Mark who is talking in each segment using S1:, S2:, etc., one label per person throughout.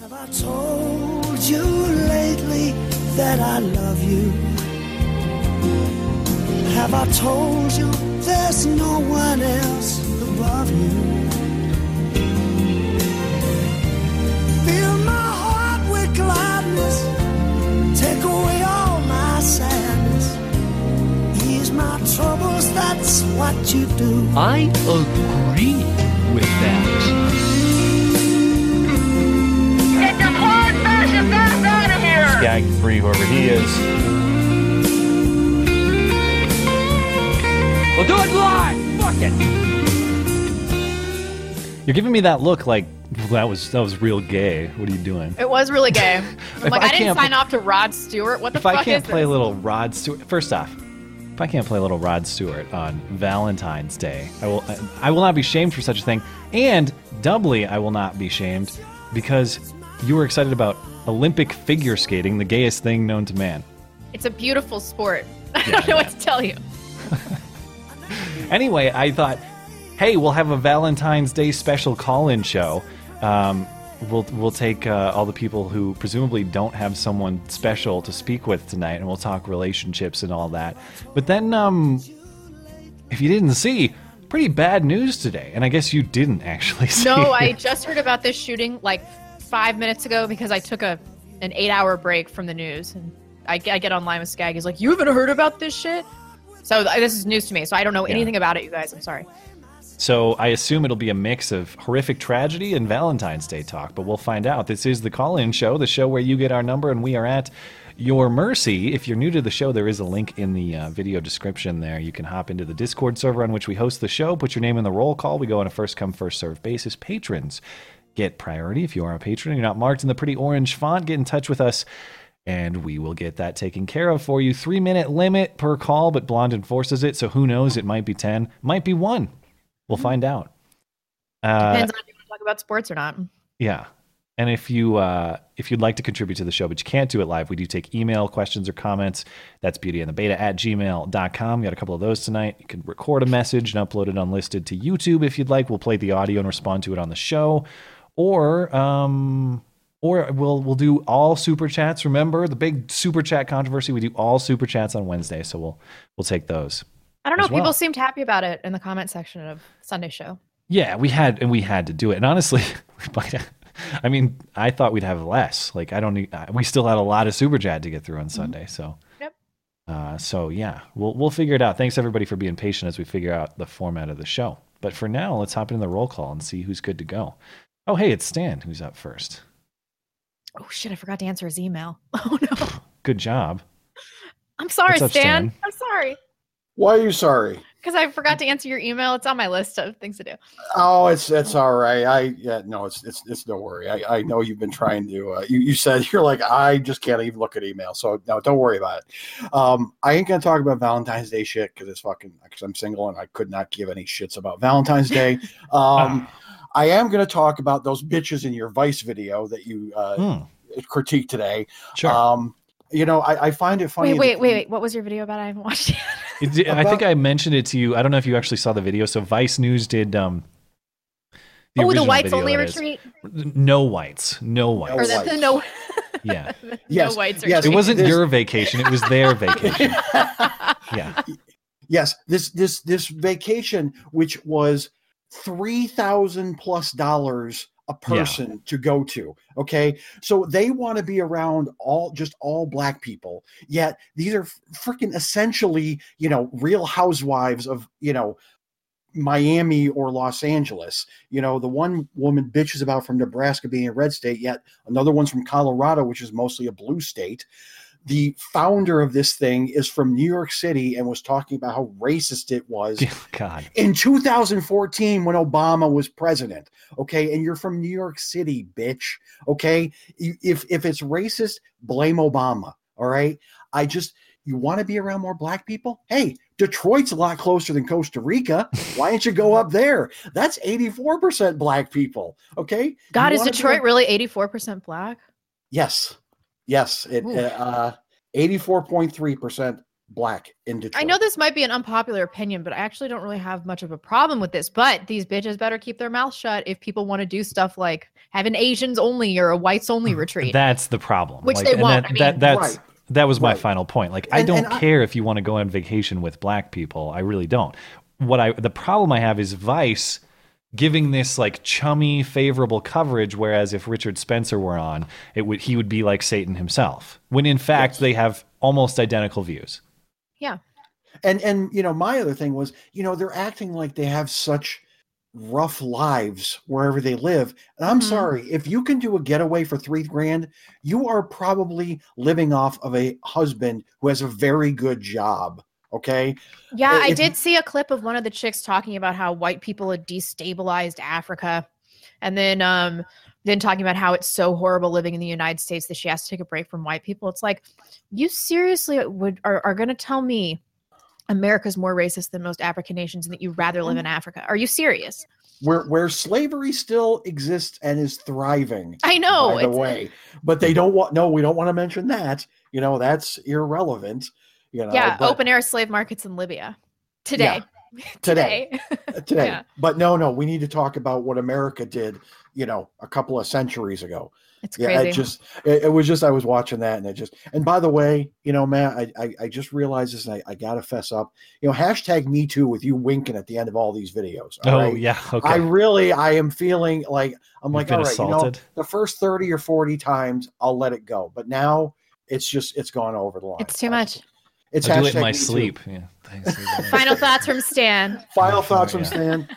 S1: Have I told you lately that I love you? Have I told you there's no one else above you? Fill my heart with gladness, take away all my sadness, ease my troubles, that's what you do.
S2: I agree with that.
S3: Get your blood fashion ass out of here!
S4: Gag three, whoever he is.
S2: We'll do it live. Fuck it.
S4: You're giving me that look like that was that was real gay. What are you doing?
S5: It was really gay. I'm like,
S4: I
S5: I, didn't
S4: can't-
S5: sign off to Rod Stewart. What the
S4: If
S5: fuck
S4: I can't
S5: is
S4: play a
S5: this?
S4: little Rod Stewart, first off, if I can't play a little Rod Stewart on Valentine's Day, I will I, I will not be shamed for such a thing, and doubly I will not be shamed because you were excited about Olympic figure skating, the gayest thing known to man.
S5: It's a beautiful sport. I don't know what to tell you.
S4: Anyway, I thought, hey, we'll have a Valentine's Day special call-in show. Um, we'll we'll take uh, all the people who presumably don't have someone special to speak with tonight, and we'll talk relationships and all that. But then, um, if you didn't see, pretty bad news today, and I guess you didn't actually see.
S5: No, I just heard about this shooting like five minutes ago because I took a an eight hour break from the news. And I, get- I get online with Skag. He's like, You haven't heard about this shit? So th- this is news to me. So I don't know
S4: Yeah.
S5: anything about it, you guys. I'm sorry.
S4: So I assume it'll be a mix of horrific tragedy and Valentine's Day talk, but we'll find out. This is the call in show, the show where you get our number and we are at your mercy. If you're new to the show, there is a link in the uh, video description there. You can hop into the Discord server on which we host the show, put your name in the roll call. We go on a first come, first served basis. Patrons get priority. If you are a patron and you're not marked in the pretty orange font, get in touch with us and we will get that taken care of for you. Three minute limit per call, but Blonde enforces it. So who knows? It might be 10, might be one. We'll find out. Uh,
S5: Depends on if you want to talk about sports or not.
S4: yeah. And if you uh, if you'd like to contribute to the show, but you can't do it live, we do take email questions or comments. That's beautyandthebeta at gmail.com. Got a couple of those tonight. You can record a message and upload it unlisted to YouTube if you'd like. We'll play the audio and respond to it on the show. Or um or we'll we'll do all super chats. Remember the big super chat controversy? We do all super chats on Wednesday, so we'll we'll take those.
S5: I don't know.
S4: As well.
S5: People seemed happy about it in the comment section of Sunday show.
S4: Yeah, we had and we had to do it. And honestly, we might have, I mean, I thought we'd have less. Like I don't need I- we still had a lot of super chat to get through on Sunday, so.
S5: Mm-hmm. Yep.
S4: Uh, so yeah, we'll we'll figure it out. Thanks everybody for being patient as we figure out the format of the show. But for now, let's hop into the roll call and see who's good to go. Oh, hey, it's Stan who's up first.
S5: Oh shit, I forgot to answer his email. Oh no.
S4: Good job.
S5: I'm sorry,
S4: What's up,
S5: Stan.
S4: Stan?
S5: I'm sorry.
S6: Why are you sorry?
S5: Because I forgot to answer your email. It's on my list of things to do.
S6: Oh, it's it's all right. I yeah, no, it's it's it's no worry. I, I know you've been trying to. Uh, you you said you're like I just can't even look at email. So no, don't worry about it. Um, I ain't gonna talk about Valentine's Day shit because it's fucking because I'm single and I could not give any shits about Valentine's Day. Um, I am gonna talk about those bitches in your Vice video that you uh,
S4: Hmm,
S6: critiqued today.
S4: sure.
S6: Um, you know, I, I find it
S5: Wait,
S6: funny. that
S5: wait, wait,
S6: you-
S5: wait. What was your video about? I haven't watched it.
S4: It did- I think I mentioned it to you. I don't know if you actually saw the video. So Vice News did um
S5: Oh, the
S4: original
S5: whites
S4: video,
S5: only
S4: that is.
S5: retreat,
S4: No whites. No whites.
S5: or the, the no,
S4: Yeah.
S5: the
S6: Yes,
S5: no whites
S4: It
S6: yes.
S5: retreat.
S4: wasn't
S6: There's-
S4: your vacation, it was their vacation. yeah.
S6: Yes, this this this vacation, which was three thousand plus dollars a person to go to. Okay, so they want to be around all just all black people. Yet these are freaking essentially, you know, Real Housewives of you know Miami or Los Angeles. You know, the one woman bitches about from Nebraska being a red state, yet another one's from Colorado, which is mostly a blue state. The founder of this thing is from New York City and was talking about how racist it was
S4: God.
S6: in 2014 when Obama was president. Okay, and you're from New York City, bitch. Okay, You- if if it's racist, blame Obama. All right, I just you want to be around more black people. Hey, Detroit's a lot closer than Costa Rica. Why don't you go up there? That's 84 percent black people. Okay,
S5: God,
S6: You
S5: is
S6: wanna be
S5: Detroit
S6: a-
S5: really 84% black?
S6: Yes, yes, it
S5: Oof.
S6: uh, 84.3 percent black in Detroit.
S5: I know this might be an unpopular opinion, but I actually don't really have much of a problem with this. But these bitches better keep their mouth shut if people want to do stuff like have an Asians only or a whites only retreat.
S4: That's the problem.
S5: Which
S4: like,
S5: they
S4: and
S5: won't,
S4: That,
S5: I mean-
S4: that, that's
S6: Right.
S4: that was my
S6: Right.
S4: final point. Like, I
S6: And-
S4: don't
S6: and I-
S4: care if you want to go on vacation with black people. I really don't. What I the problem I have is Vice giving this like chummy favorable coverage whereas if Richard Spencer were on it would he would be like Satan himself when in fact they have almost identical views
S5: yeah.
S6: and and you know my other thing was you know they're acting like they have such rough lives wherever they live and i'm
S5: Mhm.
S6: sorry if you can do a getaway for three grand you are probably living off of a husband who has a very good job okay
S5: Yeah,
S6: Uh,
S5: I
S6: if-
S5: did see a clip of one of the chicks talking about how white people had destabilized Africa, and then um, then talking about how it's so horrible living in the United States that she has to take a break from white people. It's like, you seriously would are, are going to tell me America's more racist than most African nations, and that you rather live in Africa? Are you serious?
S6: where where slavery still exists and is thriving
S5: I know.
S6: by the
S5: it's- uh,
S6: way but they don't want no we don't want to mention that you know that's irrelevant you know
S5: yeah,
S6: but
S5: open air slave markets in Libya today.
S6: today Uh, today.
S5: Yeah.
S6: But no, no, we need to talk about what America did, you know, a couple of centuries ago.
S5: It's
S6: Yeah,
S5: crazy.
S6: it just it, it was just I was watching that and it just and by the way, you know, Matt, I I, I just realized this and I, I gotta fess up. You know, hashtag me too with you winking at the end of all these videos. all
S4: oh
S6: right?
S4: yeah okay
S6: I really I am feeling like I'm
S4: You've
S6: like,
S4: been
S6: all right, you know,
S4: assaulted
S6: the first 30 or 40 times I'll let it go. But now it's just it's gone over the line.
S5: it's too much.
S6: It's
S4: I do it
S6: hashtag
S4: in my
S6: me too.
S4: sleep yeah thanks
S5: Final thoughts from Stan.
S6: Final thoughts from
S4: Yeah.
S6: Stan.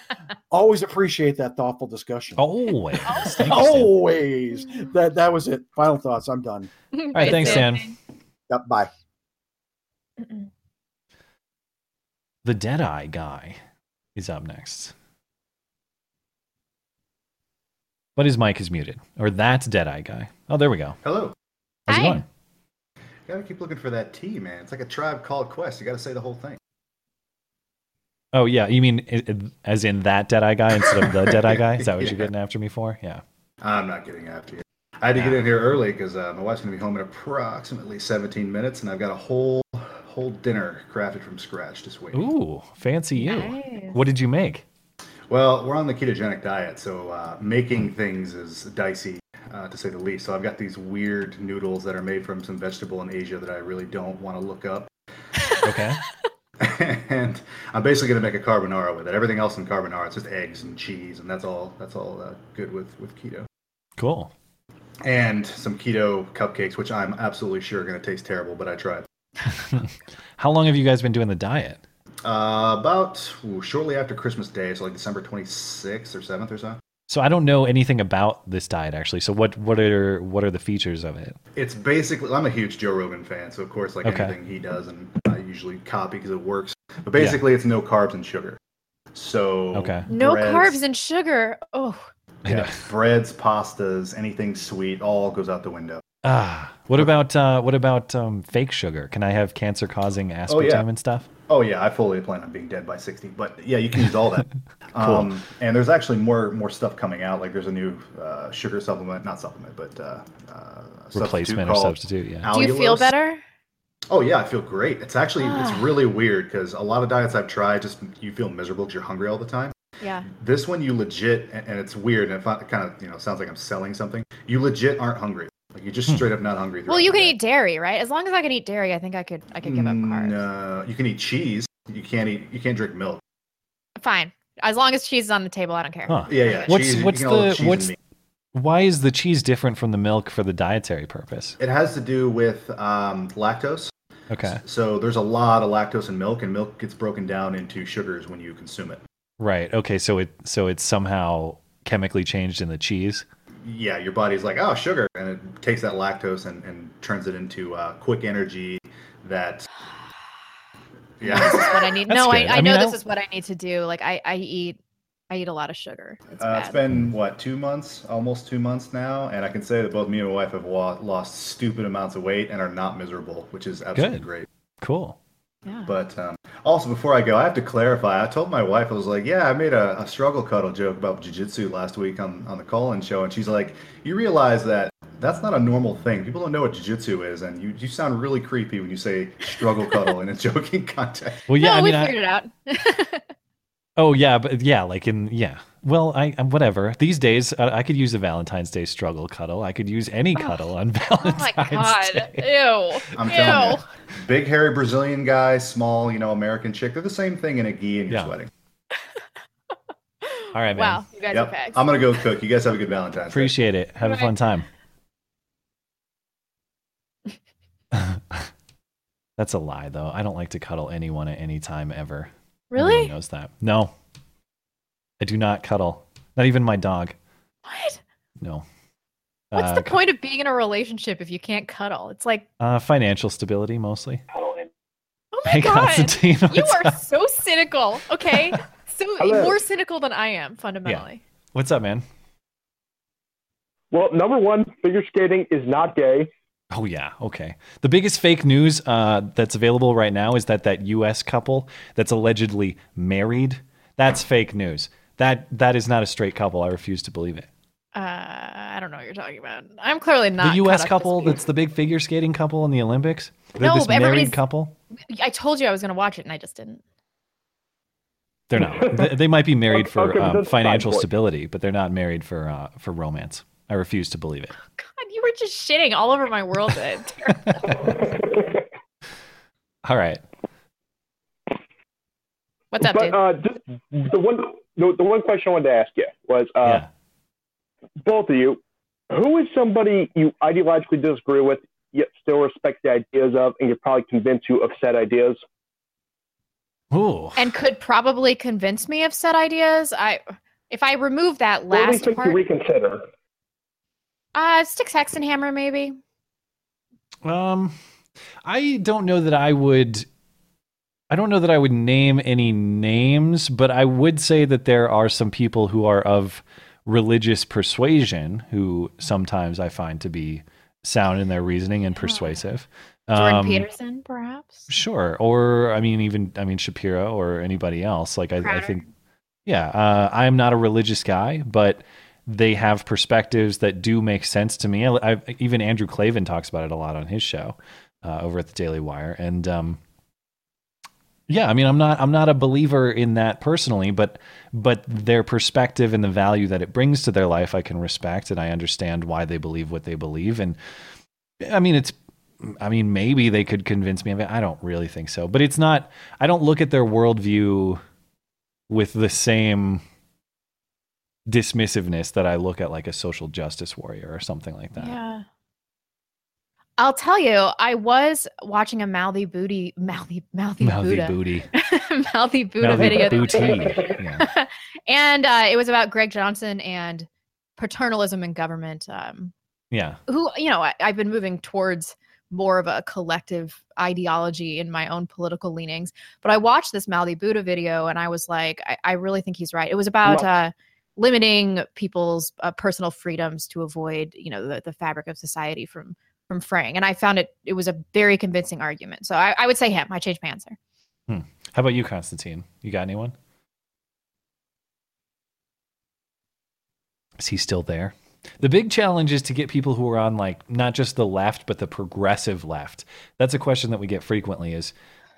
S6: Always appreciate that thoughtful discussion.
S4: always Thanks, Stan. all
S6: always that that was it final thoughts i'm done
S5: All
S4: right thanks Stan
S6: Yep, bye
S4: The Deadeye guy is up next. But his mic is muted. Or that's Deadeye guy. Oh, there we go.
S7: Hello.
S4: How's it
S5: Hi.
S4: going?
S7: Gotta keep looking for that T, man. It's like a tribe called Quest. You gotta say the whole thing.
S4: Oh, yeah. You mean i- i- as in that Deadeye guy instead of the Deadeye guy? Is that what you're
S7: Yeah.
S4: getting after me for? Yeah.
S7: I'm not getting after you. I had to get in here early because uh, my wife's gonna be home in approximately 17 minutes, and I've got a whole whole dinner crafted from scratch just waiting.
S4: Ooh, fancy you.
S5: Nice.
S4: What did you make?
S7: Well, we're on the ketogenic diet, so uh, making things is dicey, uh, to say the least. So I've got these weird noodles that are made from some vegetable in Asia that I really don't want to look up.
S4: Okay.
S7: and I'm basically going to make a carbonara with it. Everything else in carbonara, it's just eggs and cheese, and that's all. That's all uh, good with with keto.
S4: cool.
S7: And some keto cupcakes, which I'm absolutely sure are going to taste terrible, but I tried.
S4: How long have you guys been doing the diet?
S7: Uh, about ooh, shortly after Christmas Day, so like December 26th or 7th or so.
S4: So I don't know anything about this diet actually. So what what are what are the features of it?
S7: It's basically I'm a huge Joe Rogan fan, so of course, like
S4: Okay.
S7: anything he does, and I usually copy because it works. But basically, it's no carbs and sugar. So
S4: Okay.
S5: No
S7: breads-
S5: carbs and sugar. Oh,
S7: yeah, breads, pastas, anything sweet, all goes out the window.
S4: Ah, what about uh, what about um, fake sugar? Can I have cancer causing aspartame
S7: Oh, yeah.
S4: and stuff?
S7: Oh yeah, I fully plan on being dead by sixty. But yeah, you can use all that. um, and there's actually more more stuff coming out. Like there's a new uh, sugar supplement, not supplement, but uh, uh, substitute
S4: Replacement or
S7: called
S4: substitute? Yeah.
S5: do you feel
S7: allulose.
S5: better?
S7: Oh yeah, I feel great. It's actually it's
S5: Ah.
S7: really weird because a lot of diets I've tried just you feel miserable because you're hungry all the time.
S5: Yeah.
S7: This one you legit and and it's weird and it kind of you know sounds like I'm selling something. You legit aren't hungry. Like you're just straight up not hungry.
S5: Well,
S7: throughout
S5: you
S7: the
S5: can
S7: day.
S5: eat dairy, right? As long as I can eat dairy, I think I could. I could
S7: Mm.
S5: give up carbs.
S7: No, you can eat cheese. You can't eat. You can't drink milk.
S5: Fine. As long as cheese is on the table, I don't care.
S4: Huh.
S7: Yeah, yeah.
S4: What's
S7: cheese- you
S4: what's
S7: can all have cheese
S4: the
S7: and
S4: what's
S7: meat.
S4: why is the cheese different from the milk for the dietary purpose?
S7: It has to do with um, lactose.
S4: Okay,
S7: So there's a lot of lactose in milk, and milk gets broken down into sugars when you consume it.
S4: right. Okay, so it so it's somehow chemically changed in the cheese.
S7: Yeah, your body's like, oh, sugar, and it takes that lactose and, and turns it into uh, quick energy. That
S5: This is
S7: yeah,
S5: what I need.
S4: That's
S5: no, I,
S4: good. I
S5: I,
S4: mean,
S5: know
S4: I-
S5: this is what I need to do. Like I, I eat, I eat a lot of sugar. It's
S7: uh,
S5: bad.
S7: it's been what two months, almost two months now, and I can say that both me and my wife have wa- lost stupid amounts of weight and are not miserable, which is absolutely
S4: Good.
S7: great.
S4: Cool.
S5: yeah.
S7: But um, Also, before I go, I have to clarify. I told my wife, I was like, yeah, I made a, a struggle cuddle joke about jujitsu last week on, on the call in show. And she's like, you realize that that's not a normal thing. People don't know what jujitsu is. And you, you sound really creepy when you say struggle cuddle in a joking context.
S4: Well, yeah,
S5: no,
S4: I
S5: we
S4: mean, I-
S5: figured it out.
S4: oh yeah, but yeah, like in yeah. Well, I I'm- whatever. These days, I, I could use a Valentine's Day struggle cuddle. I could use any cuddle on
S5: oh
S4: Valentine's
S5: my god.
S4: Day.
S5: Ew.
S7: I'm
S5: Ew.
S7: telling you. Big, hairy Brazilian guy, small, you know, American chick. They're the same thing in a gi and you're
S4: Yeah.
S7: sweating.
S4: All right, man.
S5: Wow, you guys are
S7: Yep.
S5: facts.
S7: I'm going to go cook. You guys have a good Valentine's Day.
S4: Appreciate it. Have a
S5: Right.
S4: fun time. That's a lie, though. I don't like to cuddle anyone at any time ever. Everyone
S5: Really?
S4: knows that. No, I do not cuddle. Not even my dog.
S5: What?
S4: No.
S5: What's
S4: uh,
S5: the point of being in a relationship if you can't cuddle? It's like,
S4: Uh, financial stability mostly.
S5: oh my
S4: Hey,
S5: god,
S4: Constantine.
S5: you
S4: what's
S5: are
S4: up?
S5: so cynical. Okay, so
S8: Hello.
S5: more cynical than I am fundamentally.
S4: What's up, man?
S8: Well, number one, figure skating is not gay.
S4: Oh yeah, okay. The biggest fake news uh, that's available right now is that that U.S. couple that's allegedly married. That's fake news. That that is not a straight couple. I refuse to believe it.
S5: Uh, I don't know what you're talking about. I'm clearly not
S4: the U.S.
S5: caught up to
S4: couple
S5: speed.
S4: that's the big figure skating couple in the Olympics. They're
S5: No,
S4: this
S5: but
S4: married
S5: everybody's-
S4: couple.
S5: I told you I was going to watch it and I just didn't.
S4: They're not. they, they might be married
S8: Okay,
S4: for
S8: but
S4: um,
S8: that's fine,
S4: financial
S8: boy.
S4: stability, but they're not married for uh, for romance. I refuse to believe it.
S5: God, you were just shitting all over my world. today. It's terrible.
S4: All right.
S5: What's up,
S8: but
S5: dude?
S8: uh, just the one, the, the one question I wanted to ask you was, uh,
S4: yeah.
S8: both of you, who is somebody you ideologically disagree with yet still respect the ideas of, and could probably convince you of said ideas?
S4: Ooh.
S5: And could probably convince me of said ideas. I, if I remove that
S8: Or at least
S5: last
S8: make you
S5: part,
S8: reconsider.
S5: uh, sticks, hex, and hammer, maybe.
S4: Um, I don't know that I would. I don't know that I would name any names, but I would say that there are some people who are of religious persuasion who sometimes I find to be sound in their reasoning and persuasive.
S5: Jordan
S4: Um,
S5: Peterson, perhaps.
S4: Sure. Or I mean, even I mean Shapiro or anybody else. Like I, I
S5: Crowder.
S4: think, yeah, uh, I'm not a religious guy, but they have perspectives that do make sense to me. I, I, even Andrew Clavin talks about it a lot on his show uh, over at the Daily Wire, and um, yeah, I mean, I'm not I'm not a believer in that personally, but but their perspective and the value that it brings to their life, I can respect, and I understand why they believe what they believe, and I mean, it's I mean, maybe they could convince me of it. I don't really think so. But it's not, I don't look at their worldview with the same dismissiveness that I look at like a social justice warrior or something like that.
S5: Yeah. I'll tell you, I was watching a mouthy booty, mouthy, mouthy,
S4: Mouthy
S5: Buddha,
S4: booty.
S5: mouthy Buddha
S4: Mouthy
S5: video, the
S4: booty. Yeah.
S5: and uh, it was about Greg Johnson and paternalism in government. Um,
S4: yeah.
S5: who, you know, I, I've been moving towards more of a collective ideology in my own political leanings. But I watched this Maldi Buddha video, and I was like, I, I really think he's right. It was about. Uh, limiting people's uh, personal freedoms to avoid you know the, the fabric of society from from fraying and i found it it was a very convincing argument so i, I would say him i changed my answer
S4: Hmm. How about you, Constantine? You got anyone? Is he still there? The big challenge is to get people who are on like not just the left but the progressive left. That's a question that we get frequently is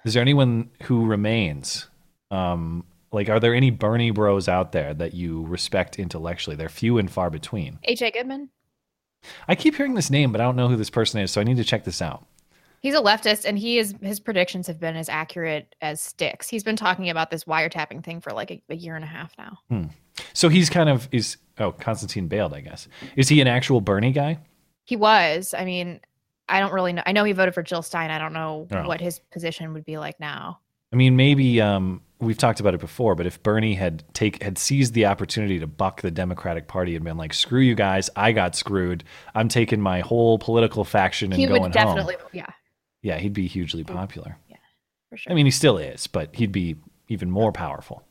S4: is there anyone who remains? Um like are there any Bernie bros out there that you respect intellectually? They're few and far between.
S5: ha goodman
S4: I keep hearing this name but I don't know who this person is, so I need to check this out.
S5: He's a leftist, and he is his predictions have been as accurate as sticks. He's been talking about this wiretapping thing for like a, a year and a half now.
S4: Hmm. So he's kind of is oh, Constantine bailed, I guess. Is he an actual Bernie guy?
S5: He was. I mean, I don't really know. I know he voted for Jill Stein. I don't know
S4: No.
S5: what his position would be like now.
S4: I mean, maybe um, we've talked about it before, but if Bernie had take had seized the opportunity to buck the Democratic Party and been like, "Screw you guys, I got screwed. I'm taking my whole political faction and
S5: he
S4: going
S5: would definitely,
S4: home."
S5: yeah,
S4: Yeah, he'd be hugely popular.
S5: for sure.
S4: I mean, he still is, but he'd be even more powerful.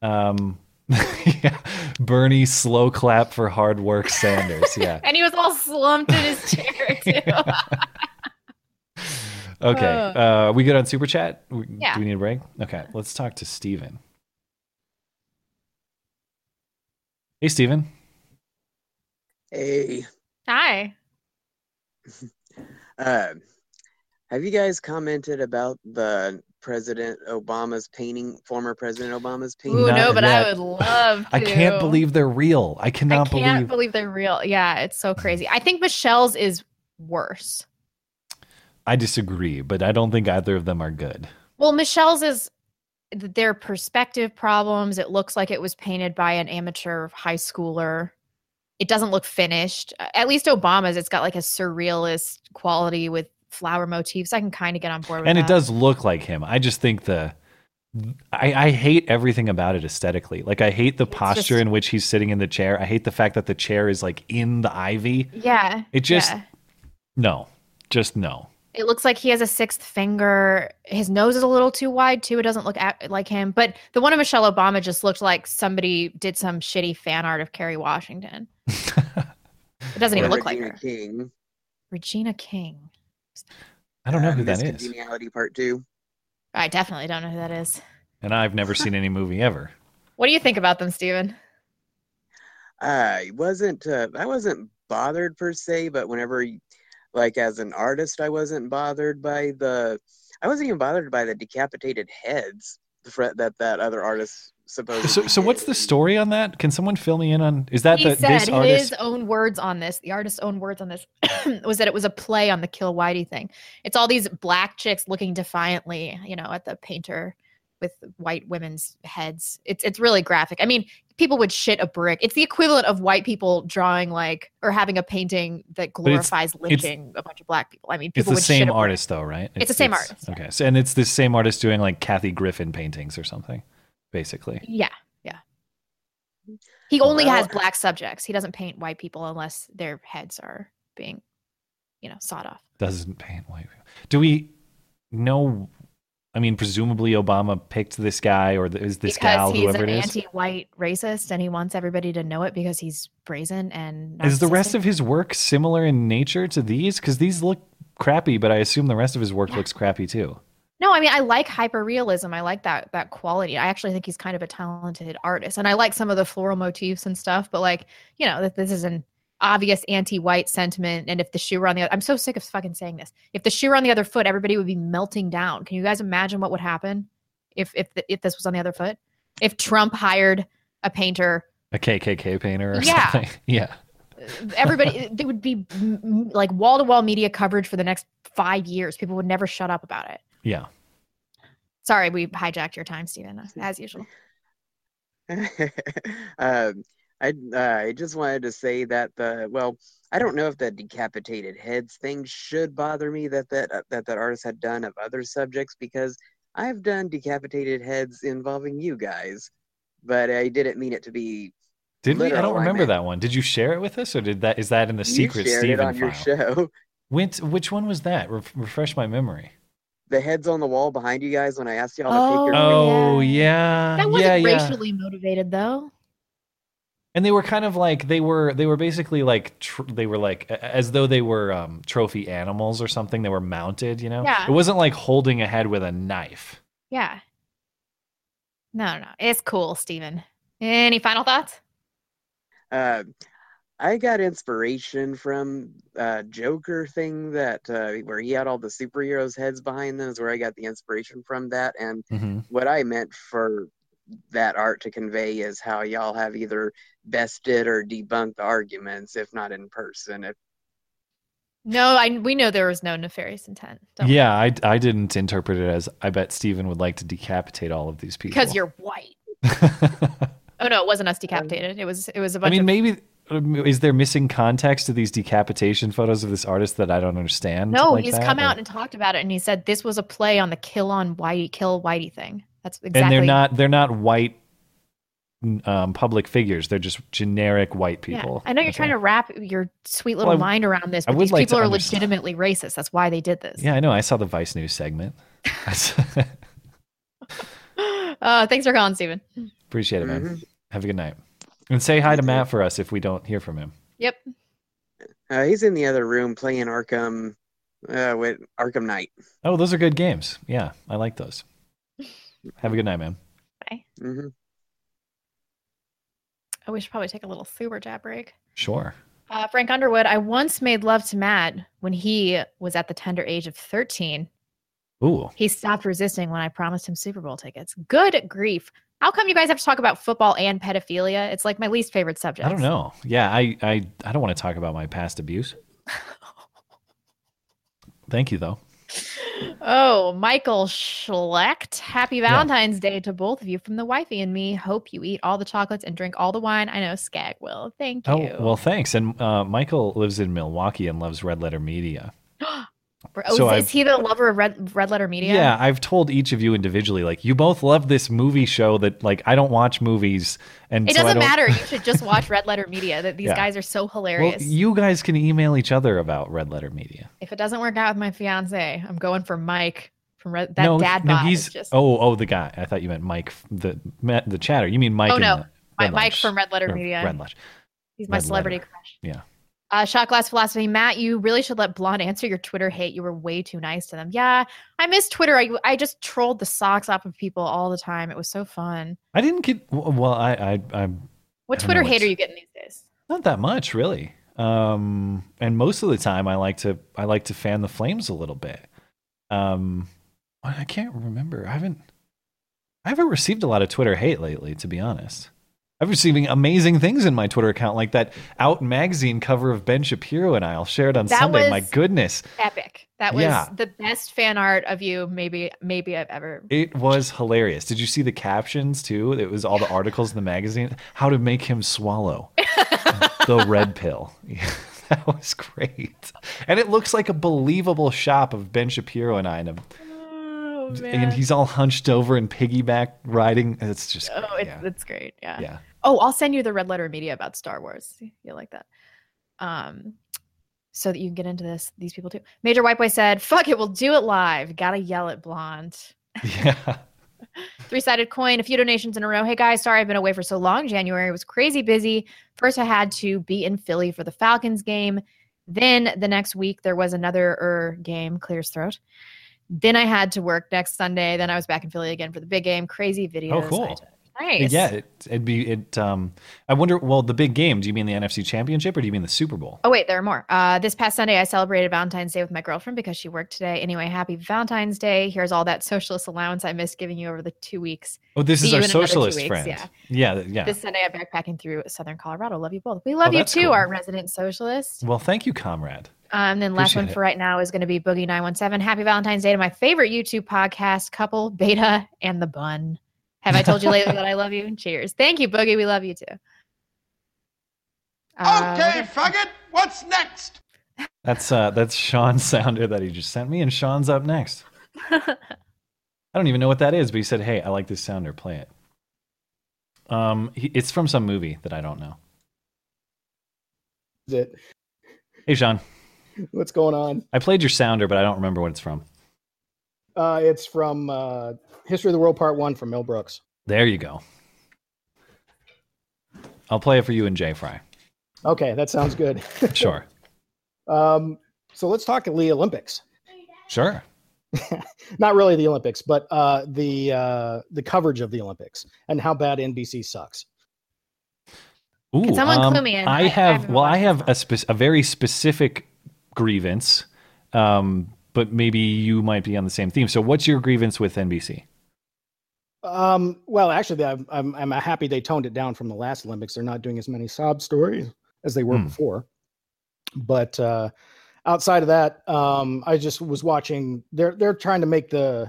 S4: Um, yeah, Bernie slow clap for hard work, Sanders. Yeah.
S5: and he was all slumped in his chair too.
S4: Okay. Uh, we good on super chat? We-
S5: Yeah.
S4: Do we need a break? Okay. Let's talk to Steven. Hey, Steven.
S9: Hey,
S5: Hi.
S9: uh, have you guys commented about the President Obama's painting, former President Obama's painting?
S5: Ooh,
S4: Not
S5: no, but
S4: yet.
S5: I would love to.
S4: I can't believe they're real. I
S5: I
S4: cannot
S5: can't
S4: believe.
S5: believe they're real. Yeah, it's so crazy. I think Michelle's is worse.
S4: I disagree, but I don't think either of them are good.
S5: Well, Michelle's is th- their perspective problems. It looks like it was painted by an amateur high schooler. It doesn't look finished. Uh, At least Obama's, it's got like a surrealist quality with flower motifs. I can kind of get on board with
S4: and it
S5: that.
S4: does look like him. I just think the I, I hate everything about it aesthetically. Like I hate the posture
S5: just-
S4: in which he's sitting in the chair. I hate the fact that the chair is like in the ivy.
S5: Yeah.
S4: It just
S5: yeah.
S4: no, just no.
S5: It looks like he has a sixth finger. His nose is a little too wide too. It doesn't look at, like him. But the one of Michelle Obama just looked like somebody did some shitty fan art of Kerry Washington. It doesn't even
S9: Or
S5: look like
S9: Regina
S5: her.
S9: King.
S5: Regina King.
S4: I don't know
S9: uh,
S4: who that
S9: Miss
S4: is,
S9: Congeniality Part Two.
S5: I definitely don't know who that is.
S4: and I've never seen any movie ever.
S5: What do you think about them, Steven?
S9: I wasn't. Uh, I wasn't bothered per se, but whenever, you- like as an artist, I wasn't bothered by the. I wasn't even bothered by the decapitated heads the fr- that that other artist supposedly.
S4: So, so what's
S9: did.
S4: the story on that? Can someone fill me in on? Is that
S5: He
S4: the,
S5: said
S4: this artist?
S5: his own words on this, the artist's own words on this, was that it was a play on the Kill Whitey thing. It's all these black chicks looking defiantly, you know, at the painter with white women's heads. It's it's really graphic. I mean, people would shit a brick. It's the equivalent of white people drawing like or having a painting that
S4: But it's-
S5: glorifies lynching a bunch of black people. I mean,
S4: It's
S5: people
S4: the
S5: would shit a
S4: same
S5: brick.
S4: artist though, right?
S5: the same artist, yeah.
S4: Okay, so and it's the same artist doing like Kathy Griffin paintings or something, basically.
S5: Yeah, yeah. He only
S9: Well,
S5: has black subjects. He doesn't paint white people unless their heads are being, you know, sawed off.
S4: doesn't paint white people. Do we know? I mean, presumably Obama picked this guy, or th- is this
S5: because
S4: gal,
S5: he's
S4: whoever
S5: an
S4: it is?
S5: anti-white racist, and he wants everybody to know it because he's brazen and.
S4: Is the rest
S5: narcissistic.
S4: of his work similar in nature to these? Because these look crappy, but I assume the rest of his work looks crappy too.
S5: No, I mean I like hyperrealism. I like that that quality. I actually think he's kind of a talented artist, and I like some of the floral motifs and stuff. But like, you know, that this is an obvious anti-white sentiment. And if the shoe were on the, I'm so sick of fucking saying this. If the shoe were on the other foot, everybody would be melting down. Can you guys imagine what would happen if if the, if this was on the other foot? If Trump hired a painter,
S4: A KKK painter or
S5: Yeah.
S4: something. Yeah.
S5: everybody there would be mm, mm, like wall-to-wall media coverage for the next five years. People would never shut up about it.
S4: Yeah.
S5: Sorry, we hijacked your time, Stephen, as usual.
S9: um, I uh, I just wanted to say that the well, I don't know if the decapitated heads thing should bother me that that uh, that that artist had done of other subjects because I've done decapitated heads involving you guys, but I didn't mean it to be.
S4: Did we? I
S9: Literal,
S4: don't
S9: I
S4: remember
S9: meant.
S4: that one. Did you share it with us, or did that is that in the
S9: you
S4: secret
S9: shared it on
S4: Steven
S9: your
S4: file?
S9: show.
S4: Which which one was that? Re- refresh my memory.
S9: The heads on the wall behind you guys when I asked y'all to pick your.
S4: Oh
S5: Oh,
S4: yeah,
S5: That
S4: Uh, yeah,
S5: wasn't
S4: yeah.
S5: racially motivated, though.
S4: and they were kind of like they were they were basically like tr- they were like a- as though they were um, trophy animals or something they were mounted you know
S5: Yeah.
S4: it wasn't like holding a head with a knife
S5: Yeah. No, no, it's cool, Stephen. Any final thoughts?
S9: Uh, I got inspiration from uh, Joker thing that uh, where he had all the superheroes' heads behind them is where I got the inspiration from that. And
S4: Mm-hmm.
S9: what I meant for that art to convey is how y'all have either bested or debunked the arguments, if not in person. If,
S5: No, I we know there was no nefarious intent. Don't worry.
S4: yeah I, I didn't interpret it as i bet steven would like to decapitate all of these people
S5: because you're white. Oh no, it wasn't us decapitated. It was it was a
S4: i
S5: bunch
S4: mean
S5: of
S4: maybe um, is there missing context to these decapitation photos of this artist that i don't understand
S5: no.
S4: like
S5: he's
S4: that?
S5: come
S4: Or-
S5: out and talked about it, and he said this was a play on the kill on whitey, kill whitey thing. That's exactly.
S4: and they're not they're not white um, public figures they're just generic white
S5: Yeah,
S4: people
S5: I know you're
S4: Okay.
S5: trying to wrap your sweet little
S4: Well, I-
S5: mind around this,
S4: I
S5: but
S4: would
S5: these
S4: like to
S5: people are
S4: understand.
S5: legitimately racist. That's why they did this.
S4: Yeah, I know. I saw the Vice News segment.
S5: Uh, thanks for calling, Stephen.
S4: Mm. Appreciate it, man. Have a good night. And say hi to Matt for us if we don't hear from him.
S5: Yep.
S9: uh, he's in the other room playing Arkham uh, with Arkham Knight.
S4: Oh, those are good games. Yeah, I like those. Have a good night, man.
S9: hmm
S5: Oh, we should probably take a little super chat break.
S4: Sure.
S5: Uh, Frank Underwood, I once made love to Matt when he was at the tender age of 13.
S4: Ooh.
S5: He stopped resisting when I promised him Super Bowl tickets. Good grief. How come you guys have to talk about football and pedophilia? It's like my least favorite subject.
S4: I don't know. Yeah, I, I, I don't want to talk about my past abuse. Thank you, though.
S5: Oh, Michael Schlecht. Happy Valentine's Day to both of you from the wifey and me. Hope you eat all the chocolates and drink all the wine. I know Skag will. Thank you.
S4: Oh, well, thanks. And uh, Michael lives in Milwaukee and loves Red Letter Media.
S5: Bro- oh,
S4: so
S5: is,
S4: I've-
S5: is he the lover of Red, Red Letter Media?
S4: Yeah, I've told each of you individually, like, you both love this movie show that, like, I don't watch movies. And
S5: It
S4: so I
S5: doesn't
S4: don't-
S5: matter. You should just watch Red Letter Media. That these
S4: Yeah.
S5: guys are so
S4: Well,
S5: hilarious.
S4: you guys can email each other about Red Letter Media.
S5: if it doesn't work out with my fiance, I'm going for Mike from Red, that
S4: no,
S5: dad
S4: no,
S5: bod.
S4: he's
S5: is just,
S4: oh, oh, the guy. I thought you meant Mike, the ma- the chatter. You mean Mike?
S5: Oh,
S4: in
S5: no.
S4: the
S5: my,
S4: Red
S5: Mike
S4: Lunch-
S5: from Red Letter
S4: or
S5: Media.
S4: Red Lunch.
S5: he's my
S4: Red
S5: celebrity
S4: Letter.
S5: crush.
S4: Yeah.
S5: Uh, Shot Glass Philosophy, Matt, you really should let Blonde answer your Twitter hate. You were way too nice to them. Yeah, I miss Twitter. I, I just trolled the socks off of people all the time. It was so fun.
S4: I didn't get. Well, I, I, I'm
S5: What
S4: I don't know
S5: Twitter hate
S4: what's-
S5: are you getting these days?
S4: Not that much, really. Um, and most of the time, I like to I like to fan the flames a little bit. Um, I I can't remember. I haven't I haven't received a lot of Twitter hate lately, to be honest. I've receiving amazing things in my Twitter account, like that Out magazine cover of Ben Shapiro and I. I'll share it on
S5: That
S4: Sunday.
S5: was-
S4: my goodness,
S5: Epic. That was
S4: Yeah.
S5: the best fan art of you maybe maybe I've ever.
S4: it was hilarious. Did you see the captions too? It was all the articles in the magazine. How to make him swallow. the red pill. that was great. And it looks like a believable shop of Ben Shapiro and I. And, a-
S5: oh,
S4: and he's all hunched over and piggyback riding. It's just,
S5: Oh,
S4: great.
S5: it's,
S4: yeah.
S5: it's great. Yeah.
S4: Yeah.
S5: Oh, I'll send you the red letter media about Star Wars. You'll like that. Um, so that you can get into this, these people too. Major White Boy said, "Fuck it, we'll do it live. Gotta yell at Blonde."
S4: yeah.
S5: Three sided coin, a few donations in a row. Hey guys, sorry I've been away for so long. January was crazy busy. First, I had to be in Philly for the Falcons game. Then the next week, there was another er game, Clear's Throat. Then I had to work next Sunday. Then I was back in Philly again for the big game. Crazy videos. I
S4: Oh, cool.
S5: took. Nice.
S4: Yeah. It, it'd be, it, um, I wonder, well, the big game, do you mean the NFC championship or do you mean the Super Bowl?
S5: Oh, wait, there are more. Uh, this past Sunday, I celebrated Valentine's Day with my girlfriend because she worked today. Anyway, happy Valentine's Day. Here's all that socialist allowance I missed giving you over the two weeks.
S4: Oh, this
S5: See
S4: is
S5: you
S4: our
S5: in another two
S4: socialist
S5: weeks,
S4: friend.
S5: yeah.
S4: Yeah. th- yeah. Oh,
S5: This Sunday, I'm backpacking through Southern Colorado. Love you both. We love you
S4: that's
S5: too,
S4: cool.
S5: our resident socialist.
S4: well, thank you, comrade.
S5: Um, then last one
S4: Appreciate it.
S5: for right now is going to be Boogie Nine One Seven. Happy Valentine's Day to my favorite YouTube podcast couple, Beta and the Bun. Have I told you lately that I love you? Cheers. Thank you, Boogie. We love you too. Uh,
S2: Okay, faggot, what's next?
S4: That's, uh, that's Sean's sounder that he just sent me. And Sean's up next. I don't even know what that is, but he said, "Hey, I like this sounder. Play it." Um, he, it's from some movie that I don't know.
S10: It.
S4: Hey, Sean,
S10: What's going on?
S4: I played your sounder, but I don't remember what it's from.
S10: Uh, it's from uh, History of the World Part One from Mel Brooks.
S4: There you go. I'll play it for you and Jay Fry.
S10: Okay, that sounds good.
S4: Sure,
S10: um, so let's talk the Olympics.
S4: sure.
S10: Not really the Olympics, but uh, the uh, the coverage of the Olympics and how bad NBC sucks.
S4: Ooh, um,
S5: someone clue me in? I-
S4: I
S5: I
S4: have.
S5: haven't
S4: well, I
S5: watched
S4: have a, spec- a very specific grievance, um, but maybe you might be on the same theme. So, what's your grievance with NBC?
S10: Um, well, actually, I'm, I'm I'm happy they toned it down from the last Olympics. They're not doing as many sob stories as they were
S4: Hmm.
S10: before. But uh, outside of that, um, I just was watching. They're they're trying to make the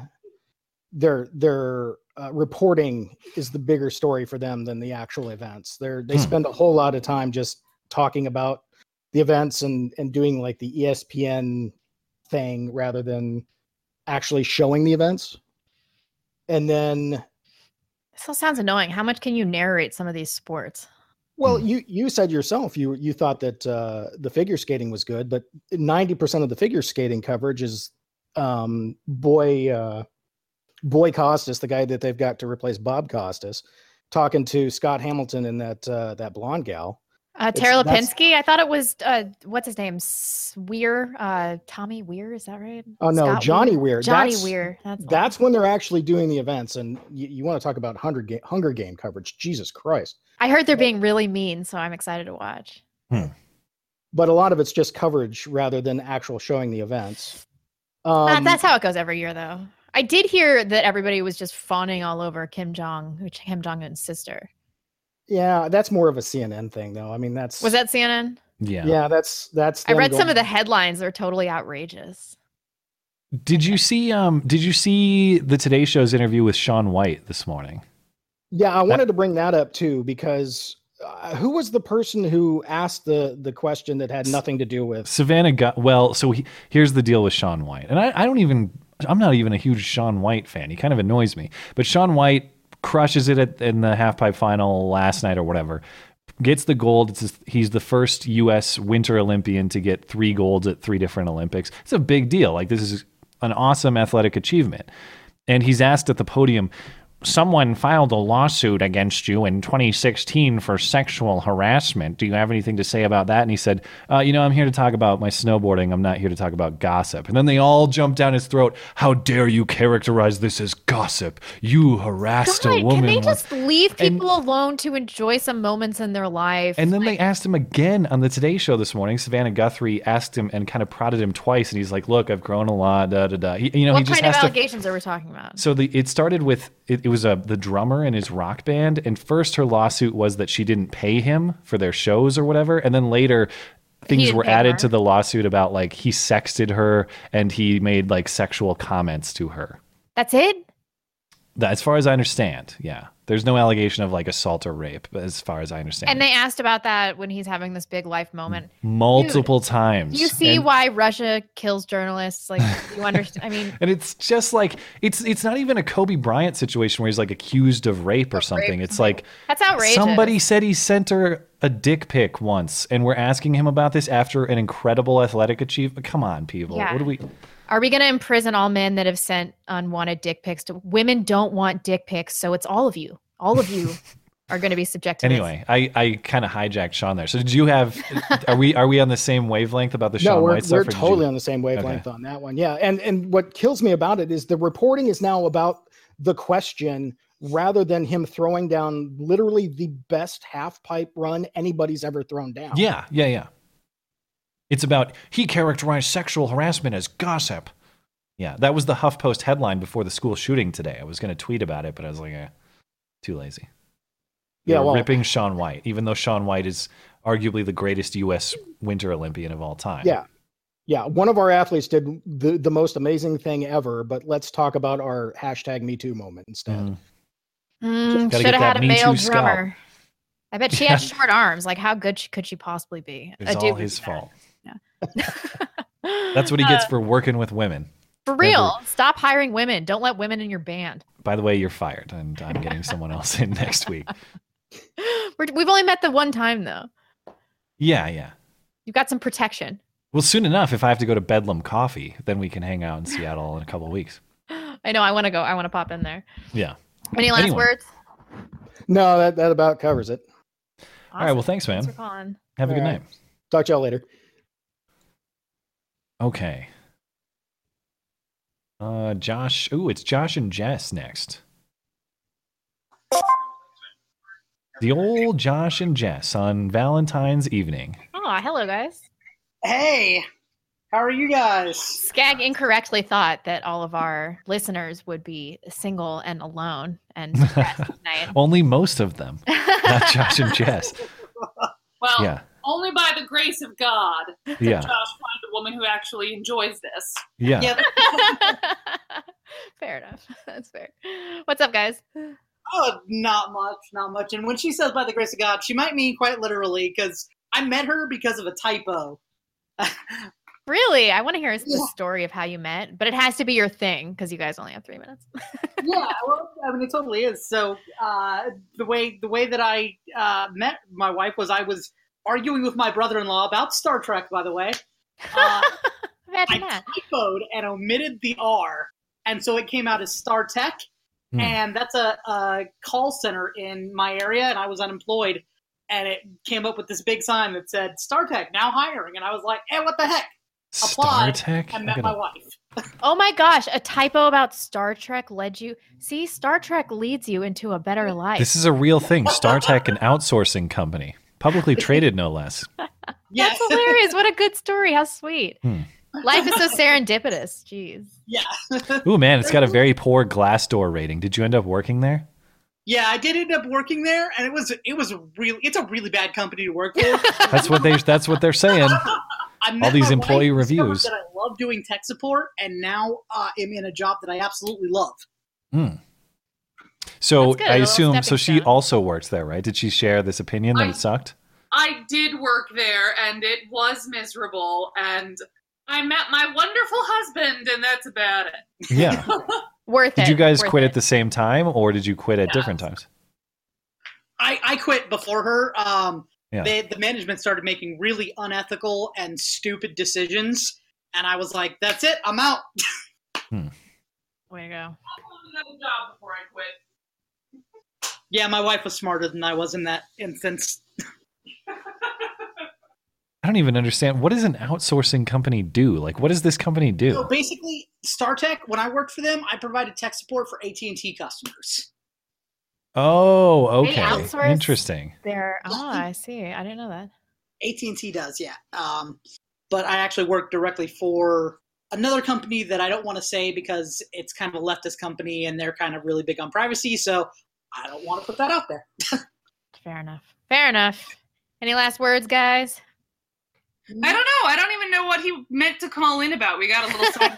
S10: their their uh, reporting is the bigger story for them than the actual events. They're they
S4: Hmm.
S10: spend a whole lot of time just talking about the events and and doing like the E ESPN thing rather than actually showing the events. And then
S5: This all sounds annoying. How much can you narrate some of these sports?
S10: Well,
S4: Mm.
S10: you you said yourself you you thought that uh, the figure skating was good, but ninety percent of the figure skating coverage is um, boy uh, boy Costas, the guy that they've got to replace Bob Costas, talking to Scott Hamilton and that uh, that blonde gal,
S5: Uh, Tara
S10: It's- that's-
S5: Lipinski. I thought it was uh, what's his name? S- Weir. Uh, Tommy Weir. Is that right?
S10: Oh no,
S5: Scott
S10: Johnny Weir.
S5: Johnny
S10: That's-
S5: Weir. That's the one.
S10: That's when they're actually doing the events, and you, you want to talk about Hunger Game, Hunger Game coverage? Jesus Christ!
S5: I heard they're being really mean, so I'm excited to watch.
S10: But a lot of it's just coverage rather than actual showing the events. Um,
S5: That- that's how it goes every year, though. I did hear that everybody was just fawning all over Kim Jong, which Kim Jong Un's sister.
S10: yeah, that's more of a CNN thing, though. I mean, that's
S5: Was that CNN?
S10: yeah,
S4: Yeah.
S10: that's that's.
S5: I
S10: them
S5: read some
S10: going-
S5: of the headlines. They're totally outrageous.
S4: Did you see um did you see the Today Show's interview with Sean White this morning?
S10: Yeah, I wanted to bring that up too because uh, who was the person who asked the the question that had nothing to do with?
S4: Savannah got well, so he, here's the deal with Sean White. And I, I don't even I'm not even a huge Sean White fan. He kind of annoys me. But Sean White crushes it at, in the halfpipe final last night or whatever. Gets the gold. It's his, he's the first U.S. Winter Olympian to get three golds at three different Olympics. It's a big deal. Like this is an awesome athletic achievement. And he's asked at the podium, someone filed a lawsuit against you in 2016 for sexual harassment. Do you have anything to say about that? And he said, uh, You know, I'm here to talk about my snowboarding. I'm not here to talk about gossip. And then they all jumped down his throat. How dare you characterize this as gossip? You harassed a
S5: God,
S4: woman.
S5: can they
S4: once."
S5: just leave
S4: And-
S5: people alone to enjoy some moments in their life?
S4: And then they asked him again on the Today Show this morning. Savannah Guthrie asked him and kind of prodded him twice, and he's like, "Look, I've grown a lot." Da da da. He- you know, he
S5: what
S4: just
S5: kind of
S4: has to
S5: allegations are we talking about?
S4: so the it started with it, it was a the drummer in his rock band, and first her lawsuit was that she didn't pay him for their shows or whatever, and then later things
S5: didn't
S4: were
S5: pay
S4: added
S5: her.
S4: to the lawsuit about like he sexted her and he made like sexual comments to her.
S5: That's it.
S4: That, as far as I understand, yeah. There's no allegation of like assault or rape, as far as I understand.
S5: And they asked about that when he's having this big life moment.
S4: multiple times.
S5: You see
S4: And-
S5: why Russia kills journalists? Like you understand? I mean,
S4: And it's just like it's it's not even a Kobe Bryant situation where he's like accused of rape or something. It's like
S5: that's outrageous.
S4: Somebody said he sent her a dick pic once, and we're asking him about this after an incredible athletic achievement. Come on, people.
S5: Yeah.
S4: What do we?
S5: Are we going to imprison all men that have sent unwanted dick pics? To, women don't want dick pics, so it's all of you. All of you are going to be subjected. to this.
S4: Anyway, I, I kind of hijacked Sean there. So did you have? are we are we on the same wavelength about the Sean
S10: no, we're,
S4: White stuff?
S10: we're
S4: or did you-
S10: totally on the same wavelength on that one. Yeah, and and what kills me about it is the reporting is now about the question rather than him throwing down literally the best half pipe run anybody's ever thrown down.
S4: Yeah, yeah, yeah. It's about he characterized sexual harassment as gossip. Yeah, that was the HuffPost headline before the school shooting today. I was going to tweet about it, but I was like, eh, too lazy.
S10: Yeah,
S4: They're
S10: well-
S4: ripping Sean White, even though Sean White is arguably the greatest U.S. Winter Olympian of all time.
S10: Yeah. Yeah. One of our athletes did the, the most amazing thing ever, but let's talk about our hashtag Me Too moment instead.
S4: Mm.
S5: Mm,
S4: Gotta
S5: should
S4: get
S5: have
S4: that
S5: had a
S4: Me
S5: male
S4: Too scalp.
S5: drummer. I bet she had short arms. Like, how good sh- could she possibly be?
S4: It's
S5: a
S4: all
S5: dude would
S4: his
S5: do that. Uh,
S4: fault. That's what he gets for working with women.
S5: For real, stop hiring women. Don't let women in your band.
S4: By the way, you're fired, and I'm getting someone else in next week.
S5: We're, we've only met the one time though.
S4: Yeah, yeah.
S5: You've got some protection.
S4: Well, soon enough, if I have to go to Bedlam Coffee, then we can hang out in Seattle in a couple weeks.
S5: I know. I want to go. I want to pop in there.
S4: Yeah.
S5: Any last
S4: Anyone.
S5: words?
S10: No, that, that about covers it.
S4: All right. Well,
S5: Awesome.
S4: thanks, man.
S5: Thanks for calling.
S4: Have a
S10: All
S4: good
S10: right.
S4: night.
S10: Talk to y'all later.
S4: Okay. Uh, Josh. Ooh, it's Josh and Jess next. The old Josh and Jess on Valentine's evening.
S5: Oh, hello, guys.
S11: Hey, how are you guys?
S5: Skag incorrectly thought that all of our listeners would be single and alone and depressed tonight.
S4: Only most of them, not Josh and Jess.
S12: Well,
S4: Yeah,
S12: only by the grace of God did
S4: Yeah.
S12: Josh find a woman who actually enjoys this.
S4: yeah.
S5: fair enough. That's fair. What's up, guys?
S11: Oh, not much, not much. And when she says by the grace of God, she might mean quite literally because I met her because of a typo.
S5: Really, I want to hear the story of how you met, but it has to be your thing because you guys only have three minutes.
S11: yeah, well, I mean, it totally is. So uh, the way the way that I uh, met my wife was I was arguing with my brother-in-law about Star Trek, by the way. Uh,
S5: Imagine
S11: I
S5: that.
S11: typoed and omitted the R, and so it came out as Star Tech,
S4: Hmm.
S11: and that's a, a call center in my area, and I was unemployed. and it came up with this big sign that said Star Trek now hiring, and I was like, "Hey, what the heck? Apply."
S4: StarTech?
S11: I met
S4: I'm
S11: my
S4: gonna-
S11: wife.
S5: Oh my gosh, a typo about Star Trek led you. See, Star Trek leads you into a better life.
S4: This is a real thing. StarTech, an outsourcing company, publicly traded, no less.
S5: That's hilarious. What a good story. How sweet.
S4: Hmm.
S5: Life is so serendipitous. Jeez.
S11: Yeah.
S4: Ooh, man, it's got a very poor Glassdoor rating. Did you end up working there?
S11: Yeah, I did end up working there, and it was it was really it's a really bad company to work for.
S4: That's what they. That's what they're saying.
S11: I met
S4: All these
S11: my wife,
S4: employee
S11: discovered
S4: reviews.
S11: That I love doing tech support, and now uh, am in a job that I absolutely love.
S4: Hmm. So
S12: That's good, a
S4: I
S12: little
S4: assume.
S12: stepping
S4: So she also worked there, right? Did she share this opinion that
S12: I-
S4: it sucked?
S12: I did work there and it was miserable and I met my wonderful husband and that's about it.
S4: Yeah.
S5: Worth
S4: Did you guys quit at the same time, or did you quit at different times?
S11: I, I quit before her. Um,
S4: Yeah.
S11: they, the management started making really unethical and stupid decisions, and I was like, "That's it, I'm out."
S4: Hmm.
S5: Way to go.
S12: Another job before I quit.
S11: Yeah, my wife was smarter than I was in that instance.
S4: I don't even understand. What does an outsourcing company do? Like, what does this company
S11: So
S4: do?
S11: basically, StarTech. When I worked for them, I provided tech support for AT and T customers.
S4: Oh,
S11: They
S4: okay.
S11: outsource-
S4: Interesting.
S5: There. Oh, I see. I didn't know that.
S11: AT and T does, yeah. Um, but I actually worked directly for another company that I don't want to say because it's kind of a leftist company and they're kind of really big on privacy, so I don't want to put that out there.
S5: Fair enough. Fair enough. Any last words, guys?
S12: I don't know. I don't even know what he meant to call in about. We got a little side.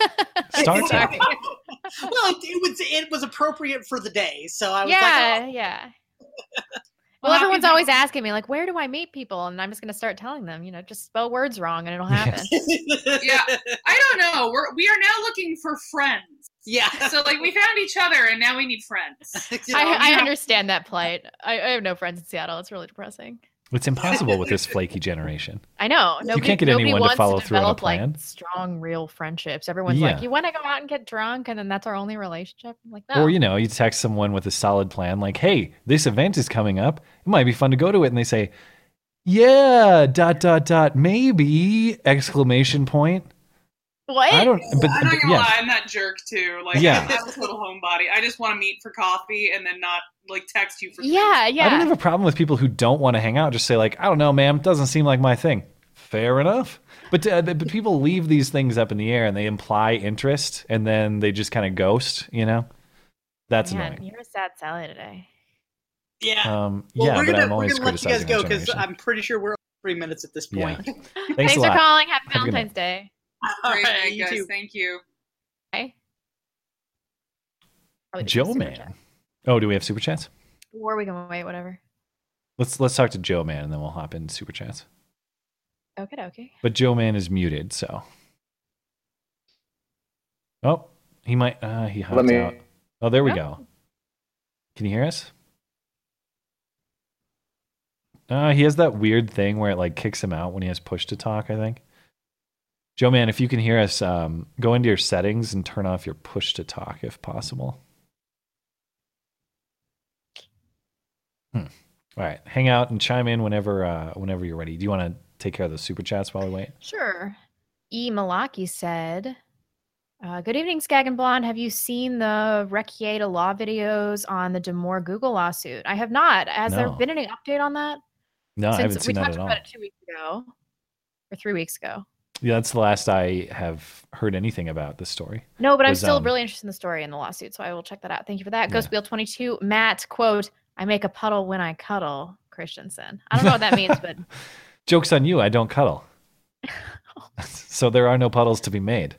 S4: Star Trek.
S11: well, it, it was it was appropriate for the day, so I was
S5: yeah,
S11: like, oh,
S5: yeah. Well,
S11: Well,
S5: everyone's
S11: happy-
S5: always asking me, like, where do I meet people? And I'm just going to start telling them, you know, just spell words wrong and it'll happen.
S12: yeah. I don't know. We're we are now looking for friends.
S11: Yeah.
S12: So like we found each other and now we need friends.
S5: I, I understand that plight. I, I have no friends in Seattle. It's really depressing.
S4: It's impossible with this flaky generation.
S5: I know. Nobody,
S4: can't get
S5: nobody
S4: anyone to
S5: wants
S4: follow through on a
S5: develop,
S4: plan.
S5: Like, strong, real friendships. Everyone's
S4: Yeah.
S5: like, you want to go out and get drunk, and then that's our only relationship. I'm like, no.
S4: Or, you know, you text someone with a solid plan like, hey, this event is coming up. It might be fun to go to it. And they say, yeah, dot, dot, dot, maybe, exclamation point.
S5: What?
S4: I don't, but,
S12: I'm not
S4: but-
S12: gonna
S4: yeah.
S12: lie, I'm that jerk too. Like
S4: Yeah.
S12: I'm a total homebody. I just want to meet for coffee and then not like text you for
S5: yeah, yeah.
S4: I don't have a problem with people who don't want to hang out. Just say like, I don't know, ma'am. Doesn't seem like my thing. Fair enough. But, uh, but but people leave these things up in the air and they imply interest and then they just kind of ghost. You know, that's
S5: Man,
S4: annoying.
S5: You're a sad salad today.
S11: yeah.
S4: Um,
S11: Well,
S4: yeah,
S11: we're
S4: but
S11: gonna,
S4: I'm
S11: we're
S4: always
S11: gonna let you guys
S4: criticizing
S11: go
S4: our
S11: because
S4: generation.
S11: I'm pretty sure we're three minutes at this
S4: Yeah.
S11: point.
S4: Thanks,
S5: Thanks,
S4: a
S5: for
S4: lot.
S5: calling. Happy
S4: Have a good night.
S5: Valentine's Day.
S12: Great
S11: All right,
S12: day,
S11: you
S12: guys.
S11: too.
S12: Thank you.
S5: Okay. Probably just a
S4: Joe
S5: super
S4: Man.
S5: chat.
S4: Oh, do we have super chats?
S5: Or we can wait, whatever.
S4: Let's let's talk to Joe Man and then we'll hop into super chats.
S5: Okay, okay.
S4: But Joe Man is muted, so. Oh, he might. Uh, he hopped
S7: me-
S4: out. Oh, there we
S5: Oh.
S4: go. Can you hear us? Uh, he has that weird thing where it like kicks him out when he has push to talk. I think. Joe Man, if you can hear us, um, go into your settings and turn off your push to talk if possible. Hmm. All right, hang out and chime in whenever uh, whenever you're ready. Do you want to take care of those super chats while we wait?
S5: Sure. E. Malaki said, uh, Good evening, Skag and Blonde. Have you seen the Recreata Law videos on the Demore Google lawsuit? I have not. Has there
S4: No.
S5: been any update on that?
S4: No, I haven't
S5: Since
S4: seen that
S5: we talked
S4: at all.
S5: about it two weeks ago or three weeks ago.
S4: Yeah, that's the last I have heard anything about this story.
S5: No, but I'm
S4: Was,
S5: still
S4: um,
S5: really interested in the story and the lawsuit, so I will check that out. Thank you for that.
S4: Yeah.
S5: Ghost Wheel 22, Matt, quote, I make a puddle when I cuddle, Christensen. I don't know what that means, but
S4: Joke's on you, I don't cuddle. so there are no puddles to be made.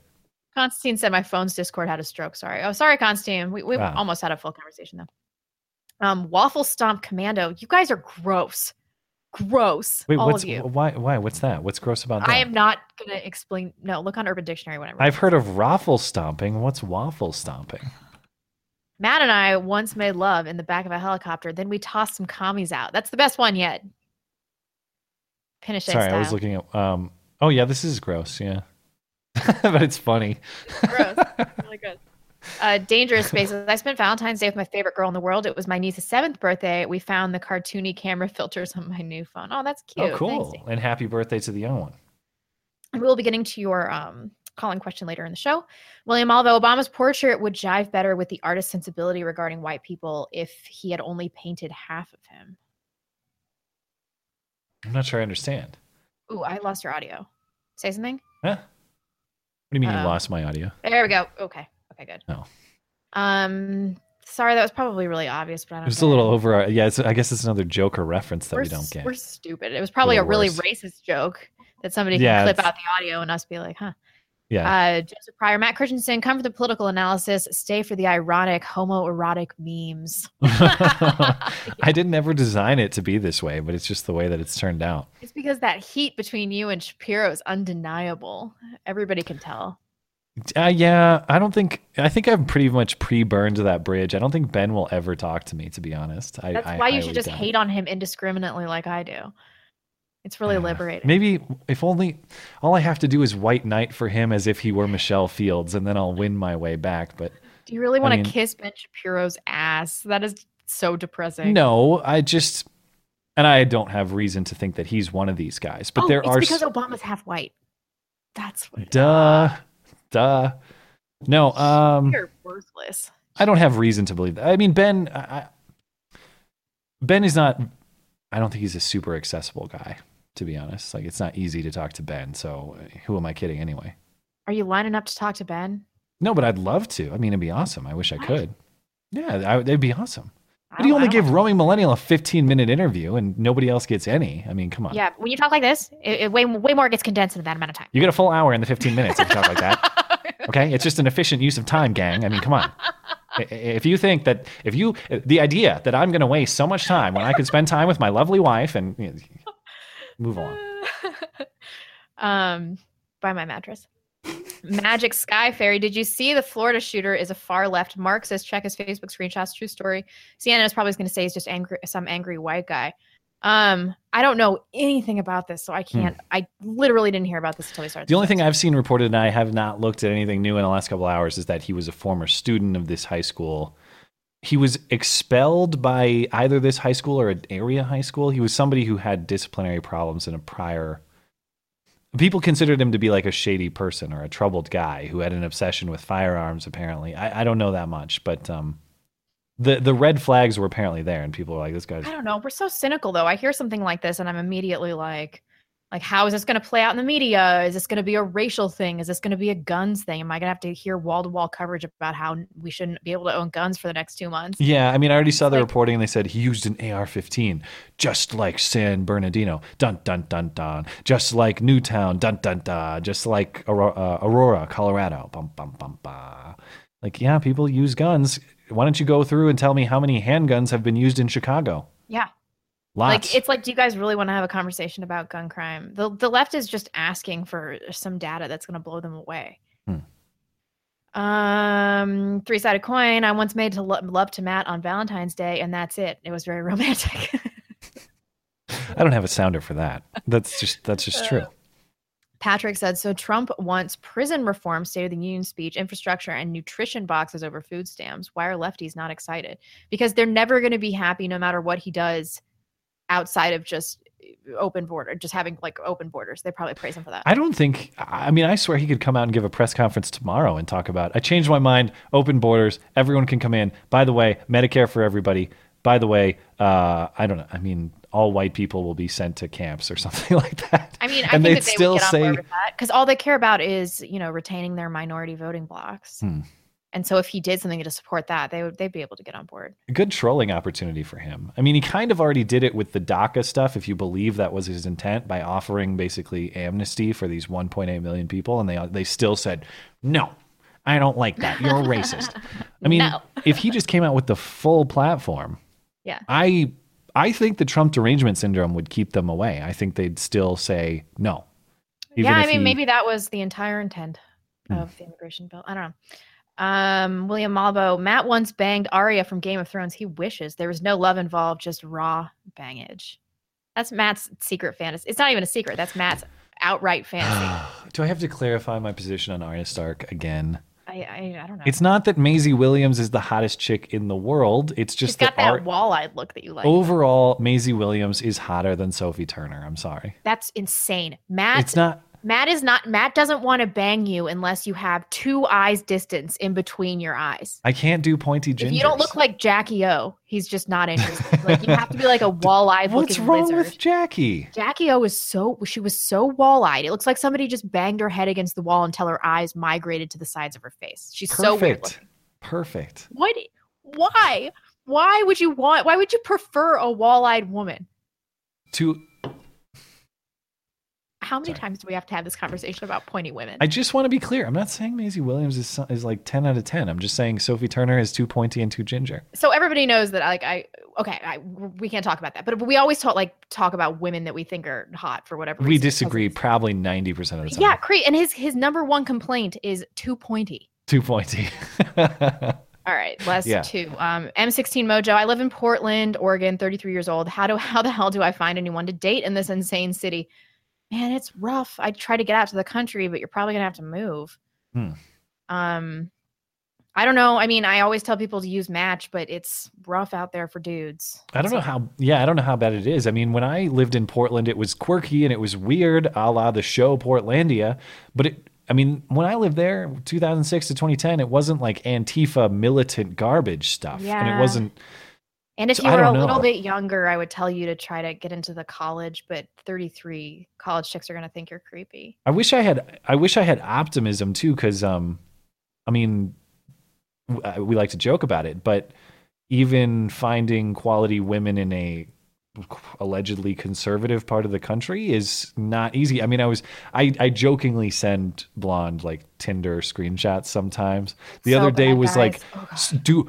S5: Constantine said my phone's Discord had a stroke. Sorry. Oh, sorry, Constantine. We, we
S4: Ah.
S5: almost had a full conversation though. Um, Waffle Stomp Commando. You guys are gross. Gross.
S4: Wait,
S5: all
S4: what's
S5: of you.
S4: why why what's that? What's gross about that?
S5: I am not gonna explain. No, look on Urban Dictionary whenever.
S4: I've heard of raffle stomping. What's waffle stomping?
S5: Matt and I once made love in the back of a helicopter. Then we tossed some commies out. That's the best one yet. Pinochet
S4: Sorry,
S5: style.
S4: I was looking at um oh yeah, this is gross, yeah. but it's funny.
S5: It's gross. It's really gross. Uh, dangerous spaces. I spent Valentine's Day with my favorite girl in the world. It was my niece's seventh birthday. We found the cartoony camera filters on my new phone. Oh, that's cute.
S4: Oh, cool. and happy birthday to the young one.
S5: And we'll be getting to your um, calling question later in the show. William, although Obama's portrait would jive better with the artist's sensibility regarding white people if he had only painted half of him.
S4: I'm not sure I understand.
S5: Ooh, I lost your audio. Say something.
S4: Huh? What do you mean you lost my audio?
S5: There we go. Okay. Okay, good.
S4: No.
S5: Um, sorry, that was probably really obvious, but I don't.
S4: It's
S5: get
S4: a
S5: it.
S4: little over. our- Yeah, it's, I guess it's another Joker reference that
S5: we're,
S4: we don't
S5: s-
S4: get.
S5: We're stupid. It was probably a,
S4: little
S5: really
S4: worse.
S5: racist joke that somebody
S4: Yeah,
S5: can clip
S4: it's-
S5: out the audio and us be like, huh.
S4: Yeah.
S5: Uh, Joseph Pryor, Matt Christensen, come for the political analysis, stay for the ironic homoerotic memes.
S4: I didn't ever design it to be this way, but it's just the way that it's turned out.
S5: It's because that heat between you and Shapiro is undeniable. Everybody can tell.
S4: Uh, yeah, I don't think. I think I'm pretty much pre-burned that bridge. I don't think Ben will ever talk to me, to be honest. I,
S5: That's
S4: I
S5: why you
S4: highly
S5: should just
S4: doubt it.
S5: hate on him indiscriminately, like I do. It's really liberating.
S4: Maybe if only all I have to do is white knight for him as if he were Michelle Fields, and then I'll win my way back. But
S5: Do you really
S4: I
S5: want to
S4: mean-
S5: kiss Ben Shapiro's ass? That is so depressing.
S4: no, I just and I don't have reason to think that he's one of these guys. But
S5: Oh,
S4: there
S5: it's
S4: are
S5: because
S4: s-
S5: Obama's half white. That's what
S4: duh, duh. No, um,
S5: you're worthless.
S4: I don't have reason to believe that. I mean, Ben, I, I- Ben is not. I don't think he's a super accessible guy, to be honest. Like, it's not easy to talk to Ben. So, uh, who am I kidding anyway?
S5: Are you lining up to talk to Ben?
S4: No, but I'd love to. I mean, it'd be awesome. I wish I could. Yeah, I, it'd be awesome.
S5: I
S4: But you
S5: don't- I
S4: only
S5: don't
S4: give roaming millennial a 15 minute interview, and nobody else gets any. I mean, come on.
S5: Yeah, when you talk like this, it, it way way more gets condensed into that amount of time.
S4: You get a full hour in the 15 minutes if you talk like that. Okay? It's just an efficient use of time, gang. I mean, come on. I- I- If you think that, if you, the idea that I'm going to waste so much time when I could spend time with my lovely wife and you know, move on.
S5: Um, by my mattress. Magic Sky Fairy, did you see the Florida shooter is a far left Marxist? Check his Facebook screenshots. True story. Sienna is probably going to say he's just angry, some angry white guy. Um, I don't know anything about this, so I can't. I literally didn't hear about this until we started.
S4: Hmm. The only thing I've seen reported, and I have not looked at anything new in the last couple hours, is that he was a former student of this high school. He was expelled by either this high school or an area high school. He was somebody who had disciplinary problems in a prior. People considered him to be like a shady person or a troubled guy who had an obsession with firearms. Apparently, I, I don't know that much, but um, the the red flags were apparently there, and people were like, "This guy's
S5: I don't know. We're so cynical though. I hear something like this and I'm immediately like like how is this going to play out in the media? Is this going to be a racial thing? Is this going to be a guns thing? Am I going to have to hear wall-to-wall coverage about how n- we shouldn't be able to own guns for the next 2 months?
S4: Yeah, I mean, I already saw the reporting, and they said he used an AR-15, just like San Bernardino, dun dun dun dun, just like Newtown, dun dun dun, just like Aurora, uh, Aurora Colorado, bum bum bum ba. Like, yeah, people use guns. Why don't you go through and tell me how many handguns have been used in Chicago?
S5: Yeah.
S4: Lots.
S5: Like it's like do you guys really want to have a conversation about gun crime? The the left is just asking for some data that's going to blow them away. Um, three-sided coin. I once made to lo- love to Matt on Valentine's Day and that's it. It was very romantic.
S4: I don't have a sounder for that. That's just that's just true.
S5: Patrick said, so Trump wants prison reform, State of the Union speech, infrastructure, and nutrition boxes over food stamps. Why are lefties not excited? Because they're never going to be happy no matter what he does outside of just uh, open border, just having like open borders. They probably praise him for that.
S4: I don't think. I mean, I swear he could come out and give a press conference tomorrow and talk about. I changed my mind. Open borders. Everyone can come in. By the way, Medicare for everybody. By the way, uh, I don't know. I mean, all white people will be sent to camps or something like that.
S5: I mean, I
S4: And
S5: think
S4: they'd
S5: that they
S4: still
S5: would get on board
S4: say-
S5: with that because all they care about is, you know, retaining their minority voting blocks.
S4: Hmm.
S5: And so if he did something to support that, they would they'd be able to get on board.
S4: Good trolling opportunity for him. I mean, he kind of already did it with the DACA stuff, if you believe that was his intent, by offering basically amnesty for these 1.8 million people, and they they still said, "No, I don't like that. You're a racist." I mean,
S5: No.
S4: if he just came out with the full platform,
S5: Yeah.
S4: I I think the Trump derangement syndrome would keep them away. I think they'd still say no. Even
S5: yeah, I
S4: if
S5: mean,
S4: he-
S5: maybe that was the entire intent
S4: Hmm.
S5: of the immigration bill. I don't know. Um, William Malbo, Matt once banged Arya from Game of Thrones. He wishes there was no love involved, just raw bangage. That's Matt's secret fantasy. It's not even a secret. That's Matt's outright fantasy.
S4: Do I have to clarify my position on Arya Stark again?
S5: I I, I, I don't know.
S4: It's not that Maisie Williams is the hottest chick in the world. It's just
S5: She's got that
S4: our,
S5: wall-eyed look that you like.
S4: overall Maisie Williams is hotter than Sophie Turner. I'm sorry.
S5: That's insane. Matt
S4: It's not
S5: Matt is not Matt doesn't want to bang you unless you have two eyes distance in between your eyes.
S4: I can't do pointy gingers.
S5: If you don't look like Jackie O, he's just not interested. like you have to be like a wall-eyed
S4: What's
S5: looking
S4: wrong
S5: lizard.
S4: with Jackie?
S5: Jackie O was so she was so wall-eyed. It looks like somebody just banged her head against the wall until her eyes migrated to the sides of her face. She's so weird.
S4: Perfect. Perfect.
S5: What? Why? Why would you want? Why would you prefer a wall-eyed woman?
S4: To
S5: How many times do we have to have this conversation about pointy women?
S4: I just want to be clear. I'm not saying Maisie Williams is so- is like 10 out of 10. I'm just saying Sophie Turner is too pointy and too ginger.
S5: so everybody knows that. Like I, okay, I, we can't talk about that. But we always talk like talk about women that we think are hot for whatever.
S4: We
S5: reason.
S4: disagree probably 90% of the time.
S5: Yeah, Cree, and his his number one complaint is too pointy.
S4: Too pointy.
S5: All right, last
S4: Yeah.
S5: two. Um, M16 Mojo. I live in Portland, Oregon. 33 years old. How do how the hell do I find anyone to date in this insane city? Man, it's rough. I try to get out to the country, but you're probably gonna have to move.
S4: Hmm.
S5: Um, I don't know. I mean, I always tell people to use Match, but it's rough out there for dudes.
S4: I don't
S5: So-
S4: know how. Yeah, I don't know how bad it is. I mean, when I lived in Portland, it was quirky and it was weird, a la the show Portlandia. But it, I mean, when I lived there, 2006 to 2010, it wasn't like Antifa militant garbage stuff, and
S5: Yeah.
S4: it wasn't.
S5: And if
S4: So
S5: you
S4: I
S5: were a
S4: don't
S5: little
S4: know.
S5: bit younger, I would tell you to try to get into the college. But 33 college chicks are gonna think you're creepy.
S4: I wish I had. I wish I had optimism too, because um, I mean, w- uh, we like to joke about it, but even finding quality women in a allegedly conservative part of the country is not easy. I mean, I was I, I jokingly send blonde like Tinder screenshots sometimes. The
S13: So
S4: other day
S13: bad,
S4: was
S13: guys.
S4: like,
S13: Oh,
S4: "S- do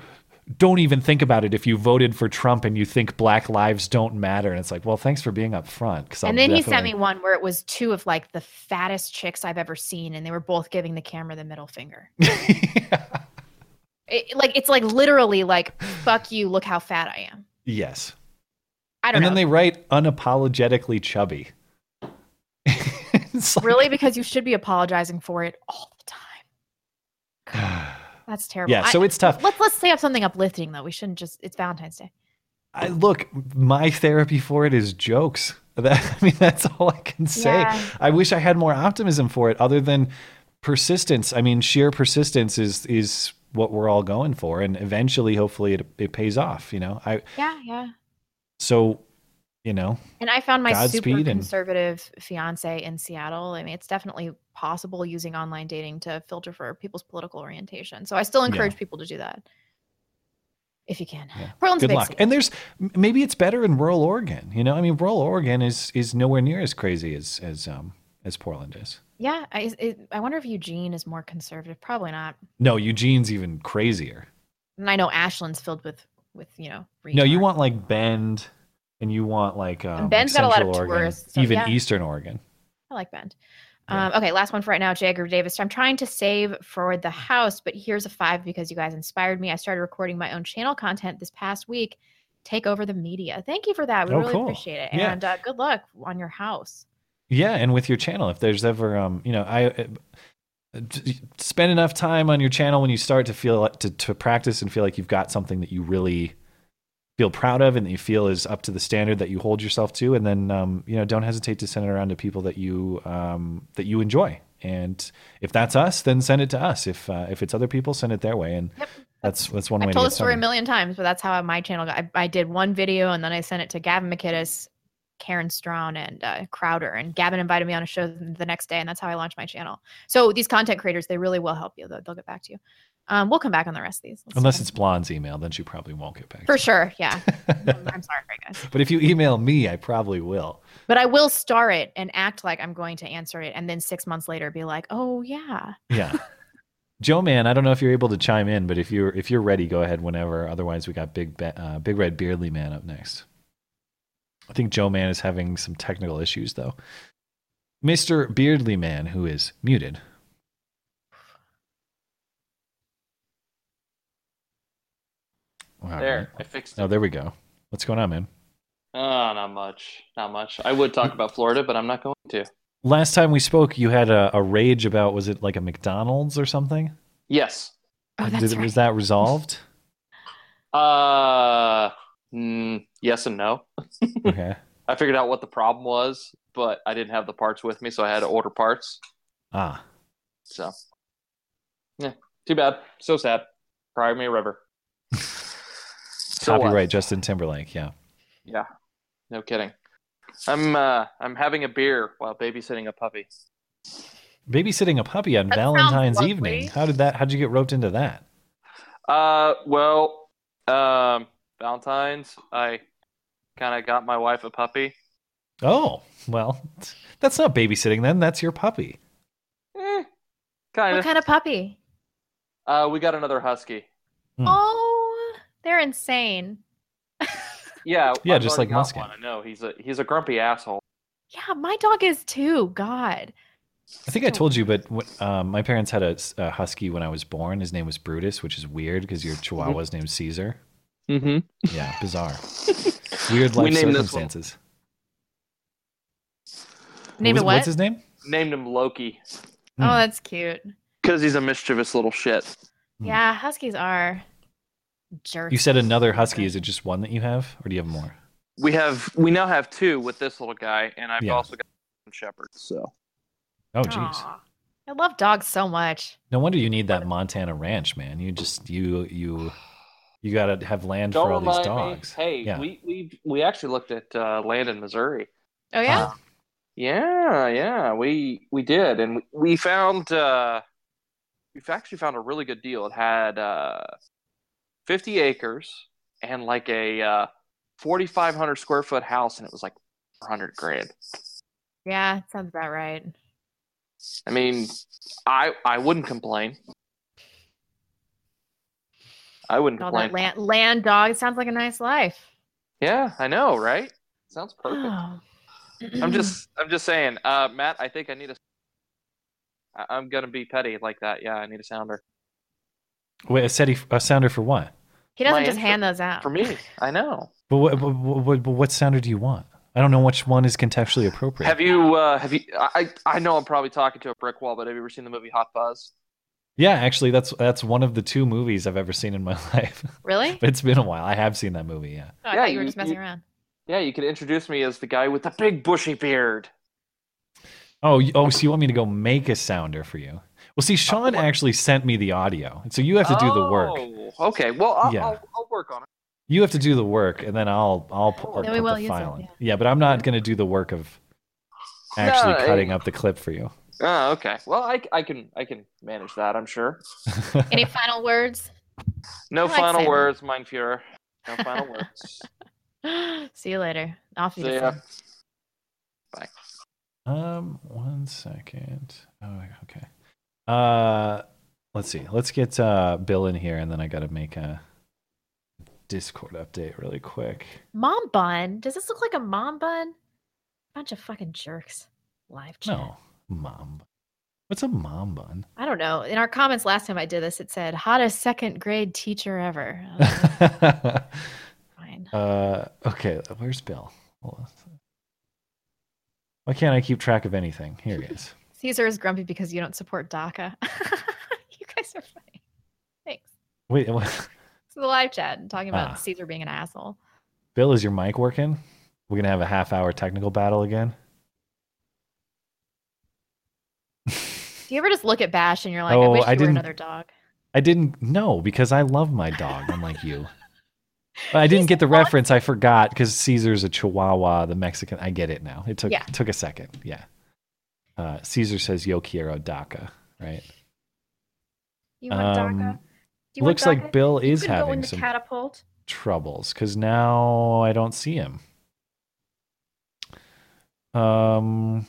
S4: don't even think about it if you voted for Trump and you think black lives don't matter. And it's like, well, thanks for being upfront. 'cause
S5: and
S4: I'll
S5: then he sent
S4: definitely-
S5: me one where it was two of like the fattest chicks I've ever seen, and they were both giving the camera the middle finger. It- like it's like literally like fuck you, look how fat I am.
S4: Yes.
S5: I don't
S4: and
S5: know.
S4: then they write unapologetically chubby. it's like-
S5: really, because you should be apologizing for it all the time. God, that's terrible.
S4: Yeah, so it's tough.
S5: Let's let's say up something uplifting though. We shouldn't just. It's Valentine's Day.
S4: I, look, my therapy for it is jokes. That, I mean, that's all I can say.
S5: Yeah.
S4: I wish I had more optimism for it, other than persistence. I mean, sheer persistence is is what we're all going for, and eventually, hopefully, it it pays off. You know, I
S5: Yeah, yeah.
S4: so you know
S5: And I found my super
S4: Godspeed and-
S5: conservative fiance in Seattle. I mean, it's definitely possible using online dating to filter for people's political orientation. So I still
S4: Yeah.
S5: encourage people to do that if you can. Portland's a
S4: good
S5: big
S4: luck.
S5: city.
S4: And there's m- maybe it's better in rural Oregon. You know, I mean, rural Oregon is is nowhere near as crazy as as um as Portland is.
S5: Yeah, I, is- is- I wonder if Eugene is more conservative. Probably not.
S4: No, Eugene's even crazier.
S5: And I know Ashland's filled with with you know.
S4: No, you want like Bend, and you want like um,
S5: Bend's got a
S4: Central
S5: lot of
S4: Oregon,
S5: tourists, so
S4: even
S5: yeah.
S4: Eastern Oregon.
S5: I like Bend. Um, okay, last one for right now, Jagger Davis. I'm trying to save for the
S4: Mm.
S5: house, but here's a five because you guys inspired me. I started recording my own channel content this past week. Take over the media. Thank you for that. We
S4: Oh,
S5: really
S4: cool.
S5: appreciate it.
S4: Yeah.
S5: And uh, good luck on your house.
S4: Yeah, and with your channel, if there's ever um, you know, I uh, d- spend enough time on your channel when you start to feel like, to to practice and feel like you've got something that you really feel proud of and that you feel is up to the standard that you hold yourself to and then um, you know don't hesitate to send it around to people that you um, that you enjoy and if that's us then send it to us if uh, if it's other people send it their way and that's that's one way
S5: I've told
S4: to
S5: the
S4: get
S5: story a
S4: started.
S5: million times, but that's how my channel got. I, I did one video and then I sent it to Gavin McKittis, Karen Strawn, and uh, Crowder. And Gavin invited me on a show the next day, and that's how I launched my channel. So these content creators, they really will help you. They'll, they'll get back to you. Um, we'll come back on the rest of these. Let's-
S4: unless it's blonde's email then she probably won't get back
S5: For sure. Yeah. I'm I'm sorry, guys.
S4: but if you email me i probably will
S5: But I will star it and act like I'm going to answer it. And then six months later, be like, oh, yeah.
S4: Yeah. Joe man, I don't know if you're able to chime in, but if you're if you're ready, go ahead whenever. Otherwise, we got big Be- uh, big red beardly man up next. I think Joe man is having some technical issues though. Mr. Beardly man who is muted. Wow,
S14: There,
S4: right.
S14: I fixed
S4: Oh, there we go. What's going on, man?
S14: Ah, not much. Not much. I would talk about Florida, but I'm not going to.
S4: Last time we spoke, you had a, a rage about was it like a McDonald's or something?
S14: Yes.
S5: Oh,
S4: Did- Was that resolved?
S14: Uh, mm, yes and no.
S4: okay.
S14: I figured out what the problem was, but I didn't have the parts with me, so I had to order parts.
S4: Ah.
S14: So, yeah, too bad. So sad. Cry me a river.
S4: Copyright Justin Timberlake. Yeah.
S14: Yeah, no kidding. I'm uh, I'm having a beer while babysitting a puppy.
S4: Babysitting a puppy on Valentine's evening. How did that? How'd you get roped into that?
S14: Uh, well, um, Valentine's, I kind of got my wife a puppy.
S4: Oh, well, that's not babysitting then. That's your puppy.
S14: Eh, Kind
S5: What
S14: of.
S5: kind of puppy?
S14: Uh, we got another husky.
S4: Hmm.
S5: Oh, they're insane.
S14: Yeah.
S4: Yeah,
S14: I've already
S4: just like
S14: got
S4: Muscat.
S14: one, I know he's a he's a grumpy asshole.
S5: Yeah, my dog is too. God.
S4: I think I told you, but wh- um, my parents had a, s- a husky when I was born. His name was Brutus, which is weird because your Chihuahua's named Caesar.
S14: Mm-hmm.
S4: Yeah, bizarre. Weird life
S14: We named this one-
S4: circumstances.
S5: Name it
S4: What's-
S5: what?
S4: what's his name? Hmm.
S14: Named him Loki
S5: Oh, that's cute.
S14: because he's a mischievous little shit.
S5: Yeah, huskies are jerks.
S4: You said another husky. Is it just one that you have, or do you have more?
S14: We have we now have two with this little guy, and I've
S4: Yeah.
S14: also got a shepherd. So
S4: Oh, jeez.
S5: I love dogs so much.
S4: No wonder you need that Montana ranch, man. You just you you you gotta have land
S14: don't
S4: for all
S14: remind
S4: these dogs.
S14: me. Hey,
S4: Yeah.
S14: we we we actually looked at uh, land in Missouri.
S5: Oh yeah.
S14: Yeah, yeah, we we did, and we, we found uh, we've actually found a really good deal. It had uh, fifty acres and like a uh, forty five hundred square foot house, and it was like four hundred grand.
S5: Yeah, sounds about right.
S14: I mean, I I wouldn't complain. I wouldn't
S5: All
S14: complain.
S5: that land, land dog. It sounds like a nice life.
S14: Yeah, I know, right? Sounds perfect.
S5: Oh.
S14: I'm just I'm just saying, uh, Matt. I think I need a. I- I'm gonna be petty like that. Yeah, I need a sounder.
S4: Wait, a, SETI, a sounder for what?
S5: He doesn't
S14: My
S5: just
S14: intro-
S5: hand those out.
S14: For me, I know.
S4: But what, but what, but what sounder do you want? I don't know which one is contextually appropriate.
S14: Have you? Uh, have you? I I I know I'm probably talking to a brick wall, but have you ever seen the movie Hot Fuzz?
S4: yeah, actually, that's that's one of the two movies I've ever seen in my life.
S5: Really?
S4: it's been a while. I have seen that movie. Yeah.
S5: Oh, I
S14: Yeah,
S5: thought you were
S14: you-
S5: just messing
S14: you-
S5: around.
S14: Yeah, you could introduce me as the guy with the big bushy beard.
S4: Oh, you- oh. So you want me to go make a sounder for you? Well, see, Sean actually sent me the audio, so you have to do the work.
S14: Oh, okay. Well, I'll,
S4: Yeah.
S14: I'll, I'll work on it.
S4: You have to do the work, and then I'll I'll pu- put,
S14: Then we will
S4: the
S14: use it,
S4: file in. Yeah. but I'm not going to do the work of actually
S14: No,
S4: cutting
S14: it-
S4: up the clip for you.
S14: Oh, okay. Well, I, I can I can manage that. I'm sure.
S5: Any final words?
S14: No
S5: I like
S14: final
S5: Simon.
S14: words, mein Führer. No final words.
S5: See you later. Off you.
S14: See ya. Bye.
S4: Um, one second. Oh, okay. Uh, let's see. Let's get uh Bill in here, and then I got to make a Discord update really quick.
S5: Mom bun? Does this look like a mom bun? Bunch of fucking jerks. Live chat.
S4: No, mom. bun. What's a mom bun?
S5: I don't know. In our comments last time I did this, it said hottest second grade teacher ever. I was like, Fine.
S4: Uh, okay. Where's Bill? Hold on. Why can't I keep track of anything? Here he is.
S5: Caesar is grumpy because you don't support DACA. you guys are funny. Thanks.
S4: Wait, what?
S5: So the live chat and talking about
S4: Ah.
S5: Caesar being an asshole.
S4: Bill, is your mic working? We're gonna have a half hour technical battle again.
S5: Do you ever just look at Bash and you're like, I
S4: Oh,
S5: wish
S4: I
S5: you were
S4: didn't-
S5: another dog?
S4: I didn't know because I love my dog, unlike you. But I didn't get the reference. I forgot because Caesar's a Chihuahua, the Mexican. I get it now. It took
S5: Yeah.
S4: took a second. Yeah. Uh, Caesar says Yo quiero DACA, right?
S5: You want
S4: Um,
S5: DACA? Do you want
S4: looks like
S5: DACA?
S4: Bill
S5: You
S4: is
S5: could go
S4: having
S5: in the
S4: some
S5: catapult.
S4: troubles because now I don't see him. Um,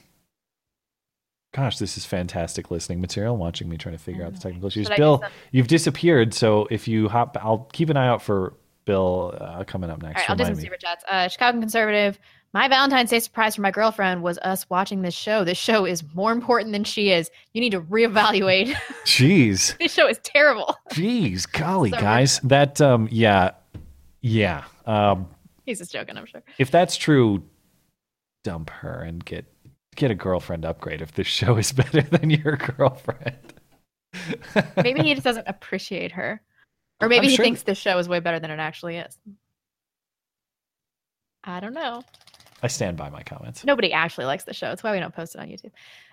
S4: gosh, this is fantastic listening material. Watching me trying to figure out the technical issues.
S5: Should I do
S4: Bill,
S5: some-
S4: you've disappeared, so if you hop, I'll keep an eye out for Bill uh, coming up
S5: All
S4: next.
S5: right, I'll do some
S4: Remind me.
S5: super chats. Uh, Chicago conservative. My Valentine's Day surprise for my girlfriend was us watching this show. This show is more important than she is. You need to reevaluate.
S4: Jeez.
S5: this show is terrible.
S4: Jeez, golly,
S5: Sorry.
S4: guys, that um, yeah, yeah. Um,
S5: He's just joking, I'm sure.
S4: if that's true, dump her and get get a girlfriend upgrade. If this show is better than your girlfriend,
S5: maybe he just doesn't appreciate her, or maybe
S4: I'm
S5: he
S4: sure
S5: thinks the show is way better than it actually is. I don't know.
S4: I stand by my comments.
S5: Nobody actually likes the show. That's why we don't post it on YouTube.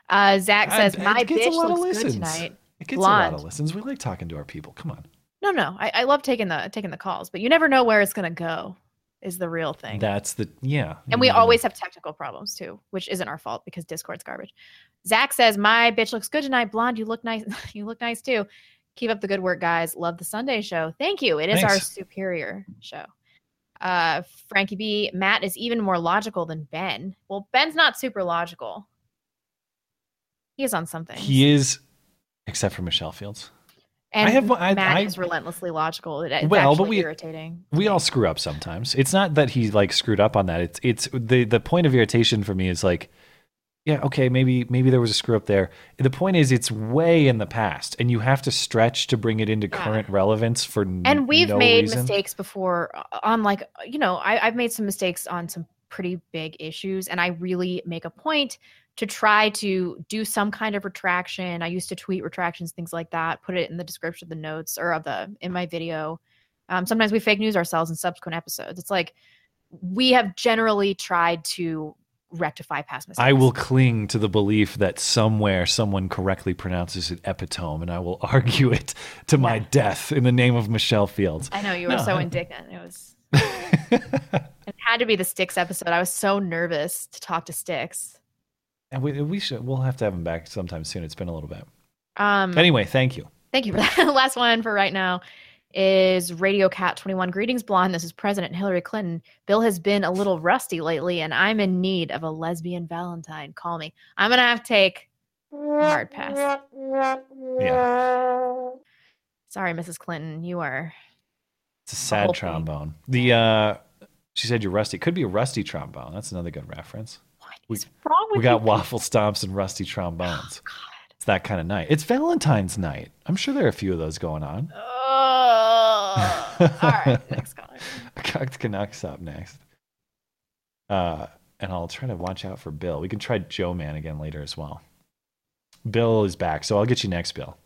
S5: Uh, Zach says,
S4: I- it
S5: "My
S4: gets a
S5: bitch
S4: lot of
S5: looks good
S4: listens.
S5: tonight."
S4: It gets a lot
S5: Blonde.
S4: of listens. We like talking to our people. Come on.
S5: No, no, I, I love taking the taking the calls, but you never know where it's gonna go. Is the real thing.
S4: That's the yeah.
S5: and we always have technical problems too, which isn't our fault because Discord's garbage. Zach says, "My bitch looks good tonight, blonde. You look nice. you look nice too. Keep up the good work, guys. Love the Sunday show. Thank you. It is our
S13: Thanks.
S5: superior show." Uh, Frankie B. Matt is even more logical than Ben. Well, Ben's not super logical. He is on something.
S4: He is, except for Michelle Fields.
S5: and
S4: I have. I,
S5: Matt
S4: I,
S5: is relentlessly logical. It- It's
S4: Well, but
S5: actually
S4: we-
S5: irritating.
S4: we all screw up sometimes. It's not that he like screwed up on that. It's it's the the point of irritation for me is like, yeah, okay, maybe maybe there was a screw up there. The point is, it's way in the past, and you have to stretch to bring it into current relevance for n-
S5: and we've
S4: no
S5: made
S4: reason.
S5: mistakes before uh, on like you know I, i've made some mistakes on some pretty big issues and i really make a point to try to do some kind of retraction i used to tweet retractions things like that put it in the description of the notes or of the in my video um, sometimes we fake news ourselves in subsequent episodes it's like we have generally tried to rectify past mistakes
S4: I will cling to the belief that somewhere someone correctly pronounces it epitome, and I will argue it to my death in the name of Michelle Fields.
S5: I know you were
S4: No,
S5: so
S4: I-
S5: indignant. It was. it had to be the Sticks episode. I was so nervous to talk to Sticks.
S4: And we, we should we'll have to have him back sometime soon. It's been a little bit.
S5: Um,
S4: anyway, thank you.
S5: thank you for that. Last one for right now is Radio Cat 21. Greetings, blonde. This is President Hillary Clinton. Bill has been a little rusty lately, and I'm in need of a lesbian Valentine. Call me. I'm gonna have to take a hard pass.
S4: Yeah.
S5: Sorry, Mrs. Clinton. You are
S4: It's a sad
S5: whole thing.
S4: trombone. The uh, she said you're rusty. It could be a rusty trombone. That's another good reference. What is we,
S5: wrong
S4: We got waffle stomps and rusty trombones. It's that kind of night. It's Valentine's night. I'm sure there are a few of those going on. all right, next
S5: caller.
S4: Cocked Canucks up next. Uh, and I'll try to watch out for Bill. We can try Joe Man again later as well. Bill is back, so I'll get you next, Bill.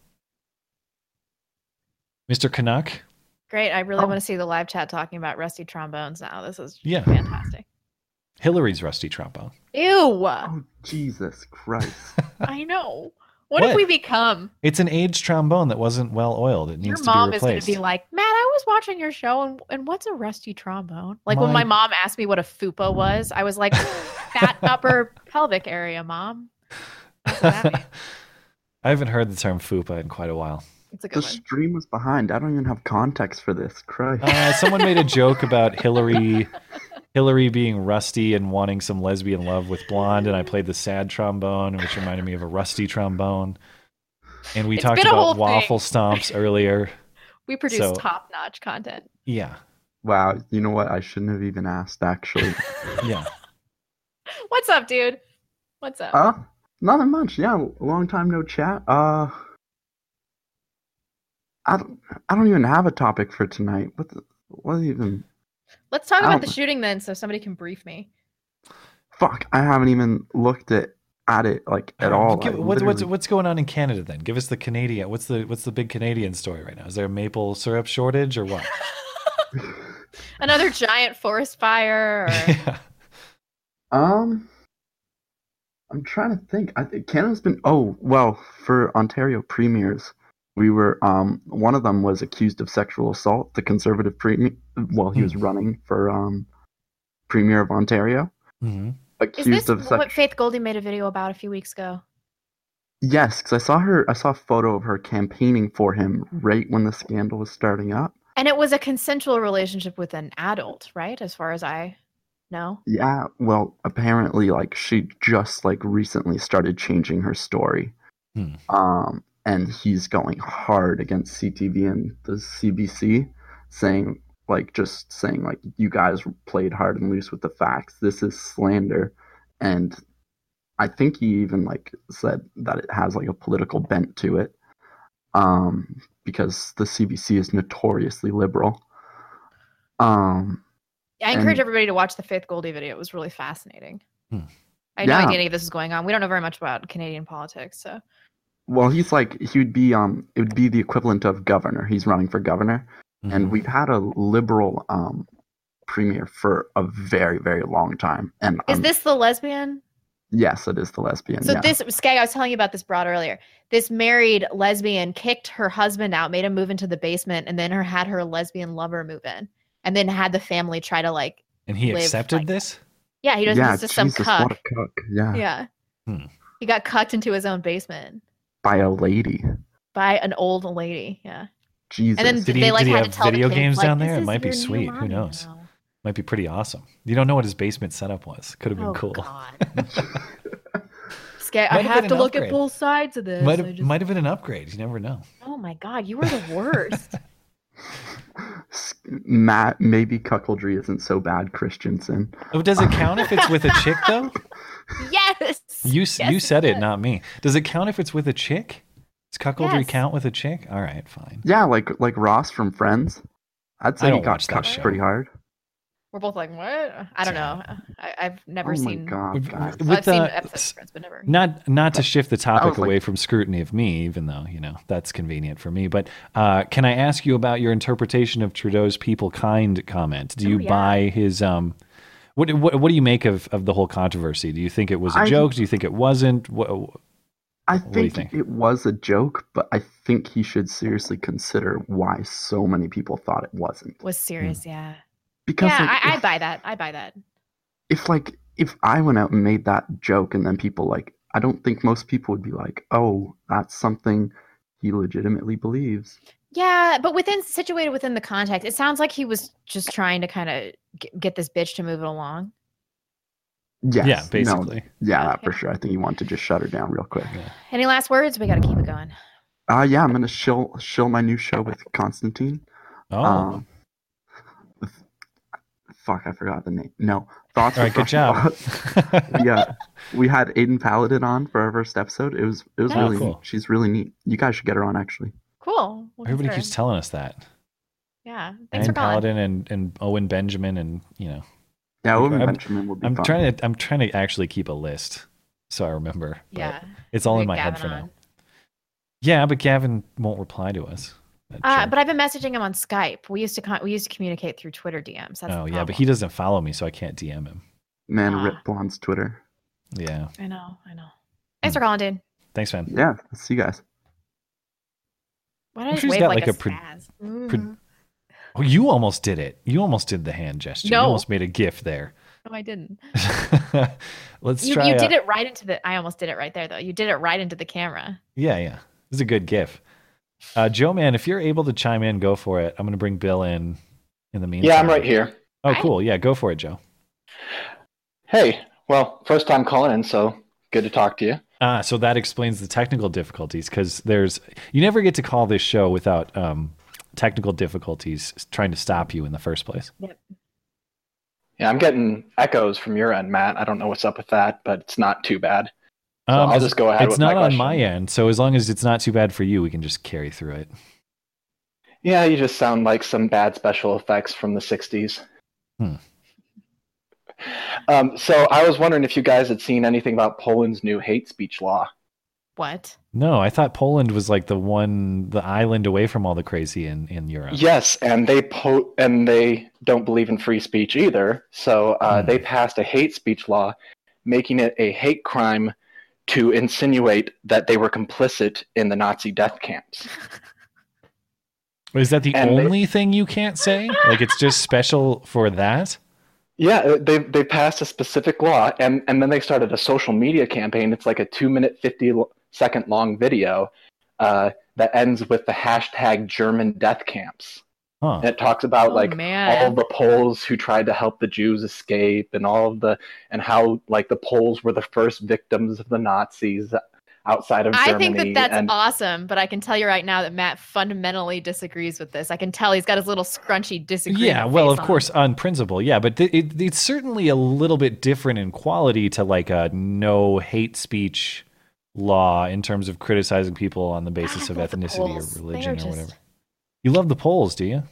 S4: Mr. Canuck?
S5: great. I really want to see the live chat talking about rusty trombones now. This is
S4: Oh. Yeah.
S5: fantastic.
S4: Hillary's rusty trombone.
S5: Ew.
S4: Jesus Christ.
S5: I know. What,
S4: What?
S5: have we become?
S4: It's an aged trombone that wasn't well oiled. It needs
S5: your mom
S4: to be
S5: is going
S4: replaced.
S5: to be like, Matt, I was watching your show, and, and what's a rusty trombone? Like when
S4: My-
S5: my mom asked me what a fupa was, I was like, fat upper pelvic area, mom.
S4: I haven't heard the term fupa in quite a while.
S5: It's a good
S13: The
S5: one.
S13: stream was behind. I don't even have context for this. Christ.
S4: Uh, someone made a joke about Hillary, Hillary being rusty and wanting some lesbian love with blonde, and I played the sad trombone, which reminded me of a rusty trombone. And we
S5: It's
S4: talked
S5: been a whole
S4: about
S5: thing.
S4: waffle stomps earlier.
S5: We produce
S13: So-
S5: top notch content.
S4: Yeah.
S13: Wow. You know what? I shouldn't have even asked, actually.
S4: yeah.
S5: What's up, dude? What's up?
S13: Uh, not that much. Yeah. Long time no chat. Uh, I don't, I don't even have a topic for tonight. What the, what even?
S5: Let's talk
S13: I
S5: about
S13: don't-
S5: the shooting then so somebody can brief me.
S13: Fuck. I haven't even looked at, at it like at all.
S4: Give-
S13: I
S4: what- what's
S13: literally-
S4: what's going on in Canada then? Give us the Canadian. What's the what's the big Canadian story right now? Is there a maple syrup shortage or what?
S5: Another giant forest fire. Or...
S13: Um, I'm trying to think. I think Canada's been. Oh well, for Ontario premiers, we were. Um, one of them was accused of sexual assault. The conservative premier, while he was running for um, premier of Ontario,
S4: Mhm.
S5: Is
S13: accused
S5: this
S13: of sex.
S5: what Faith Goldie made a video about a few weeks ago?
S13: Yes, because I saw her. I saw a photo of her campaigning for him right when the scandal was starting up.
S5: And it was a consensual relationship with an adult, right? As far as I know.
S13: Yeah, well, apparently, like she just like recently started changing her story,
S4: Hmm.
S13: um, and he's going hard against CTV and the CBC, saying like just saying like you guys played hard and loose with the facts. This is slander, and I think he even like said that it has like a political bent to it, um, because the CBC is notoriously liberal. Um,
S5: I encourage
S13: and-
S5: everybody to watch the Faith Goldie video. It was really fascinating.
S4: Hmm.
S5: I had no
S13: Yeah.
S5: idea any of this was going on. We don't know very much about Canadian politics, so
S13: well, he's like he would be um it would be the equivalent of governor. He's running for governor,
S4: Mm-hmm.
S13: and we've had a liberal um premier for a very very long time. And
S5: Is
S13: um,
S5: this the lesbian?
S13: yes, it is the lesbian.
S5: So
S13: yeah.
S5: this Skag, I was telling you about this broad earlier. This married lesbian kicked her husband out, made him move into the basement, and then her had her lesbian lover move in, and then had the family try to like.
S4: And he
S5: live
S4: accepted
S5: like-
S4: this?
S5: Yeah, he doesn't.
S13: yeah,
S5: he's just some
S13: Jesus,
S5: cuck.
S13: what a cuck. Yeah,
S5: Yeah.
S4: Hmm.
S5: He got cucked into his own basement
S13: by a lady.
S5: by an old lady. Yeah.
S13: Jesus.
S5: And then
S4: Did he,
S5: they like
S4: did he
S5: had
S4: have
S5: to tell
S4: video
S5: the kids,
S4: games
S5: like,
S4: down
S5: "This
S4: there? It
S5: is
S4: might be
S5: your new
S4: sweet. Who
S5: mommy
S4: knows?
S5: now."
S4: Might be pretty awesome. You don't know what his basement setup was. Could have been
S5: Oh,
S4: cool.
S5: Skag,
S4: Might
S5: I
S4: have
S5: have
S4: been
S5: to
S4: an
S5: look at
S4: upgrade.
S5: both sides of this.
S4: might
S5: I
S4: have,
S5: just-
S4: might have been an upgrade. You never know.
S5: oh my god, you were the worst.
S13: Matt, maybe cuckoldry isn't so bad, Christensen.
S4: Oh, does it count if it's with a chick though?
S5: yes.
S4: You s you said it, not me. Does it count if it's with a chick? Does cuckoldry
S13: Yes.
S4: count with a chick? All right, fine.
S13: Yeah, like like Ross from Friends. I'd
S4: I
S13: say he
S4: don't
S13: got
S4: watch that
S13: cucked
S4: show.
S13: pretty hard.
S5: We're both like, what? I don't know. I, I've never
S13: Oh my
S5: seen.
S13: God,
S5: I've
S13: guys.
S4: With
S5: seen
S4: the-
S5: episodes of Friends, but never.
S4: Not not to shift the topic
S13: was like-
S4: away from scrutiny of me, even though you know that's convenient for me. But uh, can I ask you about your interpretation of Trudeau's "people kind" comment? Do you
S13: Oh, yeah.
S4: buy his um? What, what what do you make of, of the whole controversy? Do you think it was a
S13: I-
S4: joke? Do you think it wasn't? What,
S13: I
S4: do you
S13: think, it was a joke, but I think he should seriously consider why so many people thought it wasn't.
S5: Was
S4: Mm.
S5: serious, yeah.
S13: Because
S5: yeah,
S13: like,
S5: I, I buy that. I buy that.
S13: if like if I went out and made that joke and then people like I don't think most people would be like, "Oh, that's something he legitimately believes."
S5: Yeah, but within situated within the context, it sounds like he was just trying to kind of g- get this bitch to move it along.
S13: Yes,
S4: Yeah,
S13: no,
S4: basically.
S13: yeah, that for sure. I think he wanted to just shut her down real quick.
S5: Any last words? We got to keep it going.
S13: Uh yeah, I'm gonna shill shill my new show with Constantine.
S4: Oh.
S13: Um, fuck, I forgot the name. No, thoughts.
S4: All right,
S13: with
S4: good job.
S13: Rush- we, uh, we had Aiden Paladin on for our first episode. It was it was
S4: Oh,
S5: Nice.
S13: really
S5: Cool.
S13: neat. She's really neat. You guys should get her on actually.
S5: Cool. We'll
S4: Everybody
S5: consider.
S4: keeps telling us that.
S5: Yeah.
S4: and
S5: Thanks for calling.
S4: Paladin and, and Owen Benjamin and you know.
S13: Yeah,
S4: Like,
S13: Owen
S4: I'm-
S13: Benjamin will be
S4: I'm
S13: fun.
S4: trying to I'm trying to actually keep a list so I remember. but
S5: Yeah.
S4: It's all in
S5: Get
S4: my head
S5: Gavin
S4: for
S5: on.
S4: now. Yeah, but Gavin won't reply to us.
S5: Uh, but I've been messaging him on Skype. We used to con- we used to communicate through Twitter DMs. That's the
S4: oh yeah, but
S5: problem.
S4: he doesn't follow me, so I can't DM him.
S13: Man, rip blonde's Twitter.
S4: Yeah.
S5: I know. I know.
S4: Mm.
S5: Thanks for calling, dude.
S4: Thanks, man.
S13: Yeah. See you guys.
S5: Why did I
S4: I'm
S5: just
S4: sure he's
S5: wave
S4: got like
S5: like, a,
S4: a pro-
S5: spaz?
S4: pro-
S5: Mm.
S4: Oh, you almost did it. You almost did the hand gesture. You
S5: No.
S4: almost made a gif there.
S5: No, I didn't.
S4: Let's
S5: you
S4: try
S5: you
S4: uh,
S5: did it right into the. I almost did it right there though. You did it right into the camera.
S4: Yeah, yeah. This is a good gif. Uh, Joe, man, if you're able to chime in, go for it. I'm going to bring Bill in in the meantime.
S15: Yeah, I'm right here.
S4: Oh, cool. Yeah, go for it, Joe.
S15: Hey, well, first time calling in, so good to talk to you.
S4: Ah, so that explains the technical difficulties because there's you never get to call this show without um, technical difficulties trying to stop you in the first place.
S15: Yeah, I'm getting echoes from your end, Matt. I don't know what's up with that, but it's not too bad. So
S4: Um,
S15: I'll just go ahead
S4: It's
S15: with
S4: not
S15: my
S4: on
S15: question.
S4: my end, so as long as it's not too bad for you, we can just carry through it.
S15: Yeah, you just sound like some bad special effects from the 60s.
S4: Hmm.
S15: Um, so I was wondering if you guys had seen anything about Poland's new hate speech law.
S5: What?
S4: No, I thought Poland was like the one, the island away from all the crazy in in Europe.
S15: Yes, and they po- and they don't believe in free speech either. So uh,
S4: Hmm.
S15: they passed a hate speech law, making it a hate crime to insinuate that they were complicit in the Nazi death camps.
S4: Is that the
S15: And they-
S4: only thing you can't say? Like it's just special for that?
S15: Yeah, uh, they they passed a specific law, and and then they started a social media campaign. It's like a two minute fifty l- second long video uh, that ends with the hashtag German death camps.
S4: Huh.
S15: And it talks about
S5: Oh,
S15: like
S5: man.
S15: all the Poles who tried to help the Jews escape, and all of the and how like the Poles were the first victims of the Nazis outside of
S5: I
S15: Germany.
S5: think that that's
S15: and,
S5: awesome, but I can tell you right now that Matt fundamentally disagrees with this. I can tell he's got his little scrunchy disagreement.
S4: Yeah, well,
S5: face
S4: of
S5: on.
S4: course, on principle, yeah, but th- it, it's certainly a little bit different in quality to like a no hate speech law in terms of criticizing people on the basis of ethnicity
S5: Poles. They
S4: or
S5: are
S4: religion or
S5: just-
S4: whatever. You love the polls, do you?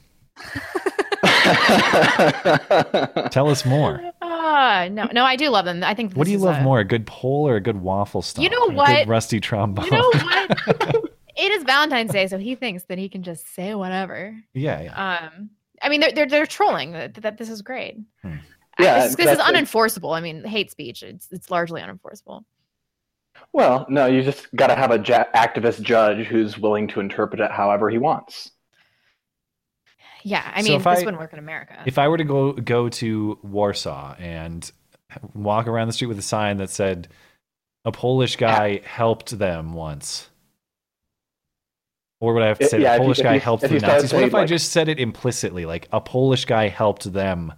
S4: Tell us more.
S5: Ah, Uh, no, no, I do love them. I think.
S4: What do you
S5: this is
S4: love
S5: a-
S4: more, a good pole or a good waffle stop?
S5: You know
S4: Or a good
S5: what?
S4: rusty trombone.
S5: You know what? it is Valentine's Day, so he thinks that he can just say whatever.
S4: yeah, yeah.
S5: Um, I mean, they're they're, they're trolling that, that this is great.
S4: Hmm.
S15: Yeah,
S5: this, is- this is
S15: exactly.
S5: unenforceable. I mean, hate speech. It's it's largely unenforceable.
S15: Well, no, you just got to have a ja- activist judge who's willing to interpret it however he wants.
S5: Yeah, I
S4: So
S5: mean,
S4: if
S5: this
S4: I-
S5: wouldn't work in America.
S4: If I were to go go to Warsaw and walk around the street with a sign that said a Polish guy helped them once. Or would I have to
S15: It-
S4: say
S15: yeah, if
S4: the
S15: you-
S4: Polish
S15: if
S4: guy
S15: you-
S4: helped
S15: if
S4: the
S15: you started
S4: Nazis? What
S15: saying,
S4: if I
S15: like-
S4: just said it implicitly, like a Polish guy helped them?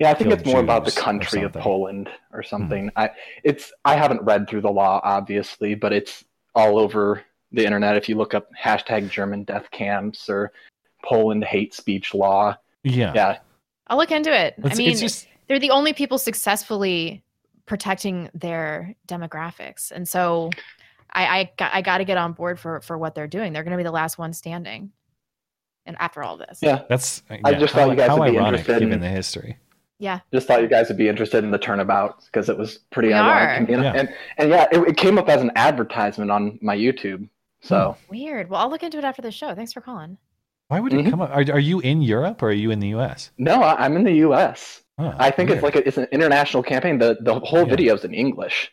S15: Yeah, I think
S4: Kill
S15: it's more about the
S4: Jews or
S15: country of
S4: something. Hmm.
S15: Poland or something. I it's I haven't read through the law obviously, but it's all over the internet. If you look up hashtag German death camps or Poland hate speech law,
S4: yeah, Uh,
S15: yeah,
S5: I'll look into it.
S15: It's-
S5: I
S15: it's
S5: mean,
S15: just-
S5: they're the only people successfully protecting their demographics, and so I I got, I got to get on board for for what they're doing. They're going to be the last one standing, and after all this,
S15: yeah.
S4: That's
S15: I
S4: yeah,
S15: just
S4: how,
S15: thought you guys
S4: how
S15: would be
S4: ironic
S15: interested
S4: given
S15: in-
S4: the history.
S5: yeah.
S15: Just thought you guys would be interested in the turnabout because it was pretty
S5: We
S15: ironic.
S5: are.
S15: to me. And,
S5: Yeah.
S15: and, and yeah, it, it came up as an advertisement on my YouTube. So
S5: Weird. Well, I'll look into it after the show. Thanks for calling.
S4: Hmm. Why would
S15: Mm-hmm.
S4: it come up? Are, are you in Europe or are you in the U.S.?
S15: no, I, I'm in the U.S.
S4: Huh,
S15: I think
S4: Oh, weird.
S15: it's like a, it's an international campaign. The the whole video's in English.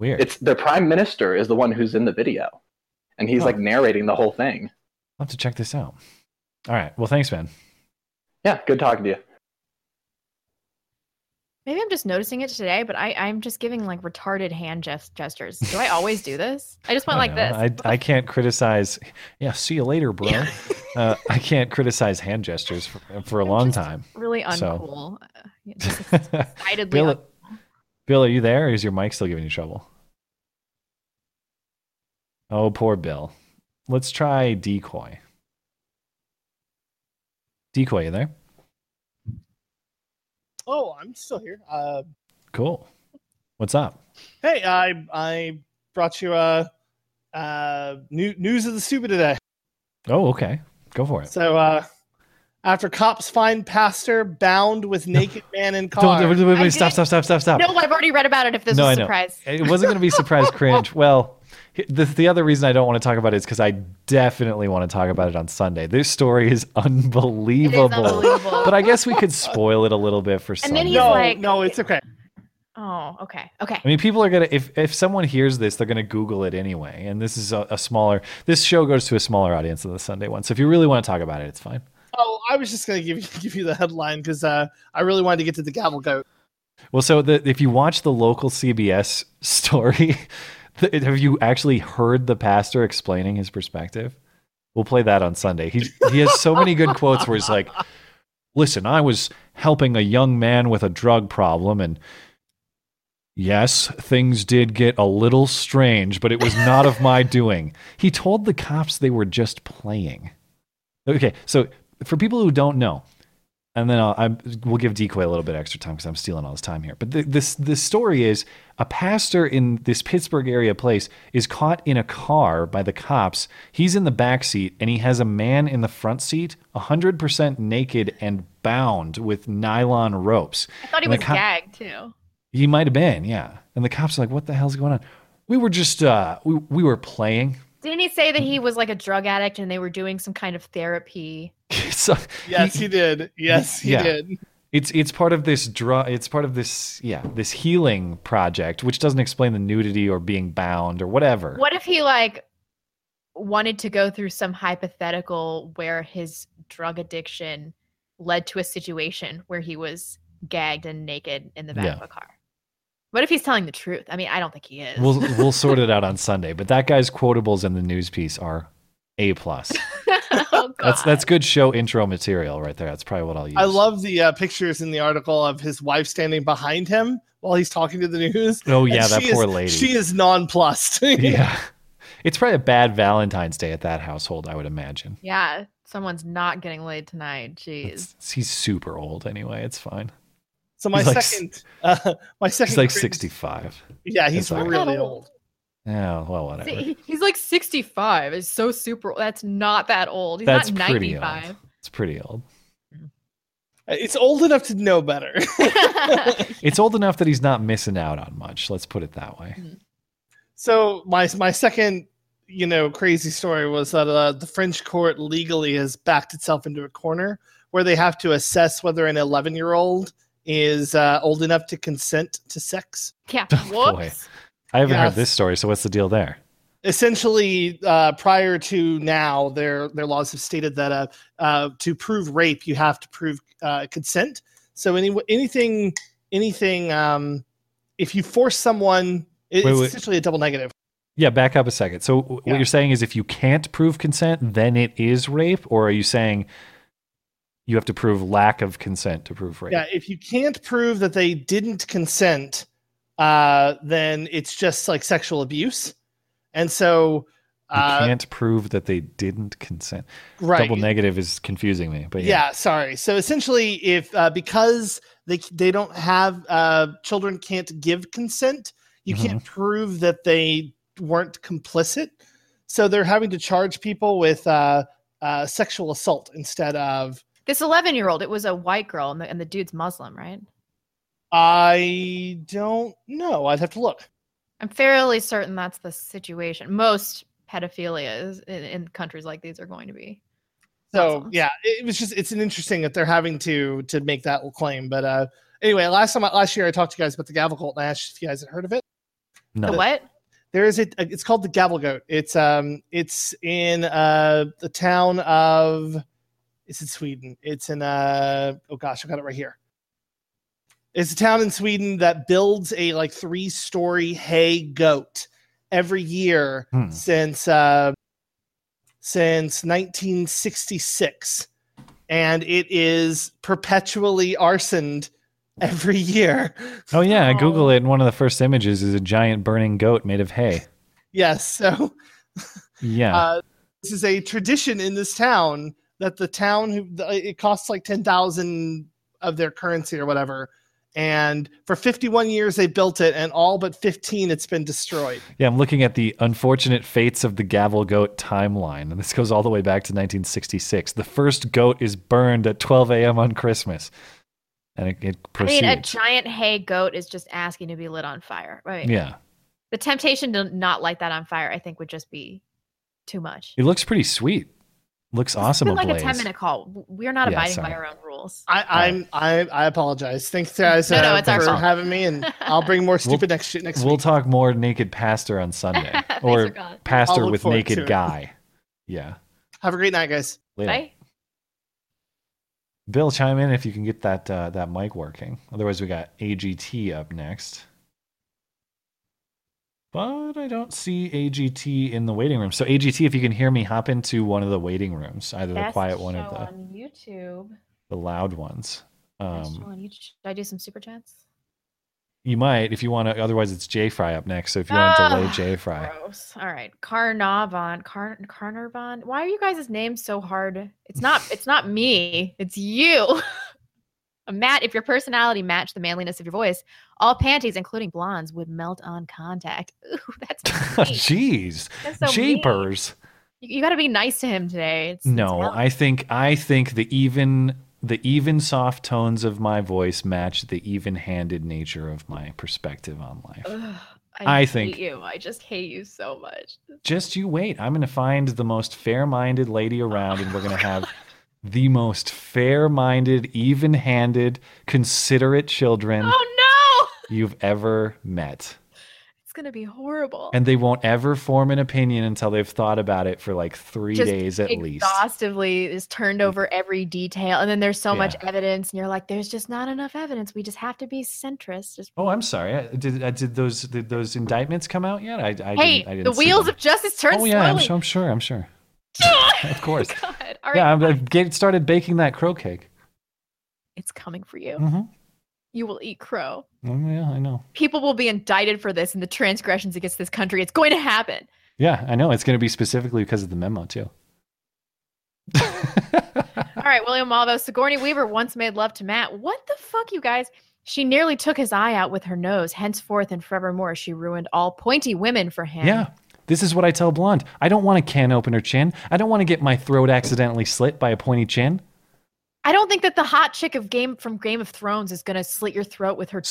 S4: Weird.
S15: It's the prime minister is the one who's in the video, and he's
S4: Huh.
S15: like narrating the whole thing.
S4: I'll have to check this out. All right. Well, thanks, man.
S15: Yeah, good talking to you.
S5: Maybe I'm just noticing it today, but I I'm just giving like retarded hand gest- gestures. Do I always do this? I just went like this.
S4: I, I can't criticize. Yeah, see you later, bro. uh, I can't criticize hand gestures for, for a long time.
S5: really
S4: So,
S5: uncool. Uh, yeah, just decidedly
S4: Bill,
S5: un-
S4: Bill, are you there? Or is your mic still giving you trouble? Oh, poor Bill. Let's try decoy. Decoy, you there?
S16: Oh, I'm still here. Uh,
S4: Cool. What's up?
S16: hey, I I brought you uh, uh, new, news of the stupid today.
S4: Oh, okay. Go for it.
S16: So uh, after cops find pastor bound with naked man in car.
S4: Don't- wait, wait, wait, stop, stop, stop, stop, stop.
S5: No, I've already read about it. If this was a surprise,
S4: It wasn't going to be surprise cringe. Well, h- the, the other reason I don't want to talk about it is because I definitely want to talk about it on Sunday. This story is unbelievable.
S5: unbelievable.
S4: But I guess we could spoil it a little bit for
S5: and
S4: Sunday.
S5: then he's
S16: No,
S5: like,
S16: "No, it's okay."
S5: Oh, okay, okay.
S4: I mean, people are gonna if if someone hears this, they're gonna Google it anyway. And this is a, a smaller. This show goes to a smaller audience than the Sunday one. So if you really want to talk about it, it's fine.
S16: Oh, I was just gonna give you, give you the headline because uh, I really wanted to get to the gavel goat.
S4: Well, so the, if you watch the local CBS story, the, have you actually heard the pastor explaining his perspective? We'll play that on Sunday. He he has so many good quotes where he's like, "Listen, I was helping a young man with a drug problem and Yes, things did get a little strange, but it was not of my doing. He told the cops they were just playing. Okay, so for people who don't know, and then I'll, i we'll give Decoy a little bit extra time because I'm stealing all this time here. But the, this the story is a pastor in this Pittsburgh area place is caught in a car by the cops. He's in the back seat and he has a man in the front seat, 100% naked and bound with nylon ropes.
S5: I thought he
S4: And the
S5: was
S4: cop-
S5: gagged too.
S4: he might have been, yeah. And the cops are like, "What the hell's going on?" We were just, uh, we we were playing.
S5: Didn't he say that he was like a drug addict and they were doing some kind of therapy?
S4: so
S16: Yes, he did. Yes, he
S4: yeah.
S16: did.
S4: It's it's part of this draw. It's part of this, yeah, this healing project, which doesn't explain the nudity or being bound or whatever.
S5: What if he like wanted to go through some hypothetical where his drug addiction led to a situation where he was gagged and naked in the back
S4: Yeah.
S5: of a car? What if he's telling the truth? I mean, I don't think he is.
S4: We'll we'll sort it out on Sunday. But that guy's quotables in the news piece are a plus.
S5: Oh,
S4: That's that's good show intro material right there. That's probably what I'll use.
S16: I love the uh, pictures in the article of his wife standing behind him while he's talking to the news.
S4: Oh, yeah,
S16: And
S4: that
S16: she is-
S4: poor lady.
S16: She is nonplussed.
S4: yeah, it's probably a bad Valentine's Day at that household, I would imagine.
S5: yeah, someone's not getting laid tonight. Jeez.
S4: He's super old anyway. It's fine.
S16: So my
S4: He's like s-
S16: second, uh, my second.
S4: He's like
S16: cringe-
S4: 65.
S16: Yeah, he's
S4: It's all right.
S16: really old.
S4: Yeah, well, whatever.
S5: See, he- He's like 65. Is so super. That's not that old. He's
S4: That's Oh,
S5: not
S4: pretty old.
S5: 95.
S4: It's pretty old.
S16: It's old enough to know better.
S4: It's old enough that he's not missing out on much. Let's put it that way.
S16: Mm-hmm. So my my second, you know, crazy story was that uh, the French court legally has backed itself into a corner where they have to assess whether an 11 year old is uh, old enough to consent to sex.
S5: Yeah.
S4: Boy, I haven't
S16: Yes.
S4: heard this story. So what's the deal there?
S16: Essentially, uh, prior to now, their their laws have stated that uh, uh, to prove rape, you have to prove uh, consent. So any anything anything um, if you force someone, it-
S4: Wait,
S16: it's
S4: wait.
S16: essentially a double negative.
S4: Yeah, back up a second. So w- what you're saying is if you can't prove consent, then it is rape, or are you saying you have to prove lack of consent to prove rape?
S16: Yeah, if you can't prove that they didn't consent, uh, then it's just like sexual abuse. And so,
S4: You
S16: uh,
S4: can't prove that they didn't consent.
S16: Right.
S4: Double negative is confusing me, but yeah.
S16: yeah. sorry. So essentially, if uh, because they they don't have uh, children can't give consent, you
S4: Mm-hmm.
S16: can't prove that they weren't complicit. So they're having to charge people with uh, uh, sexual assault instead of
S5: This 11 year old, it was a white girl, and the, and the dude's Muslim, right?
S16: I don't know. Oh, I'd have to look.
S5: I'm fairly certain that's the situation. Most pedophilias in, in countries like these are going to be.
S16: So yeah, it was just it's an interesting that they're having to to make that claim. But uh anyway, last time last year I talked to you guys about the gavel goat and I asked if you guys had heard of it.
S4: No.
S5: The what?
S16: There is a it's called the gavel goat. It's um it's in uh the town of it's in Sweden. It's in uh oh gosh, I got it right here. It's a town in Sweden that builds a like three story hay goat every year
S4: Hmm.
S16: since uh, since 1966, and it is perpetually arsoned every year.
S4: Oh yeah, I Google it, and one of the first images is a giant burning goat made of hay.
S16: Yes, so
S4: Yeah.
S16: uh, this is a tradition in this town that the town who the- it costs like 10,000 of their currency or whatever. And for 51 years, they built it, and all but 15, it's been destroyed.
S4: yeah, I'm looking at the unfortunate fates of the gavel goat timeline, and this goes all the way back to 1966. The first goat is burned at 12 a.m. on Christmas, and it, it proceeds.
S5: I mean, a giant hay goat is just asking to be lit on fire. Right.
S4: yeah,
S5: The temptation to not light that on fire, I think, would just be too much.
S4: it looks pretty sweet. Looks awesome.
S5: It's been like
S4: ablaze.
S5: a 10 minute call. W- We're not
S4: Yeah,
S5: abiding
S4: sorry.
S5: by our own rules.
S16: I, I'm I, I apologize. Thanks guys
S5: No, no,
S16: uh,
S5: it's our
S16: for
S5: fault.
S16: having me, and I'll bring more stupid next shit next
S4: We'll
S16: week.
S4: talk more naked pastor on Sunday,
S16: Thanks
S4: or
S16: for calling. I'll
S4: pastor
S16: look
S4: with
S16: forward to
S4: naked
S16: it.
S4: guy. Yeah.
S16: Have a great night, guys.
S4: Later. Bye. Bill, chime in if you can get that uh, that mic working. Otherwise, we got AGT up next. But I don't see AGT in the waiting room. So AGT, if you can hear me, hop into one of the waiting rooms, either the quiet one or the,
S5: on YouTube.
S4: the loud ones. Um,
S5: Should I do some super chats?
S4: you might, if you want to. Otherwise, it's J Fry up next. So if you want to delay
S5: Ah,
S4: J Fry,
S5: Gross. All right, Carnarvon. Car- Carnarvon. Why are you guys' names so hard? It's not. It's not me. It's you. Matt, if your personality matched the manliness of your voice, all panties, including blondes, would melt on contact. Ooh, that's
S4: jeez,
S5: That's so mean.
S4: jeepers.
S5: you, you got to be nice to him today. It's,
S4: No, I think I think the even the even soft tones of my voice match the even-handed nature of my perspective on life.
S5: ugh,
S4: I
S5: hate
S4: think-
S5: you. I just hate you so much.
S4: Just you wait. I'm going to find the most fair-minded lady around and we're going to have the most fair-minded, even-handed, considerate children
S5: Oh no,
S4: you've ever met.
S5: it's gonna be horrible.
S4: And they won't ever form an opinion until they've thought about it for like 3
S5: just
S4: days at least.
S5: Exhaustively is turned over every detail, and then there's so much
S4: Yeah.
S5: evidence, and you're like, "There's just not enough evidence. We just have to be centrist." Just
S4: Oh, I'm sorry. I, did I, did those did those indictments come out yet? I, I
S5: hey,
S4: didn't, I didn't
S5: the
S4: see
S5: wheels
S4: them.
S5: of justice turn
S4: Oh yeah, I'm
S5: slowly. Oh,
S4: sure, I'm sure. I'm sure. of course.
S5: All right,
S4: yeah, I'm, I've get, started baking that crow cake.
S5: it's coming for you.
S4: Mhm.
S5: You will eat crow.
S4: Oh, yeah, I know.
S5: People will be indicted for this and the transgressions against this country. It's going to happen.
S4: Yeah, I know. It's going to be specifically because of the memo too.
S5: All right, William Malvo. Sigourney Weaver once made love to Matt. What the fuck, you guys? She nearly took his eye out with her nose. Henceforth and forevermore, she ruined all pointy women for him.
S4: Yeah. This is what I tell Blonde. I don't want a can opener chin. I don't want to get my throat accidentally slit by a pointy chin.
S5: I don't think that the hot chick of game from Game of Thrones is going to slit your throat with her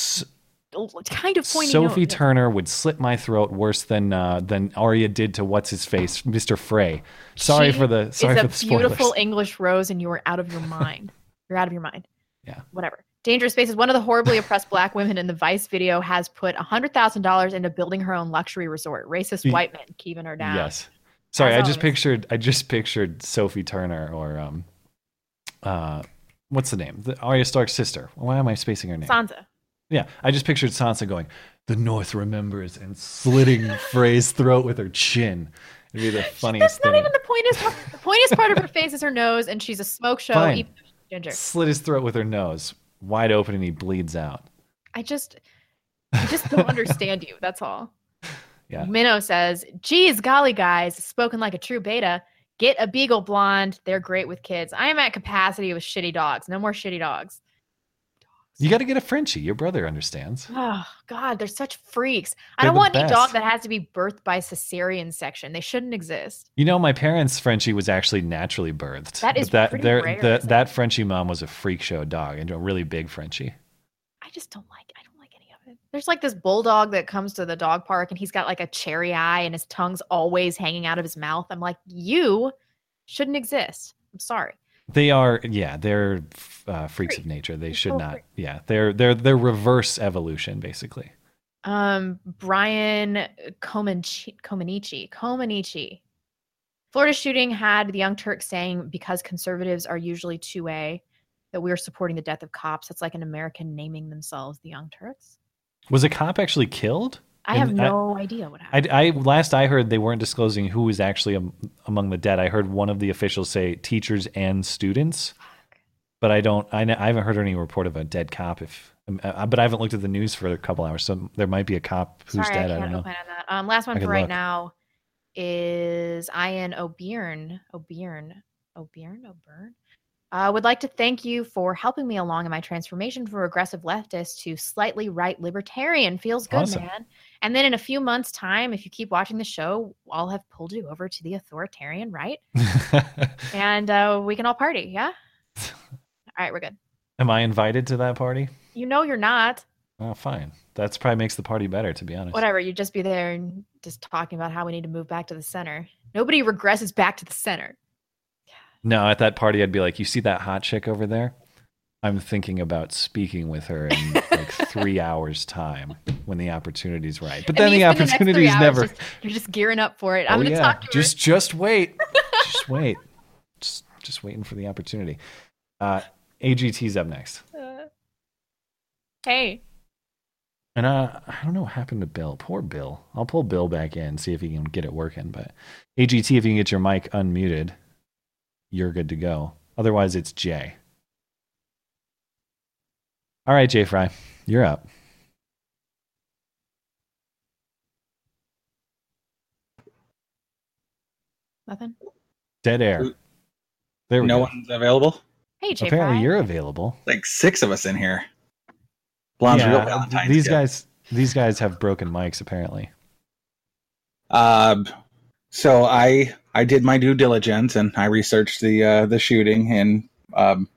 S5: kind of pointy.
S4: Sophie
S5: nose.
S4: Turner would slit my throat worse than uh, than Arya did to what's his face, Mr. Frey. Sorry
S5: She
S4: for the sorry
S5: is
S4: for
S5: a
S4: the spoilers.
S5: beautiful English rose, and you are out of your mind. You're out of your mind.
S4: Yeah.
S5: Whatever. Dangerous Spaces, one of the horribly oppressed black women in the Vice video, has put $100,000 into building her own luxury resort. Racist
S4: Ye-
S5: white men keeping her down.
S4: Yes. Sorry,
S5: As
S4: I just
S5: always.
S4: pictured I just pictured Sophie Turner or um uh what's the name? The Arya Stark's sister. Why am I spacing her name?
S5: Sansa.
S4: Yeah, I just pictured Sansa going, "The North remembers," and slitting Frey's throat with her chin. It'd be the funniest
S5: That's not
S4: thing.
S5: even the pointiest part. The pointiest part of her face is her nose, and she's a smoke show,
S4: Fine.
S5: even though she's ginger.
S4: Slit his throat with her nose, wide open, and he bleeds out.
S5: I just, I just don't understand you. That's all.
S4: Yeah.
S5: Minnow says, "Geez, golly, guys, spoken like a true beta. Get a beagle blonde. They're great with kids. I am at capacity with shitty dogs. No more shitty dogs.
S4: You got to get a Frenchie. Your brother understands.
S5: Oh God, they're such freaks. I
S4: They're
S5: don't
S4: the
S5: want any dog
S4: best.
S5: that has to be birthed by cesarean section. They shouldn't exist.
S4: You know, my parents' Frenchie was actually naturally birthed.
S5: That is
S4: but that
S5: pretty
S4: their-
S5: rare,
S4: the-
S5: isn't
S4: that Frenchie mom was a freak show dog and a really big Frenchie.
S5: I just don't like. I don't like any of it. There's like this bulldog that comes to the dog park, and he's got like a cherry eye, and his tongue's always hanging out of his mouth. I'm like, you shouldn't exist. I'm sorry.
S4: They are, yeah, they're uh, freaks of nature. They should not, yeah, they're they're they're reverse evolution basically.
S5: Um, Brian Comanche, Comanici, Comanici. Florida shooting had the Young Turks saying because conservatives are usually two A, that we're supporting the death of cops. That's like an American naming themselves the Young Turks.
S4: Was a cop actually killed?
S5: I have
S4: And
S5: no idea what happened.
S4: I, I last I heard they weren't disclosing who was actually am, among the dead. I heard one of the officials say teachers and students, but I don't. I, I haven't heard any report of a dead cop. If um, uh, but I haven't looked at the news for a couple hours, so there might be a cop who's
S5: Sorry,
S4: dead.
S5: I
S4: I,
S5: can't
S4: don't know.
S5: opine on that. Um, last
S4: I
S5: one for
S4: could
S5: right
S4: look.
S5: now is Ian O'Byrne. O'Byrne. O'Byrne. O'Byrne. I uh, would like to thank you for helping me along in my transformation from regressive leftist to slightly right libertarian. Feels good,
S17: Awesome.
S5: man. And then in a few months' time, if you keep watching the show, I'll have pulled you over to the authoritarian right, and uh, we can all party. Yeah. All right, we're good.
S4: Am I invited to that party?
S5: You know you're not.
S4: Oh, fine. That's probably makes the party better, to be honest.
S5: Whatever, you'd just be there and just talking about how we need to move back to the center. Nobody regresses back to the center.
S4: No, at that party, I'd be like, you see that hot chick over there? I'm thinking about speaking with her in like three hours' time when the opportunity's right. But
S5: And
S4: then the
S5: you spend next three
S4: opportunity's
S5: hours
S4: never.
S5: just- you're just gearing up for it. I'm
S4: Oh,
S5: gonna
S4: yeah.
S5: talk to her.
S4: just just wait. just wait. Just just waiting for the opportunity. Uh, AGT's up next,
S5: Uh, hey,
S4: and uh, I don't know what happened to Bill. Poor Bill. I'll pull Bill back in see if he can get it working. But AGT, if you can get your mic unmuted, you're good to go. Otherwise, it's Jay. All right, Jay Fry, you're up.
S5: nothing.
S4: Dead air. There we
S18: no
S4: go.
S18: one's available.
S5: Hey, Jay
S4: Apparently,
S5: Fry.
S4: you're available.
S18: Like six of us in here. Blonde's
S4: Yeah,
S18: real Valentine's.
S4: These
S18: gift.
S4: guys, these guys have broken mics apparently.
S18: Uh, so I I did my due diligence and I researched the uh, the shooting in um,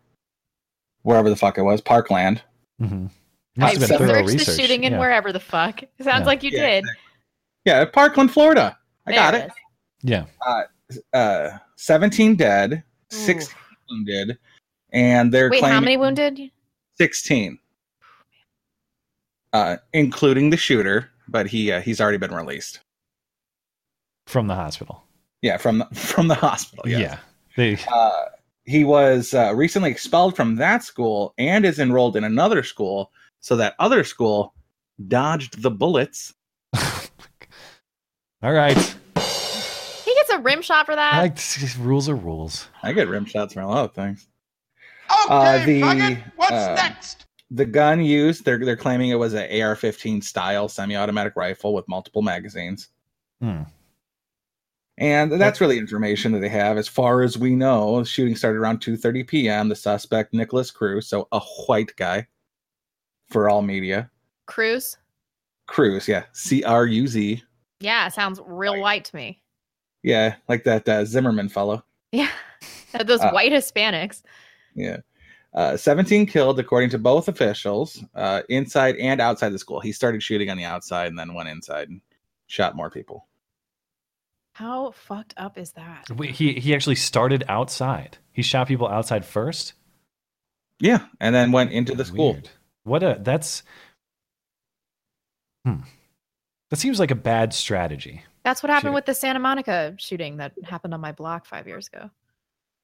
S18: wherever the fuck it was, Parkland.
S4: Mm-hmm.
S5: I researched the shooting in wherever the fuck. Sounds
S18: Yeah.
S5: like you
S18: Yeah,
S5: did.
S18: Yeah, Parkland, Florida. I got
S5: There
S18: it.
S5: is.
S4: Yeah.
S18: Uh, uh, Seventeen dead, sixteen wounded, and they're
S5: Wait,
S18: claiming
S5: how many wounded?
S18: 16 uh including the shooter but he uh, he's already been released
S4: from the hospital
S18: yeah from the, from the hospital yes.
S4: yeah they
S18: uh he was uh, recently expelled from that school and is enrolled in another school so that other school dodged the bullets
S4: all right
S5: He gets a rim shot for that.
S4: rules are rules
S18: i get rim shots from a lot of things uh, the
S5: what's
S18: next? The gun used, they're they're claiming it was an AR-15 style semi-automatic rifle with multiple magazines,
S4: Hmm.
S18: and that's really information that they have. As far as we know, the shooting started around 2:30 p.m. The suspect, Nicholas Cruz, so a white guy, for all media,
S5: Cruz.
S18: Cruz, yeah, C R U Z,
S5: Yeah, sounds real white to me.
S18: yeah, like that uh, Zimmerman fellow,
S5: Yeah, those
S18: Uh,
S5: white Hispanics.
S18: yeah. Uh, 17 killed, according to both officials, uh, inside and outside the school. He started shooting on the outside and then went inside and shot more people.
S5: How fucked up is that?
S4: Wait, he he actually started outside. He shot people outside first.
S18: Yeah, and then went into the school.
S4: What a that's. Hmm. That seems like a bad strategy.
S5: That's what happened
S4: Should've-
S5: with the Santa Monica shooting that happened on my block five years ago.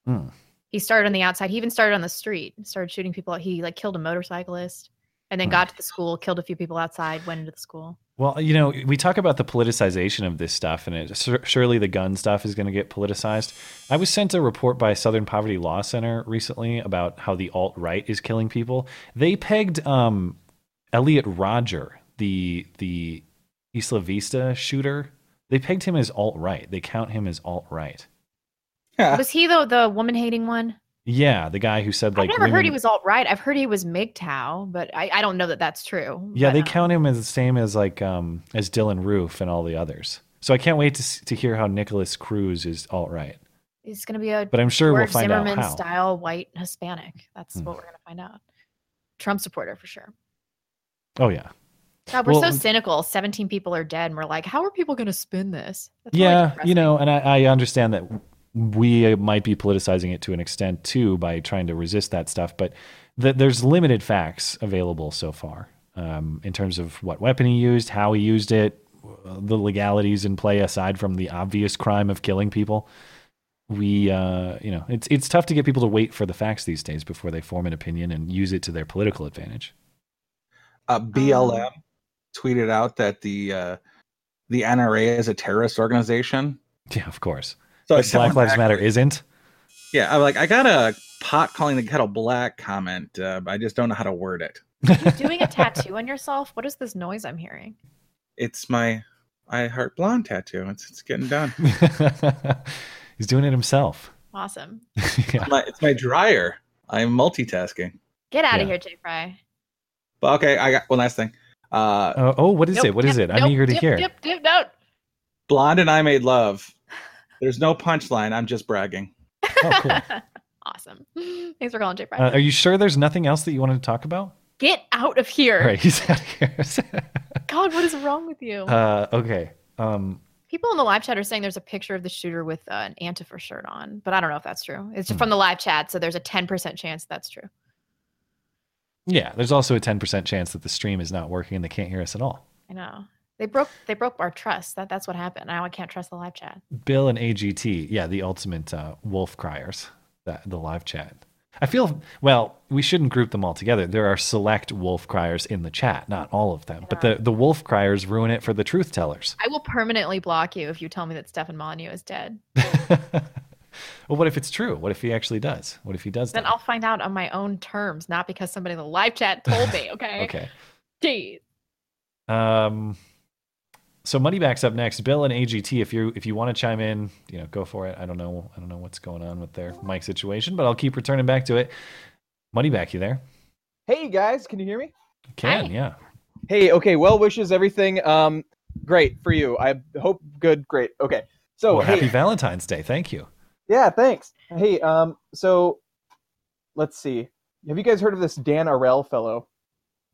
S4: Hmm.
S5: He started on the outside. He even started on the street. Started shooting people. He like killed a motorcyclist, and then
S4: Hmm.
S5: got to the school, killed a few people outside, went into the school.
S4: Well, you know, we talk about the politicization of this stuff, and it, sur- surely the gun stuff is going to get politicized. I was sent a report by Southern Poverty Law Center recently about how the alt right is killing people. They pegged um, Elliot Roger, the the Isla Vista shooter. They pegged him as alt right. They count him as alt right.
S5: Was he the the woman hating one?
S4: Yeah, the guy who said like
S5: I've never heard he
S4: women-
S5: was alt right. I've heard he was MGTOW, but I, I don't know that that's true.
S4: Yeah, they count him as the same as like um as Dylan Roof and all the others. So I can't wait to s- to hear how Nicholas Cruz is alt right.
S5: He's going to be a
S4: But I'm sure we'll
S5: George
S4: find out
S5: Zimmerman
S4: how.
S5: style white Hispanic. That's
S4: Hmm.
S5: what we're going to find out. Trump supporter for sure.
S4: Oh yeah.
S5: God, we're
S4: Well,
S5: so cynical. 17 people are dead, and we're like, how are people going to spin this? That's really
S4: yeah,
S5: depressing.
S4: you know, and I, I understand that we might be politicizing it to an extent too by trying to resist that stuff, but th- there's limited facts available so far um, in terms of what weapon he used, how he used it, uh, the legalities in play aside from the obvious crime of killing people. We, uh, you know, it's it's tough to get people to wait for the facts these days before they form an opinion and use it to their political advantage.
S18: Uh, BLM tweeted out that the uh, the NRA is a terrorist organization.
S4: Yeah, of course.
S18: So
S4: But Black
S18: someone
S4: Lives
S18: actually-
S4: Matter isn't.
S18: Yeah, I'm like I got a pot calling the kettle black comment. Uh, but I just don't know how to word it.
S5: Doing a tattoo on yourself? What is this noise I'm hearing?
S18: It's my I heart blonde tattoo. It's it's getting done.
S4: He's doing it himself.
S5: Awesome.
S18: my, it's my dryer. I'm multitasking.
S5: Get out of
S18: Yeah.
S5: here, Jay Fry.
S18: But okay, I got one last thing. Uh,
S4: oh, what is it? What is it? I'm eager to
S5: dip,
S18: hear.
S5: Dip, dip, no.
S18: Blonde and I made love. There's no punchline. I'm just bragging.
S5: Awesome. Thanks for calling, Jay Fry.
S4: Oh, Uh, are you sure there's nothing else that you wanted to talk about?
S5: Get out of here.
S4: All right, he's out of here.
S5: God, what is wrong with you?
S4: uh, okay. Um,
S5: People in the live chat are saying there's a picture of the shooter with uh, an Antifa shirt on, but I don't know if that's true. It's
S4: Hmm.
S5: from the live chat, so there's a 10% chance that's true.
S4: yeah, there's also a 10% chance that the stream is not working and they can't hear us at all.
S5: I know. They broke they broke our trust. That that's what happened. Now I can't trust the live chat.
S4: Bill and AGT, yeah, the ultimate uh, wolf criers, that, the live chat. I feel, well, we shouldn't group them all together. There are select wolf criers in the chat, not all of them, but the, the wolf criers ruin it for the truth tellers.
S5: I will permanently block you if you tell me that Stefan Molyneux is dead.
S4: Well, what if it's true? What if he actually does? What if he does
S5: Then
S4: that?
S5: I'll find out on my own terms, not because somebody in the live chat told me. Okay.
S4: Okay.
S5: Jeez.
S4: Um, so moneyback's up next. Bill and AGT, if you if you want to chime in, you know, go for it. I don't know, I don't know what's going on with their mic situation, but I'll keep returning back to it. Moneyback, you there?
S17: Hey guys, can you hear me?
S4: Can yeah.
S17: Hey, okay, well wishes, everything. Um, great for you. I hope good, great. Okay, so
S4: well,
S17: hey,
S4: happy Valentine's Day. Thank you.
S17: yeah, thanks. Hey, um, so let's see. Have you guys heard of this Dan Arell fellow?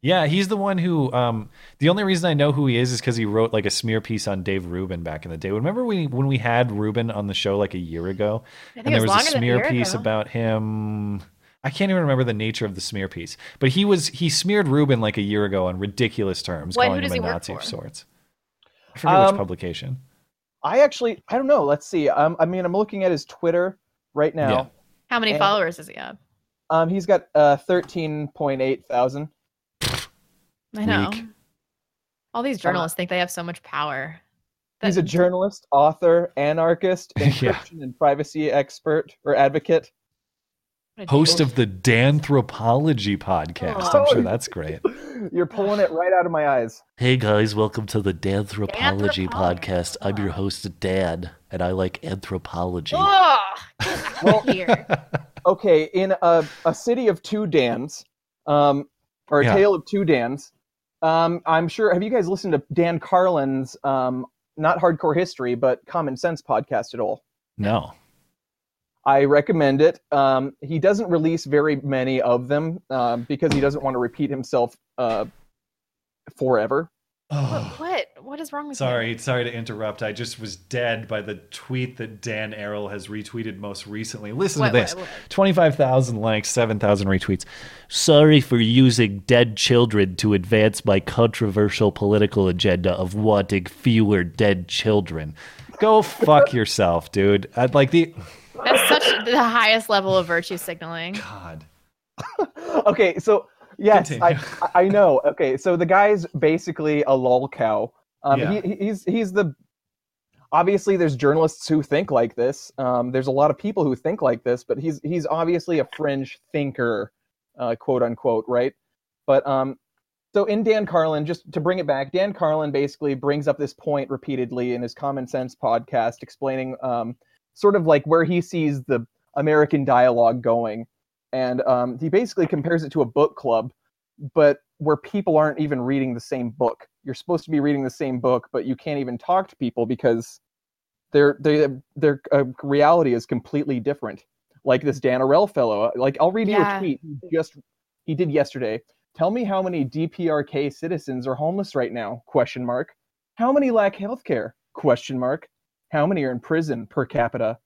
S4: Yeah, he's the one who. Um, the only reason I know who he is is because he wrote like a smear piece on Dave Rubin back in the day. Remember we when we had Rubin on the show like a year ago,
S5: I think
S4: and
S5: it
S4: there
S5: was
S4: was a
S5: longer than a
S4: smear
S5: year
S4: piece
S5: ago.
S4: about him. I can't even remember the nature of the smear piece, but he was he smeared Rubin like a year ago on ridiculous terms,
S17: Wait, who
S4: calling
S17: does
S4: him a
S17: he work
S4: Nazi of
S17: for?
S4: sorts. I forget which
S17: Um,
S4: publication.
S17: I actually, I don't know. Let's see. Um, I mean, I'm looking at his Twitter right now.
S4: Yeah.
S5: How many
S4: Eh.
S17: And-
S5: followers does he have?
S17: Um, he's got uh 13.8 thousand.
S5: I know.
S17: Weak.
S5: All these
S17: Come on.
S5: journalists think they have so much power.
S17: He's a journalist, author, anarchist, encryption and privacy expert or advocate.
S4: Host of the Danthropology podcast. I'm
S5: Oh.
S4: sure that's great.
S17: You're pulling it right out of my eyes.
S19: Hey guys, welcome to the Danthropology podcast. I'm your host, Dan, and I like anthropology.
S17: Well, okay, in a, a city of two Dans, um, or a
S19: Yeah.
S17: tale of two Dans, um, I'm sure. Have you guys listened to Dan Carlin's um, not hardcore history, but common sense podcast at all?
S4: No.
S17: I recommend it. Um, he doesn't release very many of them um, because he doesn't want to repeat himself uh, forever.
S5: What, what? What is wrong with
S4: Sorry, sorry to interrupt. I just was dead by the tweet that Dan Errol has retweeted most recently. Listen
S19: What,
S4: to this:
S19: what, what?
S4: twenty-five thousand likes, seven thousand retweets.
S19: Sorry for using dead children to advance my controversial political agenda of wanting fewer dead children.
S4: Go fuck yourself, dude. I'd like the
S5: That's such the highest level of virtue signaling.
S4: God.
S17: okay, so yes, I, I know. Okay, so the guy's basically a lol cow. Um,
S4: Yeah.
S17: he, he's he's the obviously there's journalists who think like this. Um, there's a lot of people who think like this, but he's he's obviously a fringe thinker, uh, quote unquote, right? But um, so in Dan Carlin, just to bring it back, Dan Carlin basically brings up this point repeatedly in his Common Sense podcast, explaining um, sort of like where he sees the American dialogue going, and um, he basically compares it to a book club, but where people aren't even reading the same book. You're supposed to be reading the same book, but you can't even talk to people because their their their uh, reality is completely different. Like this Dan Arell fellow. Like I'll read you
S20: Yeah.
S17: a tweet he just he did yesterday. Tell me how many DPRK citizens are homeless right now? Question mark. How many lack health care? Question mark. How many are in prison per capita?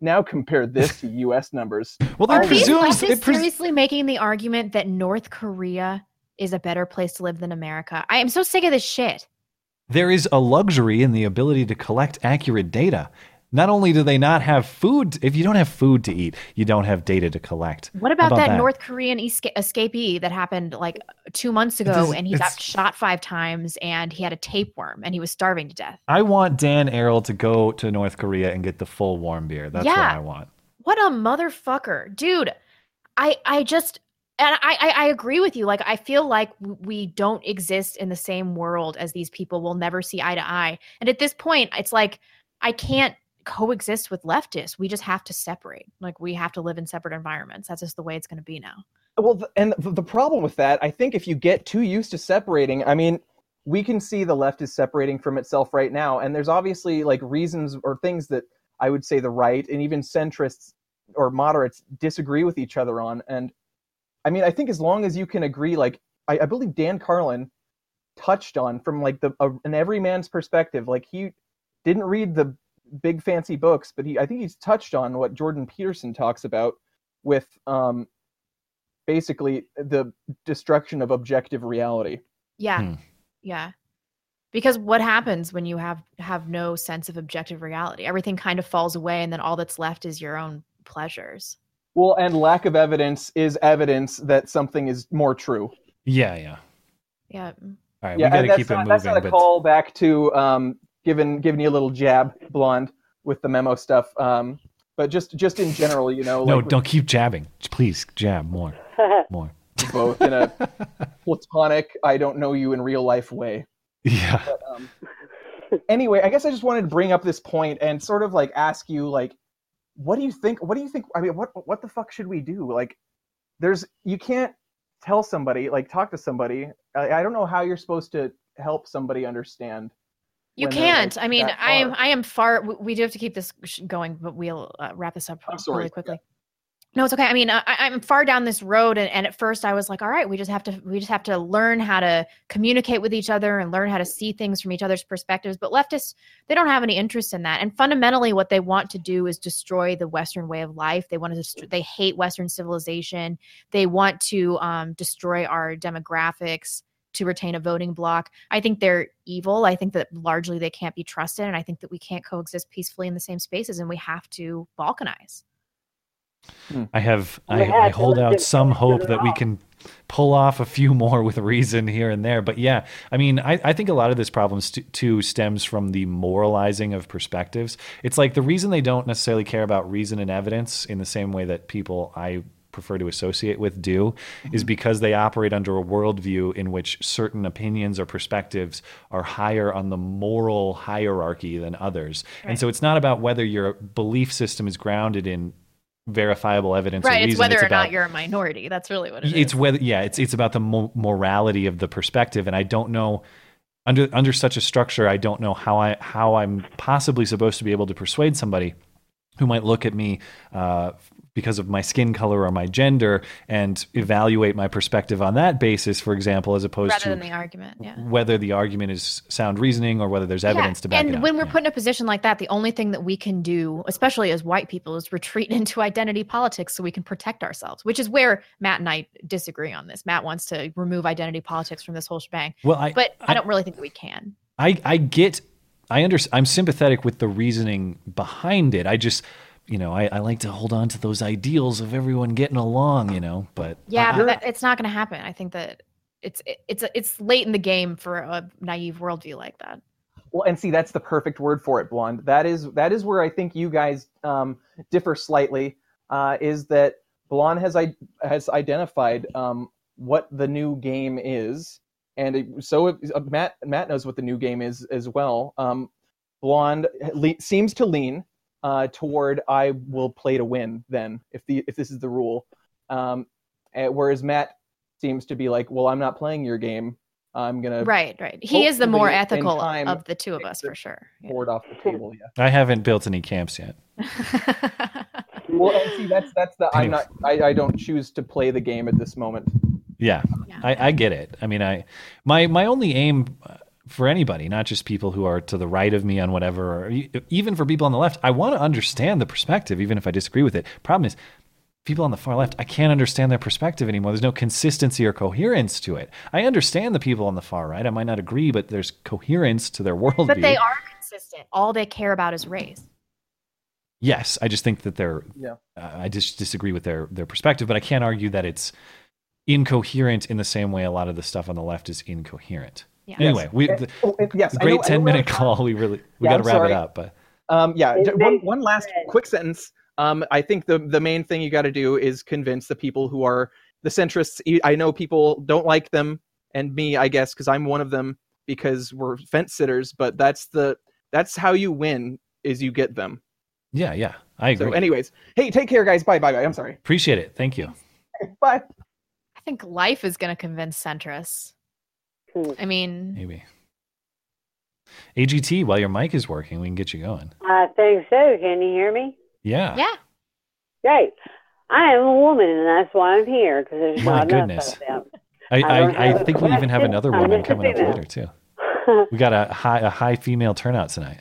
S17: Now compare this to U.S. numbers.
S4: Well,
S5: Are these leftists seriously making the argument that North Korea is a better place to live than America? I am so sick of this shit.
S4: There is a luxury in the ability to collect accurate data. Not only do they not have food, if you don't have food to eat, you don't have data to collect.
S5: What about, that, North Korean esca- escapee that happened like two months ago
S4: is-
S5: and he got
S4: it's-
S5: shot five times and he had a tapeworm and he was starving to death?
S4: I want Dan Errol to go to North Korea and get the full warm beer. That's
S5: Yeah.
S4: what I want.
S5: What a motherfucker. Dude, I I just and I, I I agree with you. Like I feel like w- we don't exist in the same world as these people. We'll never see eye to eye. And at this point, it's like I can't coexist with leftists. We just have to separate. Like we have to live in separate environments. That's just the way it's going to be now.
S17: Well, th- and th- the problem with that, I think, if you get too used to separating, I mean, we can see the left is separating from itself right now, and there's obviously like reasons or things that I would say the right and even centrists or moderates disagree with each other on. And I mean, I think as long as you can agree, like I, I believe Dan Carlin touched on from like the a, an everyman's perspective, like he didn't read the big fancy books, but he I think he's touched on what Jordan Peterson talks about with um, basically the destruction of objective reality.
S5: Yeah.
S17: Hmm.
S5: Yeah. Because what happens when you have have no sense of objective reality? Everything kind of falls away and then all that's left is your own pleasures.
S17: Well, and lack of evidence is evidence that something is more true.
S4: Yeah, yeah.
S5: Yeah.
S4: All right,
S17: yeah,
S4: we got
S17: and
S4: to
S17: that's
S4: keep
S17: not,
S4: it
S17: That's
S4: moving.
S17: not a
S4: but
S17: call back to um, giving giving you a little jab, blonde, with the memo stuff. Um, but just just in general, you
S5: Oh,
S17: know,
S4: no,
S17: like
S4: don't keep jabbing. Please jab more, more.
S17: both in a platonic, I don't know you in real life way.
S4: Yeah.
S17: But, um, anyway, I guess I just wanted to bring up this point and sort of like ask you, like, what do you think? What do you think? I mean, what what the fuck should we do? Like, there's you can't tell somebody, like, talk to somebody. I, I don't know how you're supposed to help somebody understand.
S5: You
S17: when they're, like,
S5: can't. I mean,
S17: that
S5: I am.
S17: far.
S5: I am far. we- We do have to keep this sh- going, but we'll uh, wrap this up
S17: sorry.
S5: really quickly. No, it's okay. I mean, I, I- I'm far down this road, and, and at first I was like, "All right, we just have to. We just have to learn how to communicate with each other and learn how to see things from each other's perspectives." But leftists, they don't have any interest in that. And fundamentally, what they want to do is destroy the Western way of life. They want to. Dest- they hate Western civilization. They want to um, destroy our demographics to retain a voting block. I think they're evil. I think that largely they can't be trusted. And I think that we can't coexist peacefully in the same spaces and we have to balkanize.
S4: I have
S5: We
S4: I,
S5: Hmm. had
S4: I
S5: to
S4: hold
S5: let
S4: out
S5: this
S4: some
S5: go
S4: hope
S5: through
S4: that we
S5: all.
S4: can pull off a few more with reason here and there. But yeah, I mean, I, I think a lot of this problem st- too stems from the moralizing of perspectives. It's like the reason they don't necessarily care about reason and evidence in the same way that people I prefer to associate with do
S5: Mm-hmm.
S4: is because they operate under a worldview in which certain opinions or perspectives are higher on the moral hierarchy than others. And so it's not about whether your belief system is grounded in verifiable evidence or
S5: right.
S4: reason.
S5: It's whether or
S4: about,
S5: not you're a minority. That's really what it is.
S4: it's whether yeah it's it's about the mo- morality of the perspective and i don't know under under such a structure i don't know how i how i'm possibly supposed to be able to persuade somebody who might look at me uh, because of my skin color or my gender and evaluate my perspective on that basis, for example, as opposed
S5: rather than
S4: to
S5: the argument. Yeah.
S4: whether the argument is sound reasoning or whether there's evidence to back
S5: and
S4: it up.
S5: when we're put in a position like that, the only thing that we can do, especially as white people, is retreat into identity politics so we can protect ourselves, which is where Matt and I disagree on this. Matt wants to remove identity politics from this whole shebang.
S4: Well, I-
S5: but I, don't really think that we can.
S4: I I get I under I'm sympathetic with the reasoning behind it. I just you know I, I like to hold on to those ideals of everyone getting along. You know, but
S5: Yeah,
S4: I-
S5: but that, it's not going to happen. I think that it's it, it's it's late in the game for a naive worldview like that.
S17: Well, and see, that's the perfect word for it, blonde. That is that is where I think you guys um, differ slightly. Uh, is that blonde has I- has identified um, what the new game is, and it, so it, uh, Matt Matt knows what the new game is as well. Um, blonde le- seems to lean uh, toward I will play to win. Then, if the if this is the rule, um, and whereas Matt seems to be like, well, I'm not playing your game. I'm gonna
S5: Right, right. He is the more
S17: Uh, hopefully in
S5: ethical
S17: time
S5: of the two of us for sure.
S17: board off the table. Yeah.
S4: I haven't built any camps yet.
S17: Well, and see, that's that's the I'm
S4: Anyway.
S17: not I, I don't choose to play the game at this moment.
S4: Yeah, I, I get it. I mean, I my my only aim uh, for anybody, not just people who are to the right of me on whatever, or e- even for people on the left, I want to understand the perspective, even if I disagree with it. Problem is, people on the far left, I can't understand their perspective anymore. There's no consistency or coherence to it. I understand the people on the far right. I might not agree, but there's coherence to their worldview.
S5: But they are consistent. All they care about is race.
S4: Yes, I just think that they're.
S17: Yeah.
S4: Uh, I just disagree with their their perspective, but I can't argue that it's incoherent in the same way a lot of the stuff on the left is incoherent.
S17: Yeah.
S4: Anyway,
S17: Yes.
S4: we
S17: Eh,
S4: the,
S17: oh, eh, yes,
S4: the
S17: I know- I
S4: great
S17: know
S4: ten
S17: where
S4: minute call. We really we
S17: Yeah,
S4: got to
S17: I'm
S4: wrap
S17: sorry.
S4: it up, but
S17: Um, yeah, j- one, one last quick sentence. Um, I think the the main thing you got to do is convince the people who are the centrists. e- I know people don't like them, and me, I guess, because I'm one of them because we're fence sitters. But that's the that's how you win is you get them.
S4: yeah, yeah, I agree.
S17: So, anyways, hey, take care, guys. Bye, bye, bye. I'm sorry.
S4: Appreciate it. Thank you.
S17: Bye.
S5: I think life is going to convince centrists.
S20: Hmm.
S5: I mean,
S4: Maybe AGT. While your mic is working, we can get you going.
S20: I think so. Can you hear me?
S4: Yeah.
S20: Great. I am a woman, and that's why I'm here because there's
S4: My
S20: not enough
S4: goodness.
S20: of them.
S4: I,
S20: I don't
S4: I,
S20: have
S4: I
S20: a
S4: think we even have
S20: question.
S4: another
S20: I'm
S4: woman
S20: just a
S4: coming up
S20: female.
S4: later too. We got a high a high female turnout tonight.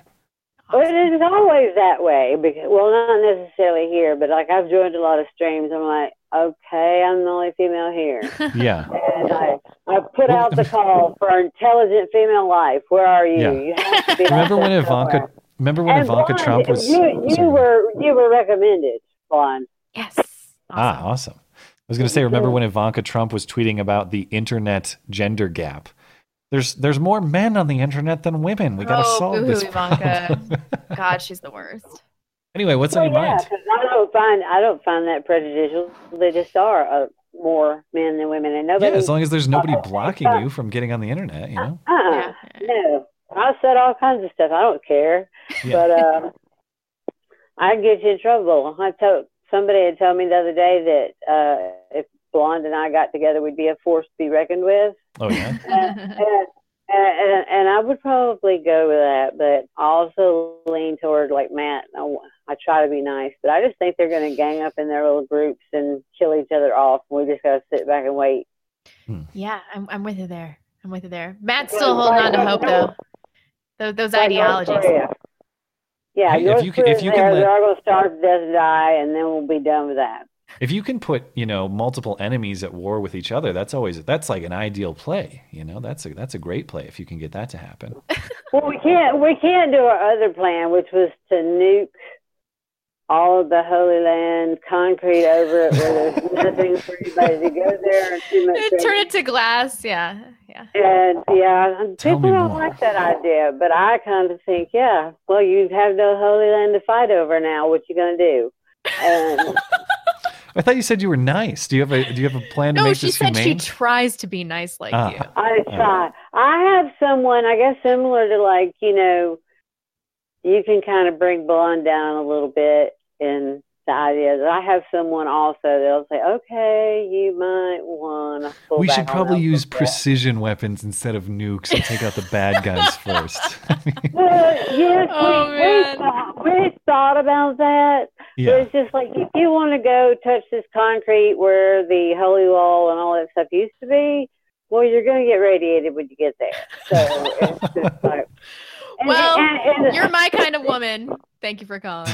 S20: Well, it is always that way. Because, well, not necessarily here, but like I've joined a lot of streams. I'm like, okay, I'm the only female here.
S4: Yeah.
S20: and I, I put out the call for intelligent female life. Where are you?
S4: Yeah.
S20: You have to be like
S4: Remember when
S20: that somewhere.
S4: Ivanka? Remember when
S20: And
S4: Ivanka
S20: Blonde,
S4: Trump was?
S20: You, you
S4: sorry.
S20: were you were recommended, blonde.
S5: Yes.
S4: Ah, awesome. I was going to say, remember when Ivanka Trump was tweeting about the internet gender gap? There's there's more men on the internet than women. We got to
S5: oh,
S4: solve this
S5: boohoo, Ivanka.
S4: problem.
S5: God, she's the worst.
S4: anyway, what's on your
S20: Yeah,
S4: mind?
S20: 'cause I don't find I don't find that prejudicial. They just are uh, more men than women, and
S4: Yeah,
S20: nobody.
S4: as long as there's nobody blocking you from getting on the internet, you know.
S20: Uh-uh. No, I said all kinds of stuff. I don't care,
S4: Yeah.
S20: but uh, I get you in trouble. I told somebody had told me the other day that uh, if Blonde and I got together, we'd be a force to be reckoned with.
S4: Oh yeah.
S20: and, and, and, and I would probably go with that, but I also lean toward like Matt. I, w- I try to be nice, but I just think they're going to gang up in their little groups and kill each other off. And we just got to sit back and wait.
S5: Yeah, I'm, I'm with you there. I'm with you there. Matt's still holding on to hope, though. Those, those ideologies.
S20: Korea. Yeah,
S4: Hey, if
S20: North
S4: you can- if
S20: Korea's
S4: you can
S20: there,
S4: let-
S20: they're all going to starve to death and die, and then we'll be done with that.
S4: If you can put you know multiple enemies at war with each other, that's always that's like an ideal play. You know, that's a that's a great play if you can get that to happen.
S20: Well, we can't we can't do our other plan, which was to nuke all of the Holy Land, concrete over it, where there's nothing for anybody to go there, and too much.
S5: Turn it to glass. Yeah.
S20: And yeah, and
S5: Tell
S20: people
S5: me
S20: don't
S5: more.
S20: like that idea, but I kind of think, yeah, well, you have no Holy Land to fight over now. What you gonna do? And
S4: I thought you said you were nice. Do you have a do you have a plan to
S5: No,
S4: make
S5: she
S4: this
S5: said she
S4: humane?
S5: tries to be nice like
S4: Ah,
S5: you.
S20: I try. I have someone, I guess, similar to like you know, you can kind of bring blonde down a little bit, and the ideas. I have someone also that'll say, "Okay, you might want to."
S4: we should probably use precision weapons instead of nukes and take out the bad guys first.
S20: yes,
S5: Oh,
S20: we, we, thought, we thought about that.
S4: Yeah.
S20: But it's just like if you want to go touch this concrete where the holy wall and all that stuff used to be, well, you're going to get radiated when you get there. So it's just like, and-
S5: well,
S20: and- and-
S5: you're my kind of woman. Thank you for calling.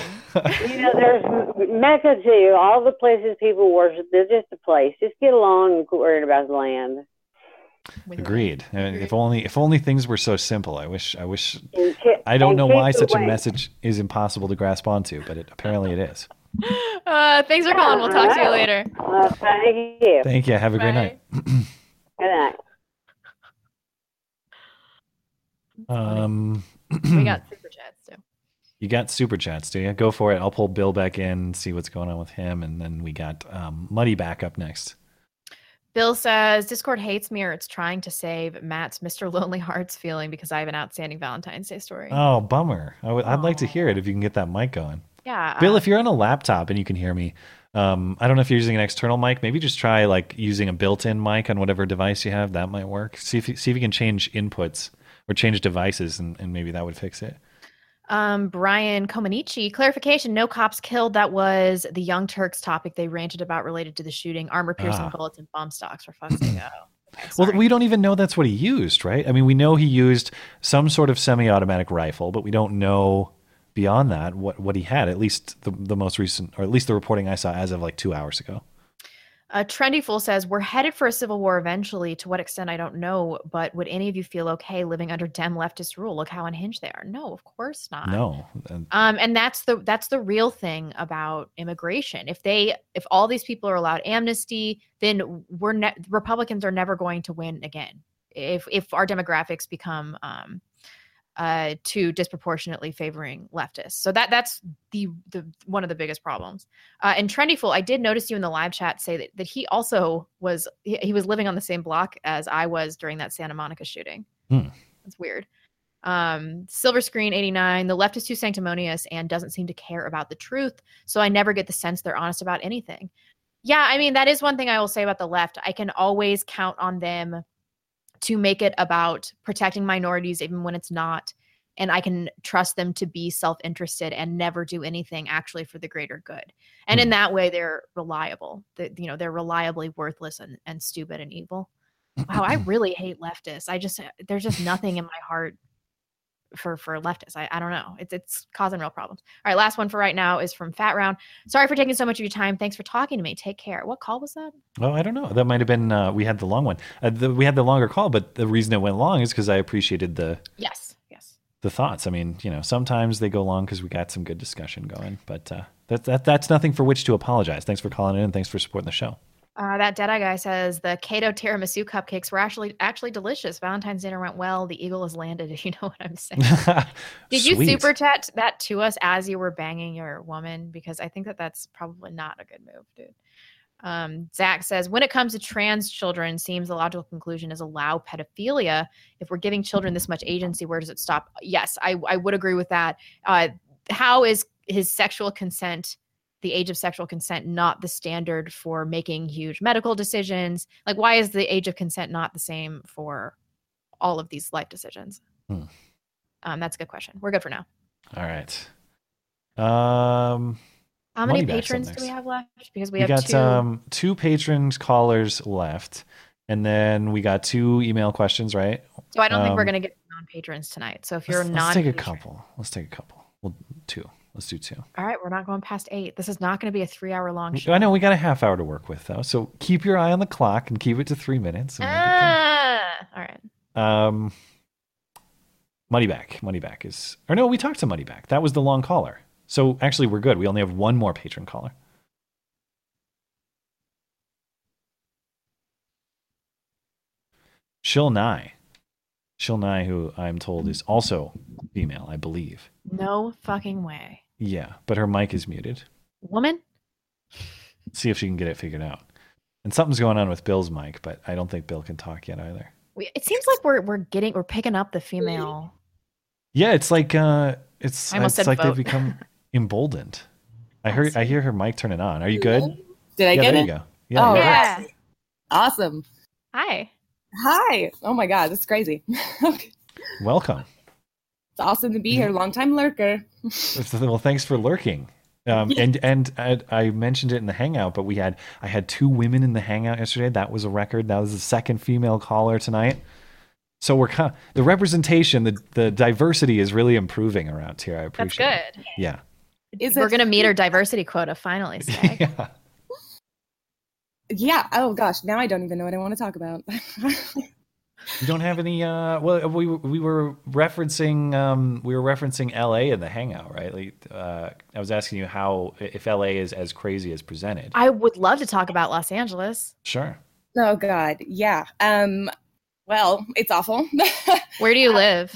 S20: you know, there's Mecca too. All the places people worship, they're just a place. Just get along and quit worrying about the land.
S4: Agreed. I mean, if only if only things were so simple. I wish I wish
S20: And ki-
S4: I don't
S20: and
S4: know why
S20: keep
S4: such a
S20: away.
S4: message is impossible to grasp onto, but it apparently it is.
S5: Uh, thanks for calling. We'll talk to you later.
S20: Uh, thank you.
S4: Thank you. Have a great night.
S20: Good night.
S4: Um,
S5: we got super chats too.
S4: you got super chats, do you? Go for it. I'll pull Bill back in, see what's going on with him, and then we got um, Muddy back up next.
S5: Bill says Discord hates me or it's trying to save Matt's Mr. Lonely Hearts feeling because I have an outstanding Valentine's Day story.
S4: Oh, bummer. I would, I'd like to hear it if you can get that mic going.
S5: yeah.
S4: Bill, if you're on a laptop and you can hear me, um, I don't know if you're using an external mic. Maybe just try like using a built-in mic on whatever device you have. That might work. See if you, see if you can change inputs or change devices, and, and maybe that would fix it.
S5: Um, Brian Komanichi, clarification: No cops killed. That was the Young Turks topic they ranted about related to the shooting, armor-piercing
S4: Ah.
S5: bullets and bomb stocks. For fuck's sake. Oh.
S4: Well, we don't even know that's what he used, right? I mean, we know he used some sort of semi-automatic rifle, but we don't know beyond that what, what he had. At least the the most recent, or at least the reporting I saw as of like two hours ago.
S5: Uh, Trendy Fool says, We're headed for a civil war eventually. To what extent, I don't know, but would any of you feel okay living under Dem leftist rule? Look how unhinged they are. No, of course not.
S4: No, And-
S5: Um, and that's the that's the real thing about immigration. If they if all these people are allowed amnesty, then we're ne- Republicans are never going to win again. If if our demographics become um, uh, too disproportionately favoring leftists, so that that's the the one of the biggest problems. Uh, and Trendyful, I did notice you in the live chat say that, that he also was he, he was living on the same block as I was during that Santa Monica shooting.
S4: Hmm.
S5: That's weird. Um, Silver Screen 89, the left is too sanctimonious and doesn't seem to care about the truth. So I never get the sense they're honest about anything. Yeah, I mean, that is one thing I will say about the left. I can always count on them to make it about protecting minorities, even when it's not. And I can trust them to be self interested and never do anything actually for the greater good. And in that way, they're reliable. They, you know, they're reliably worthless and, and stupid and evil. Wow, I really hate leftists. I just, uh, there's just nothing in my heart for for leftists. I, I don't know. It's it's causing real problems. All right, last one for right now is from Fat Round. Sorry for taking so much of your time. Thanks for talking to me. Take care. What call was that?
S4: Oh, I don't know. That might have been uh, we had the long one. Uh, the, we had the longer call, but the reason it went long is because I appreciated the
S5: Yes. Yes.
S4: the thoughts. I mean, you know, sometimes they go long because we got some good discussion going, but uh, that, that that's nothing for which to apologize. Thanks for calling in. and Thanks for supporting the show.
S5: Uh, that Deadeye guy says the Kato tiramisu cupcakes were actually actually delicious. Valentine's dinner went well. The eagle has landed. If you know what I'm saying. Did you
S4: Sweet.
S5: super chat that to us as you were banging your woman? Because I think that that's probably not a good move, dude. Um, Zach says, when it comes to trans children, seems the logical conclusion is allow pedophilia. If we're giving children this much agency, where does it stop? Yes, I, I would agree with that. Uh, how is his sexual consent, the age of sexual consent, not the standard for making huge medical decisions? Like, why is the age of consent not the same for all of these life decisions?
S4: Hmm.
S5: Um, that's a good question. We're good for now.
S4: All right. Um,
S5: How many
S4: Moneyback's up
S5: patrons do
S4: next.
S5: we have left? Because we,
S4: we
S5: have
S4: got
S5: two.
S4: um two patrons callers left and then we got two email questions right
S5: so I don't think we're
S4: Um,
S5: going to get non patrons tonight. So if you're
S4: let's,
S5: non,
S4: let's take a couple let's take a couple well two let's do two
S5: all right, we're not going past eight. This is not going to be a three hour long show.
S4: i know we got a half hour to work with though so keep your eye on the clock and keep it to three minutes and we'll be
S5: Ah, all right.
S4: good. um money back money back is or no we talked to money back that was the long caller so actually we're good we only have one more patron caller Shil Nye. Shil Nye, who I'm told is also female, I believe.
S5: No fucking way.
S4: Yeah, but her mic is muted.
S5: Woman?
S4: See if she can get it figured out. And something's going on with Bill's mic, but I don't think Bill can talk yet either.
S5: We, it seems like we're we're getting we're picking up the female.
S4: Yeah, it's like uh it's
S5: I almost
S4: it's
S5: said
S4: like
S5: vote.
S4: they've become emboldened. I heard. I hear her mic turning on. Are you good?
S21: Did I
S4: yeah,
S21: get
S4: there
S21: it?
S4: You go. Yeah.
S21: oh,
S4: you're right.
S21: yeah. Awesome. Hi. Hi. Oh my God, this is crazy. it's
S4: Welcome.
S21: awesome to be here. Long time lurker.
S4: Well, thanks for lurking. Um, and and I, I mentioned it in the hangout, but we had I had two women in the hangout yesterday. That was a record. That was the second female caller tonight. So we're kind the representation, the the diversity is really improving around here. I
S5: That's
S4: appreciate.
S5: good.
S4: It. Yeah.
S5: We're gonna meet our diversity quota finally. Stag.
S21: Yeah. Oh gosh, now I don't even know what I want to talk about.
S4: You don't have any. Uh, well, we we were referencing um, we were referencing L.A. in the Hangout, right? Like, uh, I was asking you how if L.A. is as crazy as presented.
S5: I would love to talk about Los Angeles.
S4: Sure.
S21: oh God. Yeah. Um. Well, it's awful.
S5: Where do you live?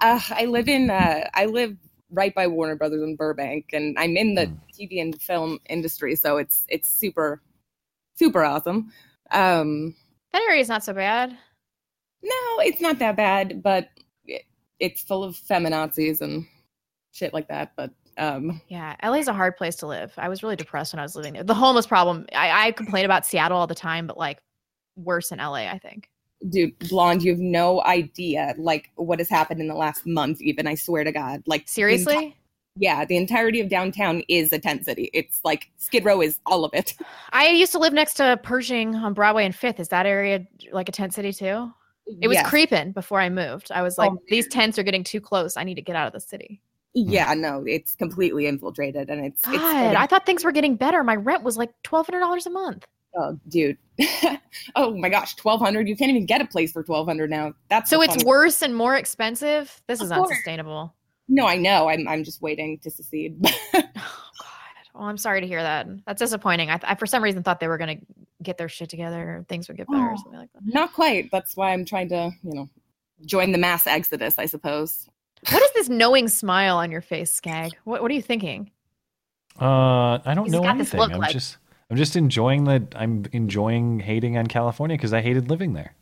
S21: Uh, I live in. Uh, I live right by Warner Brothers in Burbank, and I'm in the TV and film industry, so it's it's super, super awesome. Um.
S5: That area's not so bad.
S21: No, it's not that bad, but it, it's full of feminazis and shit like that. But um,
S5: Yeah, LA's a hard place to live. I was really depressed when I was living there. The homeless problem, I, I complain about Seattle all the time, but like worse in LA, I think.
S21: dude, blonde, you have no idea like what has happened in the last month. Even I swear to God, like the
S5: Seriously?
S21: enti- yeah, the entirety of downtown is a tent city. It's like Skid Row is all of it.
S5: I used to live next to Pershing on Broadway and Fifth. Is that area like a tent city too? It was
S21: Yes.
S5: creeping before I moved. I was
S21: Oh,
S5: like, these tents are getting too close. I need to get out of the city.
S21: Yeah, no, it's completely infiltrated, and it's it's
S5: God, I thought things were getting better. My rent was like twelve hundred dollars a month.
S21: Oh, dude. oh my gosh, twelve hundred. You can't even get a place for twelve hundred now. That's
S5: So
S21: the
S5: it's
S21: fun-
S5: worse and more expensive. This is
S21: Of course.
S5: unsustainable.
S21: No, I know. I'm I'm just waiting to secede.
S5: Well, Oh, I'm sorry to hear that. That's disappointing. I, I for some reason thought they were going to get their shit together. and Things would get better or
S21: Oh.
S5: something like that.
S21: Not quite. That's why I'm trying to, you know, join the mass exodus, I suppose.
S5: What is this knowing smile on your face, Skag? What What are you thinking?
S4: Uh, I don't
S5: He's
S4: know
S5: got this
S4: anything.
S5: look
S4: I'm
S5: like-
S4: just I'm just enjoying the I'm enjoying hating on California because I hated living there.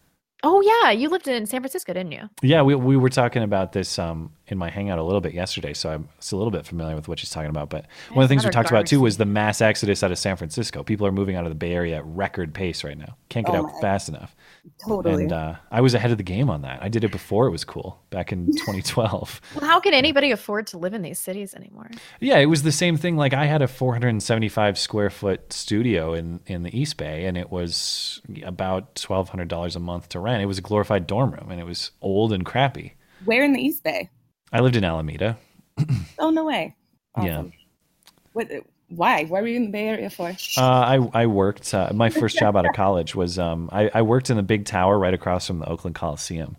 S5: Oh yeah, you lived in San Francisco, didn't you?
S4: Yeah, we we were talking about this um in my hangout a little bit yesterday, so I'm still a little bit familiar with what she's talking about. But one of the things we
S5: another
S4: talked about
S5: garbage
S4: too was the mass exodus out of San Francisco. People are moving out of the Bay Area at record pace right now. Can't get
S21: Oh
S4: out
S21: my-
S4: fast enough.
S21: Totally.
S4: And uh, I was ahead of the game on that. I did it before it was cool back in 2012.
S5: Well, how can anybody afford to live in these cities anymore?
S4: Yeah, it was the same thing. Like I had a 475 square foot studio in in the East Bay, and it was about twelve hundred dollars a month to rent. It was a glorified dorm room, and it was old and crappy.
S21: Where in the East Bay?
S4: I lived in Alameda.
S21: Oh no way.
S4: Yeah,
S21: What why? Why were you in the Bay Area for?
S4: uh, I I worked. Uh, my first job out of college was um I, I worked in the big tower right across from the Oakland Coliseum.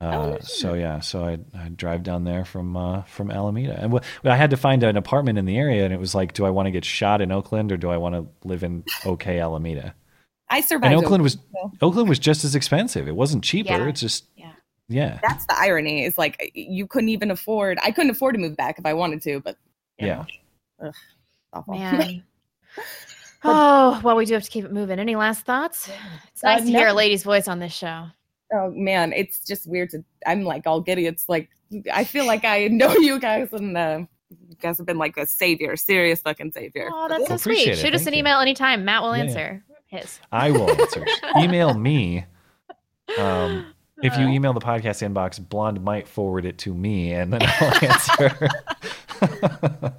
S4: Uh, so yeah, so I I drive down there from uh, from Alameda, and wh- I had to find an apartment in the area, and it was like, do I want to get shot in Oakland or do I want to live in OK Alameda?
S21: I survived.
S4: and Oakland was
S21: Oakland, so
S4: Oakland was just as expensive. It wasn't cheaper.
S21: Yeah.
S4: It's just yeah. yeah,
S21: That's the irony. Is like you couldn't even afford. I couldn't afford to move back if I wanted to, but ugh, awful.
S5: Man. Oh, well, we do have to keep it moving. Any last thoughts? It's
S21: Uh,
S5: nice to hear a
S21: no.
S5: lady's voice on this show.
S21: Oh man, it's just weird to. I'm like all giddy. It's like I feel like I know you guys, and uh, you guys have been like a savior, serious fucking savior.
S5: Oh, that's so
S4: appreciate
S5: sweet.
S4: it.
S5: Shoot us
S4: Thank
S5: an email anytime. Matt will
S4: Yeah, yeah.
S5: answer his.
S4: I will answer. email me. Um, if you email the podcast inbox, Blonde might forward it to me, and then I'll answer.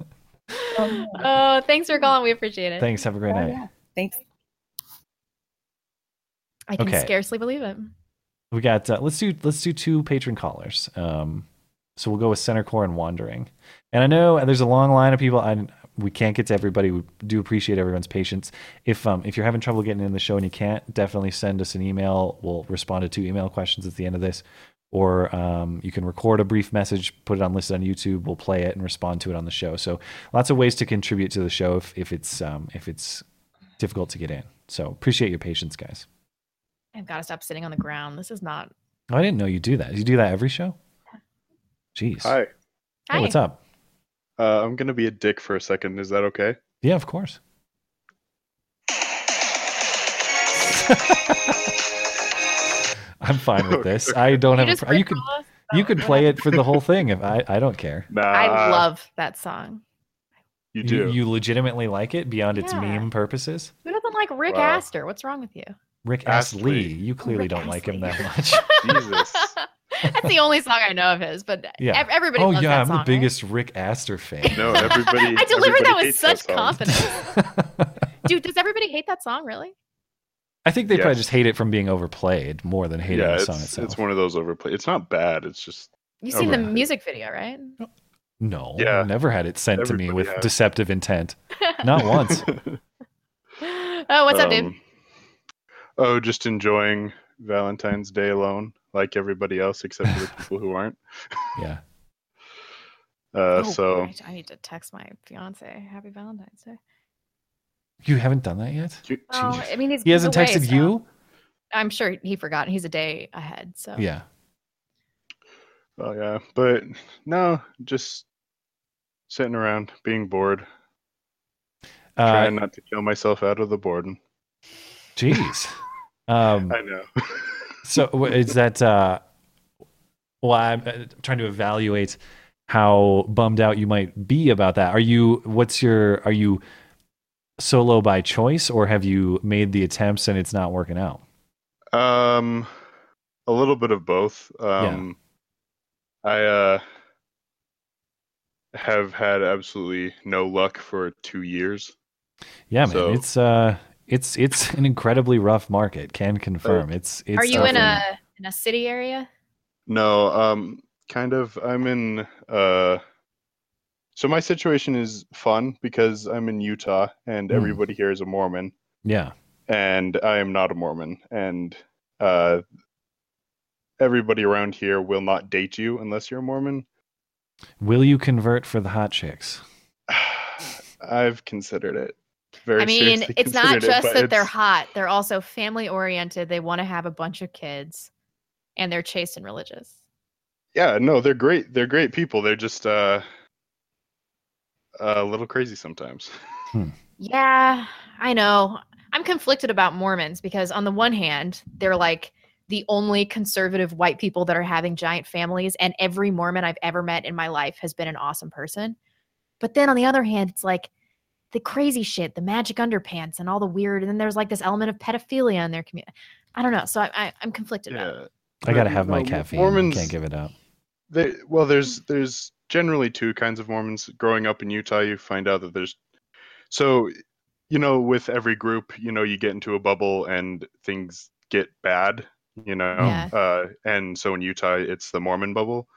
S5: Oh, thanks for calling. We appreciate it.
S4: Thanks. Have a great night.
S21: Thanks.
S5: I can
S4: Okay.
S5: scarcely believe it.
S4: We got uh, let's do let's do two patron callers. Um, so we'll go with center core and wandering. And I know there's a long line of people. I we can't get to everybody. We do appreciate everyone's patience. If um if you're having trouble getting in the show and you can't, definitely send us an email. We'll respond to two email questions at the end of this, or um you can record a brief message, put it on listed on YouTube. We'll play it and respond to it on the show. So lots of ways to contribute to the show if if it's um if it's difficult to get in. So appreciate your patience, guys.
S5: I've got to stop sitting on the ground. This is not.
S4: Oh, I didn't know you do that. You do that every show? Jeez.
S22: Hi.
S4: Hey, what's up?
S22: Uh, I'm gonna be a dick for a second. Is that okay?
S4: Yeah, of course. I'm fine with this. I don't
S5: You
S4: have
S5: just
S4: a pro- you could Uh, you could play it for the whole thing if I I don't care.
S5: I love that song.
S4: You
S22: do.
S4: You, legitimately like it beyond its
S5: Yeah.
S4: meme purposes?
S5: Who doesn't like Rick
S4: Wow.
S5: Astor? What's wrong with you?
S4: Rick Astley, you clearly don't like him that much.
S5: That's the only song I know of his, but
S4: Yeah.
S5: ev- everybody
S4: oh
S5: loves
S4: yeah,
S5: that
S4: I'm
S5: song.
S4: the biggest Rick Astor fan.
S22: No,
S5: I delivered that with such confidence. Dude, does everybody hate that song, really?
S4: I think they probably
S22: Yes.
S4: just hate it from being overplayed more than hating
S22: yeah,
S4: the
S22: it's,
S4: song itself.
S22: it's one of those overplay. It's not bad. It's just
S5: You've seen the music video, right?
S4: No, I've never had it sent to me
S22: Everybody
S4: with
S22: has.
S4: deceptive intent. Not once.
S5: Oh, what's up, dude?
S22: Um, Oh, just enjoying Valentine's Day alone, like everybody else, except for the people who aren't.
S4: yeah.
S22: Uh,
S5: Oh,
S22: so
S5: right, I need to text my fiance. Happy Valentine's Day.
S4: You haven't done that yet.
S5: Well,
S4: Jeez.
S5: I mean, he's-
S4: he hasn't
S5: he's away,
S4: texted
S5: so-
S4: you.
S5: I'm sure he forgot. He's a day ahead, so
S4: Yeah.
S22: Oh yeah, but no, just sitting around, being bored,
S4: Uh,
S22: trying not to kill myself out of the boredom.
S4: Jeez. Um,
S22: I know.
S4: so w- is that? Uh, well, I'm uh, trying to evaluate how bummed out you might be about that. Are you? What's your? Are you solo by choice, or have you made the attempts and it's not working out?
S22: Um, a little bit of both. Um, I uh have had absolutely no luck for two years.
S4: Yeah, man.
S22: So-
S4: It's uh, it's it's an incredibly rough market. Can confirm. it's it's. uh,
S5: Are you in
S4: definitely-
S5: a in a city area?
S22: No, um, kind of. I'm in uh, so my situation is fun because I'm in Utah and
S4: Hmm.
S22: everybody here is a Mormon.
S4: Yeah.
S22: and I am not a Mormon, and uh, everybody around here will not date you unless you're a Mormon.
S4: Will you convert for the hot chicks?
S22: I've considered it. Very
S5: I mean,
S22: seriously
S5: it's not
S22: considered it,
S5: just
S22: but
S5: that they're
S22: it's-
S5: hot; they're also family oriented. They want to have a bunch of kids, and they're chaste and religious.
S22: Yeah, no, they're great. They're great people. They're just uh, a little crazy sometimes.
S5: Yeah, I know. I'm conflicted about Mormons because, on the one hand, they're like the only conservative white people that are having giant families, and every Mormon I've ever met in my life has been an awesome person. But then on the other hand, it's like the crazy shit, the magic underpants, and all the weird. And then there's like this element of pedophilia in their community. I don't know. So I, I, I'm conflicted about it.
S4: I gotta have my
S22: No,
S4: caffeine.
S22: Mormons-
S4: Can't give it up.
S22: There, well, there's there's generally two kinds of Mormons. Growing up in Utah, you find out that there's so you know with every group, you know you get into a bubble and things get bad, you know.
S1: Yeah.
S22: Uh, and so in Utah, it's the Mormon bubble.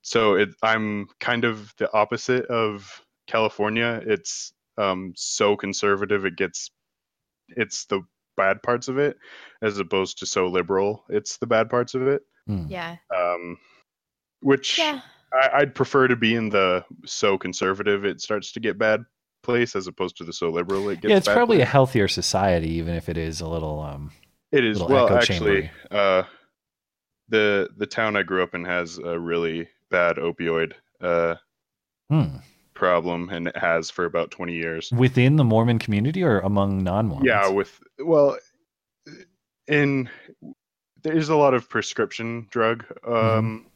S22: So it, I'm kind of the opposite of California. It's um, so conservative, it gets it's the bad parts of it, as opposed to so liberal, it's the bad parts of it
S4: mm.
S5: Yeah.
S22: um, which
S5: Yeah.
S22: I, I'd prefer to be in the so conservative it starts to get bad place as opposed to the so liberal it gets.
S4: Yeah, it's
S22: bad
S4: probably a
S22: place.
S4: healthier society, even if it is a little. Um,
S22: It is
S4: little
S22: well
S4: echo
S22: actually
S4: chambery.
S22: uh, the the town I grew up in has a really bad opioid uh,
S4: Hmm.
S22: problem and it has for about twenty years.
S4: within the Mormon community or among non-Mormons.
S22: Yeah, with well, in there's a lot of prescription drug um,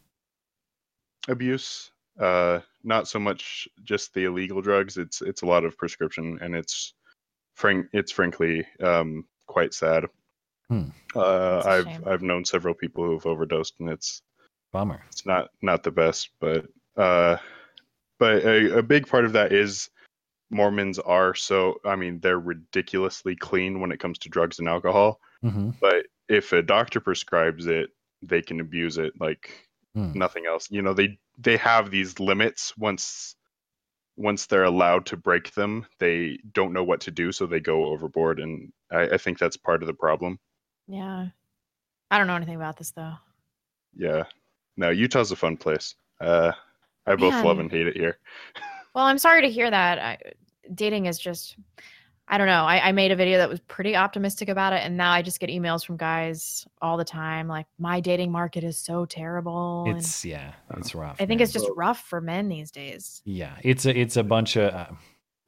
S4: Mm-hmm.
S22: abuse. Uh, not so much just the illegal drugs. It's it's a lot of prescription, and it's frank. It's frankly um, quite sad.
S4: Hmm.
S22: Uh, I've
S4: shame.
S22: I've known several people who've overdosed, and it's
S4: Bummer.
S22: it's not not the best, but uh, but a, a big part of that is Mormons are so. I mean, they're ridiculously clean when it comes to drugs and alcohol.
S4: Mm-hmm.
S22: But if a doctor prescribes it, they can abuse it like
S4: Hmm.
S22: nothing else. You know, they they have these limits once once they're allowed to break them, they don't know what to do, so they go overboard, and I, I think that's part of the problem.
S5: Yeah. I don't know anything about this though.
S22: Yeah. No, Utah's a fun place. Uh, I both love
S5: Man.
S22: and hate it here.
S5: Well, I'm sorry to hear that. I, dating is just, I don't know. I, I made a video that was pretty optimistic about it, and now I just get emails from guys all the time like, my dating market is so terrible. and
S4: It's yeah,
S22: Uh,
S4: it's rough.
S5: I think
S4: man.
S5: it's just rough for men these days.
S4: yeah, it's a it's a bunch of. Uh,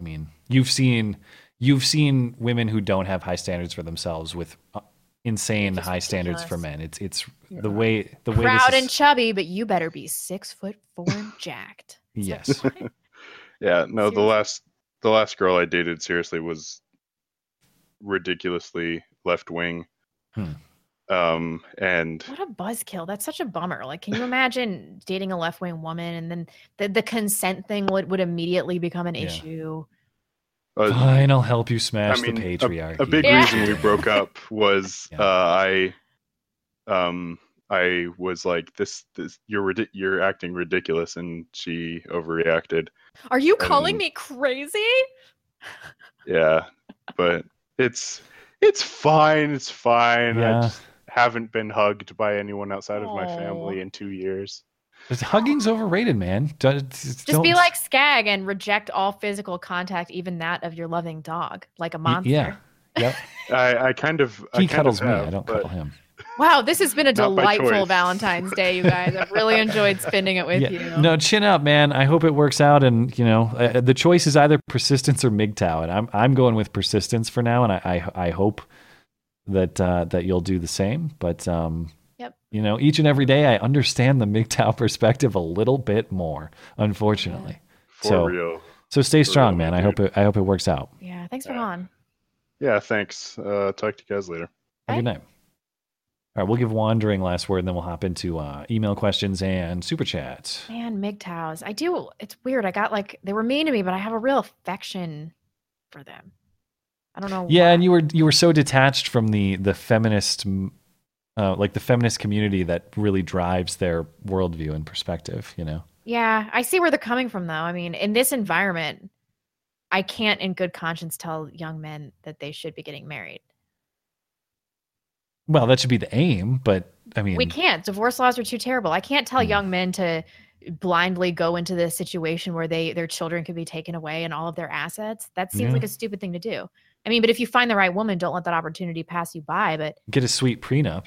S4: I mean, you've seen you've seen women who don't have high standards for themselves with uh, insane high standards for men. It's it's the way the way
S5: Proud
S4: this
S5: and
S4: is,
S5: chubby, but you better be six foot four and jacked.
S4: yes.
S22: yeah. No, the last the last girl I dated seriously was ridiculously left wing.
S4: Hmm.
S22: Um, and
S5: What a buzzkill. That's such a bummer. Like, can you imagine dating a left wing woman and then the, the consent thing would, would immediately become an issue?
S4: Fine, I'll help you
S22: uh, I
S4: smash
S22: mean,
S4: the
S22: a-
S4: patriarchy.
S22: A, big
S5: Yeah.
S22: reason we broke up was uh, I, um, I was like, this, this, you're ridic- you're acting ridiculous, and she overreacted.
S5: Are you
S22: And-
S4: Oh.
S5: calling me crazy?
S22: Yeah, but it's it's fine. It's fine.
S4: Yeah.
S22: I just haven't been hugged by anyone outside of my
S5: Aw.
S22: family in two years.
S4: Just Hugging's overrated, man. Don't, just
S5: Just
S4: don't-
S5: be like Skag and reject all physical contact, even that of your loving dog, like a
S4: Y-
S5: monster.
S4: yeah, yep.
S22: I, I kind of
S4: he
S22: I kind
S4: cuddles
S22: of
S4: me.
S22: have,
S4: I don't
S22: but-
S4: cuddle him.
S5: Wow, this has been a
S22: Not by
S5: delightful
S22: choice.
S5: Valentine's Day, you guys. I've really enjoyed spending it with you.
S4: No, chin up, man. I hope it works out. And you know, uh, the choice is either persistence or MGTOW, and I'm I'm going with persistence for now. And I I, I hope that uh, that you'll do the same. But um,
S5: Yep.
S4: you know, each and every day, I understand the MGTOW perspective a little bit more, unfortunately.
S22: For
S4: so
S22: real.
S4: so stay strong, man. I hope it I hope it works out.
S5: Yeah, thanks for calling.
S22: Yeah, thanks. Uh, talk to you guys later.
S4: Have a good night. All right, we'll give wandering last word, and then we'll hop into uh, email questions and super chat.
S5: Man, MGTOWs. I do. It's weird. I got like, they were mean to me, but I have a real affection for them. I don't know.
S4: Yeah, and you were you were so detached from the the feminist, mm, uh, like the feminist community that really drives their worldview and perspective. You know.
S5: Yeah, I see where they're coming from, though. I mean, in this environment, I can't, in good conscience, tell young men that they should be getting married.
S4: Well, that should be the aim, but I mean, Mm.
S5: we can't. Divorce laws are too terrible. I can't tell young men to blindly go into this situation where they their children could be taken away and all of their assets. That seems
S4: Yeah.
S5: like a stupid thing to do. I mean, but if you find the right woman, don't let that opportunity pass you by. But
S4: get a sweet prenup.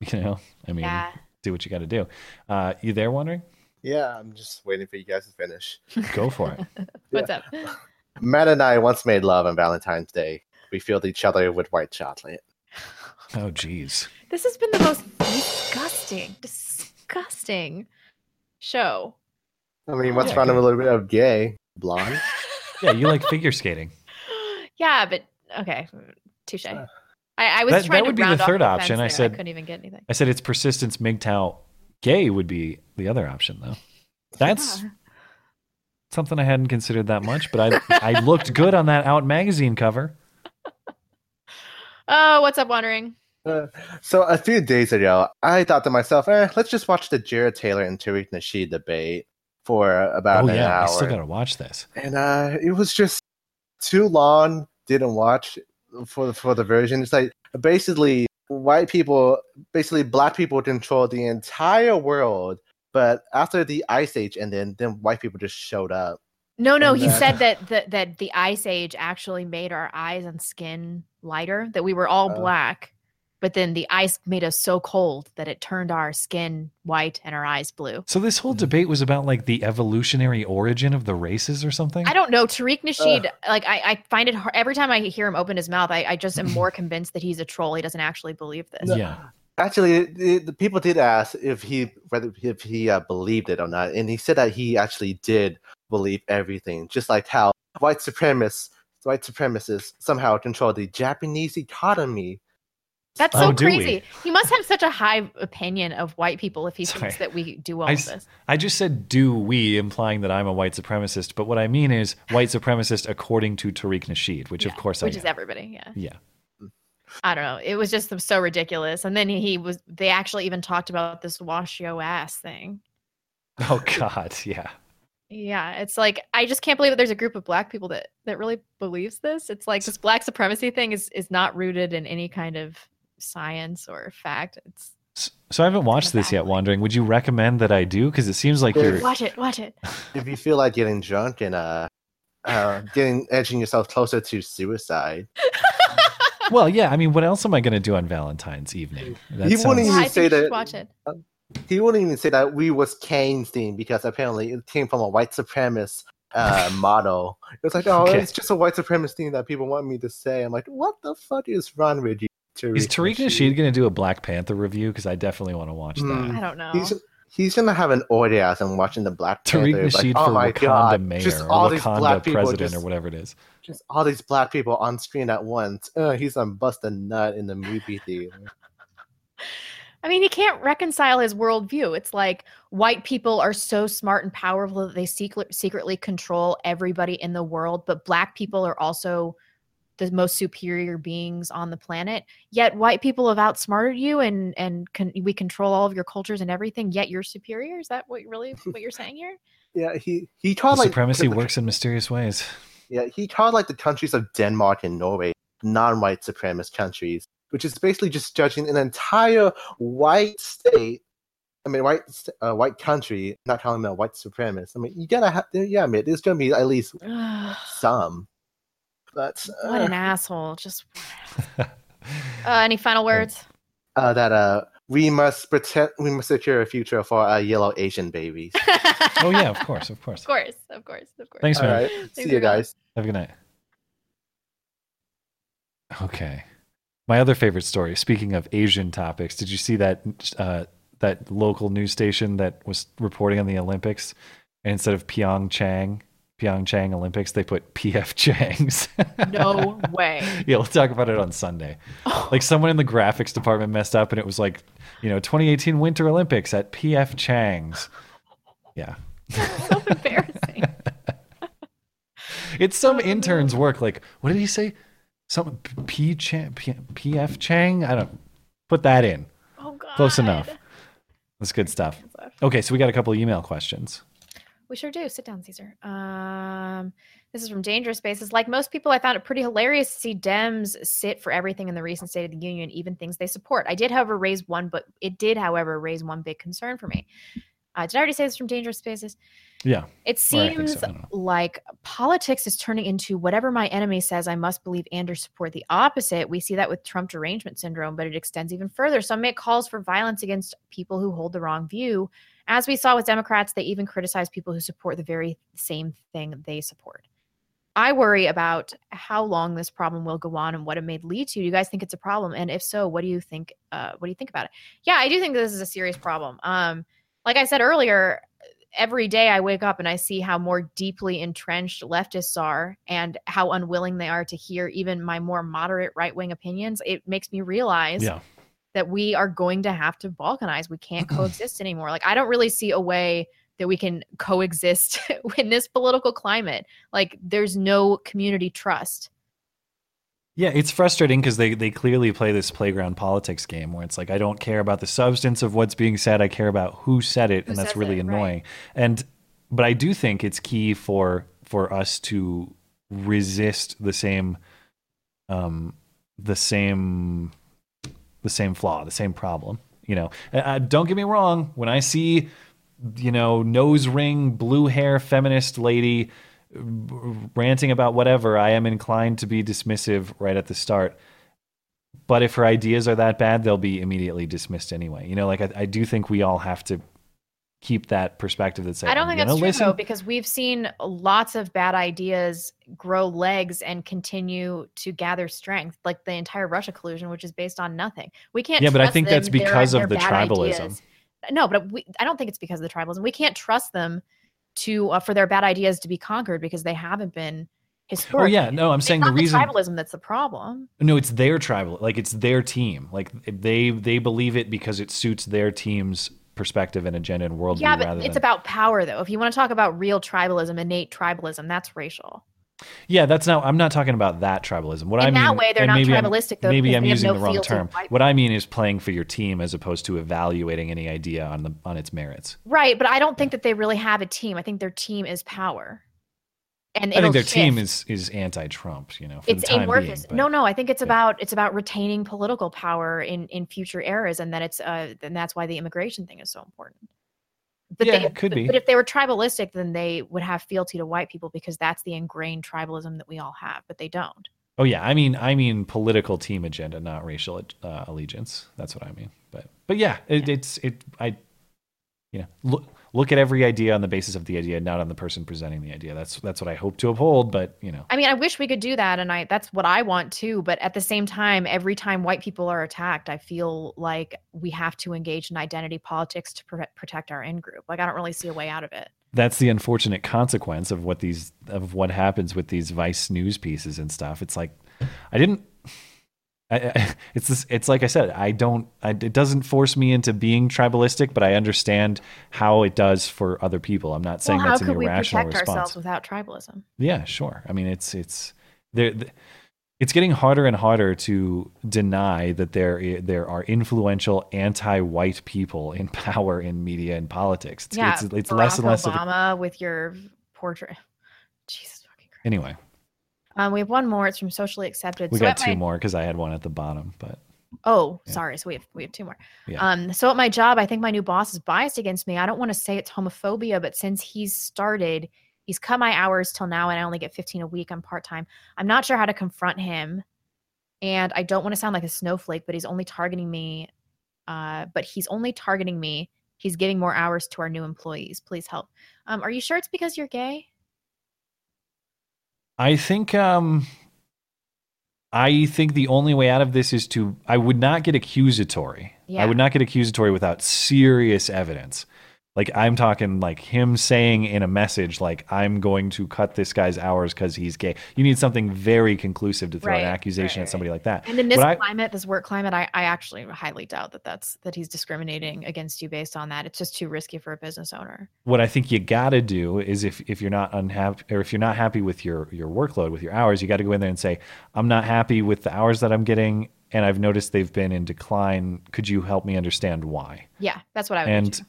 S4: You know, I mean,
S5: Yeah.
S4: do what you got to do. Uh, you there, wondering?
S1: Yeah, I'm just waiting for you guys to finish.
S4: Go for it.
S5: what's up?
S1: Matt and I once made love on Valentine's Day. We filled each other with white chocolate.
S4: Oh, jeez.
S5: This has been the most disgusting, disgusting show.
S1: I mean, what's
S4: Yeah,
S1: wrong with
S4: good.
S1: a little bit of gay? Blonde?
S4: yeah, you like figure skating.
S5: Yeah, but okay, touche. I, I was
S4: Uh, that,
S5: trying
S4: that would
S5: to
S4: be the
S5: round off
S4: third
S5: the fence
S4: option. I
S5: there.
S4: said
S5: I couldn't even get anything.
S4: I said it's persistence. MGTOW gay would be the other option though. That's something I hadn't considered that much, but I I looked good on that Out magazine cover.
S5: Oh, what's up, wandering?
S1: Uh, so a few days ago, I thought to myself, eh, let's just watch the Jared Taylor and Tariq Nasheed debate for about
S4: oh
S1: an
S4: yeah,
S1: hour.
S4: I still gotta watch this.
S1: and uh, it was just too long. Didn't watch for for the version. It's like basically white people, basically black people control the entire world. But after the ice age, and then then white people just showed up.
S5: No, no,
S1: And
S5: he
S1: that-
S5: said that the, that the ice age actually made our eyes and skin lighter, that we were all
S1: Oh.
S5: black, but then the ice made us so cold that it turned our skin white and our eyes blue.
S4: So this whole debate was about like the evolutionary origin of the races or something.
S5: I don't know. Tariq Nasheed, like, I, I find it hard. Every time I hear him open his mouth, I, I just am more convinced that he's a troll. He doesn't actually believe this.
S1: Actually, the, the people did ask if he whether if he uh, believed it or not, and he said that he actually did believe everything, just like how white supremacists white supremacists somehow control the Japanese economy.
S5: That's
S1: Oh,
S5: so
S1: do we?
S5: crazy. He must have such a high opinion of white people if he thinks that we do all
S4: I,
S5: of
S4: s-
S5: this.
S4: I just said do we, implying that I'm a white supremacist. But what I mean is white supremacist according to Tariq Nasheed, which of course
S5: Which
S4: I
S5: is everybody, yeah.
S4: am. Yeah.
S5: I don't know. It was just so ridiculous. And then he was, they actually even talked about this wash yo ass thing.
S4: Oh God. Yeah.
S5: Yeah. It's like, I just can't believe that there's a group of black people that, that really believes this. It's like this black supremacy thing is, is not rooted in any kind of science or fact. It's
S4: So I haven't watched this yet. Wandering, would you recommend that I do? Because it seems like you're.
S5: watch it, watch it.
S1: If you feel like getting drunk and uh, uh getting edging yourself closer to suicide,
S4: Well, yeah. I mean, what else am I going to do on Valentine's evening? That
S1: he wouldn't
S4: sounds-
S1: even say that. uh,
S5: Watch it.
S1: He wouldn't even say that we was Kane's theme because apparently it came from a white supremacist uh, motto. It's like, oh,
S4: Okay.
S1: it's just a white supremacist thing that people want me to say. I'm like, what the fuck is wrong with you?
S4: Is Tariq Nasheed going to do a Black Panther review? Because I definitely want to watch that.
S1: Hmm.
S5: I don't know.
S1: He's he's gonna have an orgasm watching the Black
S4: Tariq
S1: Panther. It's
S4: Nasheed
S1: like, oh
S4: for
S1: my
S4: Wakanda
S1: god,
S4: mayor
S1: just
S4: or
S1: all these
S4: Wakanda
S1: black people,
S4: president
S1: just,
S4: or whatever it is.
S1: just all these black people on screen at once. Uh, he's gonna bust a nut in the movie theater.
S5: I mean, he can't reconcile his worldview. It's like white people are so smart and powerful that they secret, secretly control everybody in the world, but black people are also the most superior beings on the planet. Yet white people have outsmarted you, and and con- we control all of your cultures and everything. Yet you're superior. Is that what really what you're saying here?
S1: Yeah, he he
S4: The
S1: called like
S4: supremacy
S1: the-
S4: works in mysterious ways.
S1: Yeah, he called like the countries of Denmark and Norway non-white supremacist countries, which is basically just judging an entire white state. I mean, white s- uh, white country, not calling them a white supremacist. I mean, you gotta have yeah, I mean, there's gonna be at least some. But uh,
S5: What an asshole! Just uh, any final words?
S1: uh, that uh, we must protect, we must secure a future for our yellow Asian babies.
S4: oh yeah, of course, of course.
S5: Of course, of course, of course.
S4: Thanks,
S1: All
S4: man.
S1: right,
S5: Thanks,
S1: see you
S5: everyone.
S1: guys.
S4: Have a good night. Okay. My other favorite story. Speaking of Asian topics, did you see that uh, that local news station that was reporting on the Olympics? And instead of Pyeongchang, Pyeongchang Olympics, they put PF Chang's.
S5: No way. Oh.
S4: yeah, we'll talk about it on Sunday. Like someone in the graphics department messed up, and it was like, you know, 2018 Winter Olympics at PF Chang's. Yeah, It's
S5: Oh,
S4: some intern's work. Like, what did he say? Some P. Chang, P. F. Chang. I don't put that in.
S5: Oh God.
S4: Close enough. That's good stuff. Okay, so we got a couple email questions.
S5: We sure do. Sit down, Caesar. Um, this is from Dangerous Spaces. Like most people, I found it pretty hilarious to see Dems sit for everything in the recent State of the Union, even things they support. I did, however, raise one, but it did, however, raise one big concern for me. Uh, did I already say this from Dangerous Spaces?
S4: Yeah. Or
S5: It
S4: I think
S5: seems
S4: so, I don't know.
S5: like politics is turning into whatever my enemy says, I must believe and or support the opposite. We see that with Trump derangement syndrome, but it extends even further. Some make calls for violence against people who hold the wrong view. As we saw with Democrats, they even criticize people who support the very same thing they support. I worry about how long this problem will go on and what it may lead to. Do you guys think it's a problem? And if so, what do you think? Uh, what do you think about it? Yeah, I do think this is a serious problem. Um, like I said earlier, every day I wake up and I see how more deeply entrenched leftists are and how unwilling they are to hear even my more moderate right wing opinions. It makes me realize
S2: Yeah.
S5: that we are going to have to balkanize. We can't coexist anymore. Like, I don't really see a way that we can coexist in this political climate. Like, there's no community trust.
S4: Yeah, it's frustrating because they, they clearly play this playground politics game where it's like, I don't care about the substance of what's being said. I care about who said it.
S5: Who
S4: and that's
S5: says
S4: really
S5: it, right.
S4: annoying. And, but I do think it's key for, for us to resist the same, um, the same, the same flaw, the same problem, you know, And, uh, don't get me wrong. When I see, you know, nose ring, blue hair, feminist lady, uh, ranting about whatever, I am inclined to be dismissive right at the start. But if her ideas are that bad, they'll be immediately dismissed anyway. You know, like I, I do think we all have to keep that perspective that says,
S5: I don't
S4: "I'm
S5: think
S4: gonna
S5: that's true
S4: listen.
S5: though, because we've seen lots of bad ideas grow legs and continue to gather strength, like the entire Russia collusion, which is based on nothing. We can't.
S4: Yeah, but I
S5: trust
S4: think that's
S5: them, their-
S4: because of
S5: their
S4: the
S5: bad
S4: tribalism.
S5: ideas. No, but we, I don't think it's because of the tribalism. We can't trust them to uh, for their bad ideas to be conquered because they haven't been historically.
S4: Oh, yeah, no, I'm
S5: It's
S4: saying the
S5: not
S4: reason-
S5: tribalism that's the problem.
S4: No, it's their tribal, like it's their team. Like they they believe it because it suits their team's perspective and agenda and worldview.
S5: Yeah, but
S4: rather
S5: it's
S4: than,
S5: about power though. If you want to talk about real tribalism, innate tribalism, that's racial.
S4: Yeah, that's not. I'm not talking about that tribalism. What I
S5: In
S4: mean,
S5: that way, they're
S4: and
S5: not
S4: maybe I'm-
S5: tribalistic, though,
S4: Maybe
S5: because
S4: I'm
S5: they have
S4: using
S5: no
S4: the wrong
S5: fealty to
S4: term.
S5: white
S4: What I mean is playing for your team as opposed to evaluating any idea on the on its merits.
S5: Right, but I don't think that they really have a team. I think their team is power. And
S4: I think
S5: it'll
S4: their team
S5: shift.
S4: is is anti-Trump. You know, for the
S5: it's
S4: time being.
S5: amorphous.
S4: but-
S5: no, no, I think it's about it's about retaining political power in in future eras, and that it's uh, and that's why the immigration thing is so important. But
S4: Yeah,
S5: they,
S4: it could
S5: but-
S4: be.
S5: But if they were tribalistic, then they would have fealty to white people because that's the ingrained tribalism that we all have. But they don't.
S4: Oh yeah, I mean, I mean political team agenda, not racial uh, allegiance. That's what I mean. But but yeah, it, it's it. I you know look look at every idea on the basis of the idea, not on the person presenting the idea. That's that's what I hope to uphold. But you know,
S5: I mean, I wish we could do that, and I that's what I want too. But at the same time, every time white people are attacked, I feel like we have to engage in identity politics to pr- protect our in group. Like I don't really see a way out of it.
S4: that's the unfortunate consequence of what these of what happens with these Vice news pieces and stuff. It's like I didn't. I, I, it's this, it's like I said. I don't. I, it doesn't force me into being tribalistic, but I understand how it does for other people. I'm not saying
S5: well, how
S4: that's an
S5: could we
S4: irrational
S5: protect
S4: response.
S5: ourselves without tribalism?
S4: Yeah, sure. I mean, it's it's there. th- It's getting harder and harder to deny that there i- there are influential anti-white people in power in media and politics. It's
S5: yeah,
S4: it's, it's less and
S5: Barack
S4: less. Of a,
S5: Obama with your portrait. Jesus.
S4: anyway,
S5: Um, we have one more. It's from socially accepted.
S4: we
S5: So
S4: got
S5: at
S4: two
S5: my-
S4: more because I had one at the bottom, but
S5: Oh, sorry. So we have we have two more.
S4: Yeah.
S5: Um, so at my job, I think my new boss is biased against me. I don't want to say it's homophobia, but since he's started, he's cut my hours till now, and I only get 15 a week. I'm part time. I'm not sure how to confront him, and I don't want to sound like a snowflake, but he's only targeting me. Uh, but he's only targeting me. He's giving more hours to our new employees. Please help. Um, are you sure it's because you're gay?
S4: I think um I think the only way out of this is to I would not get accusatory.
S5: Yeah.
S4: I would not get accusatory without serious evidence. Like I'm talking like him saying in a message like I'm going to cut this guy's hours cuz he's gay. You need something very conclusive to throw
S5: Right,
S4: an accusation at somebody like that.
S5: And in this
S4: What I-
S5: climate, this work climate, I, I actually highly doubt that that's that he's discriminating against you based on that. It's just too risky for a business owner.
S4: what I think you gotta do is if if you're not unhappy or if you're not happy with your your workload with your hours, you got to go in there and say, I'm not happy with the hours that I'm getting, and I've noticed they've been in decline. Could you help me understand why?
S5: Yeah, that's what I would. do.
S4: And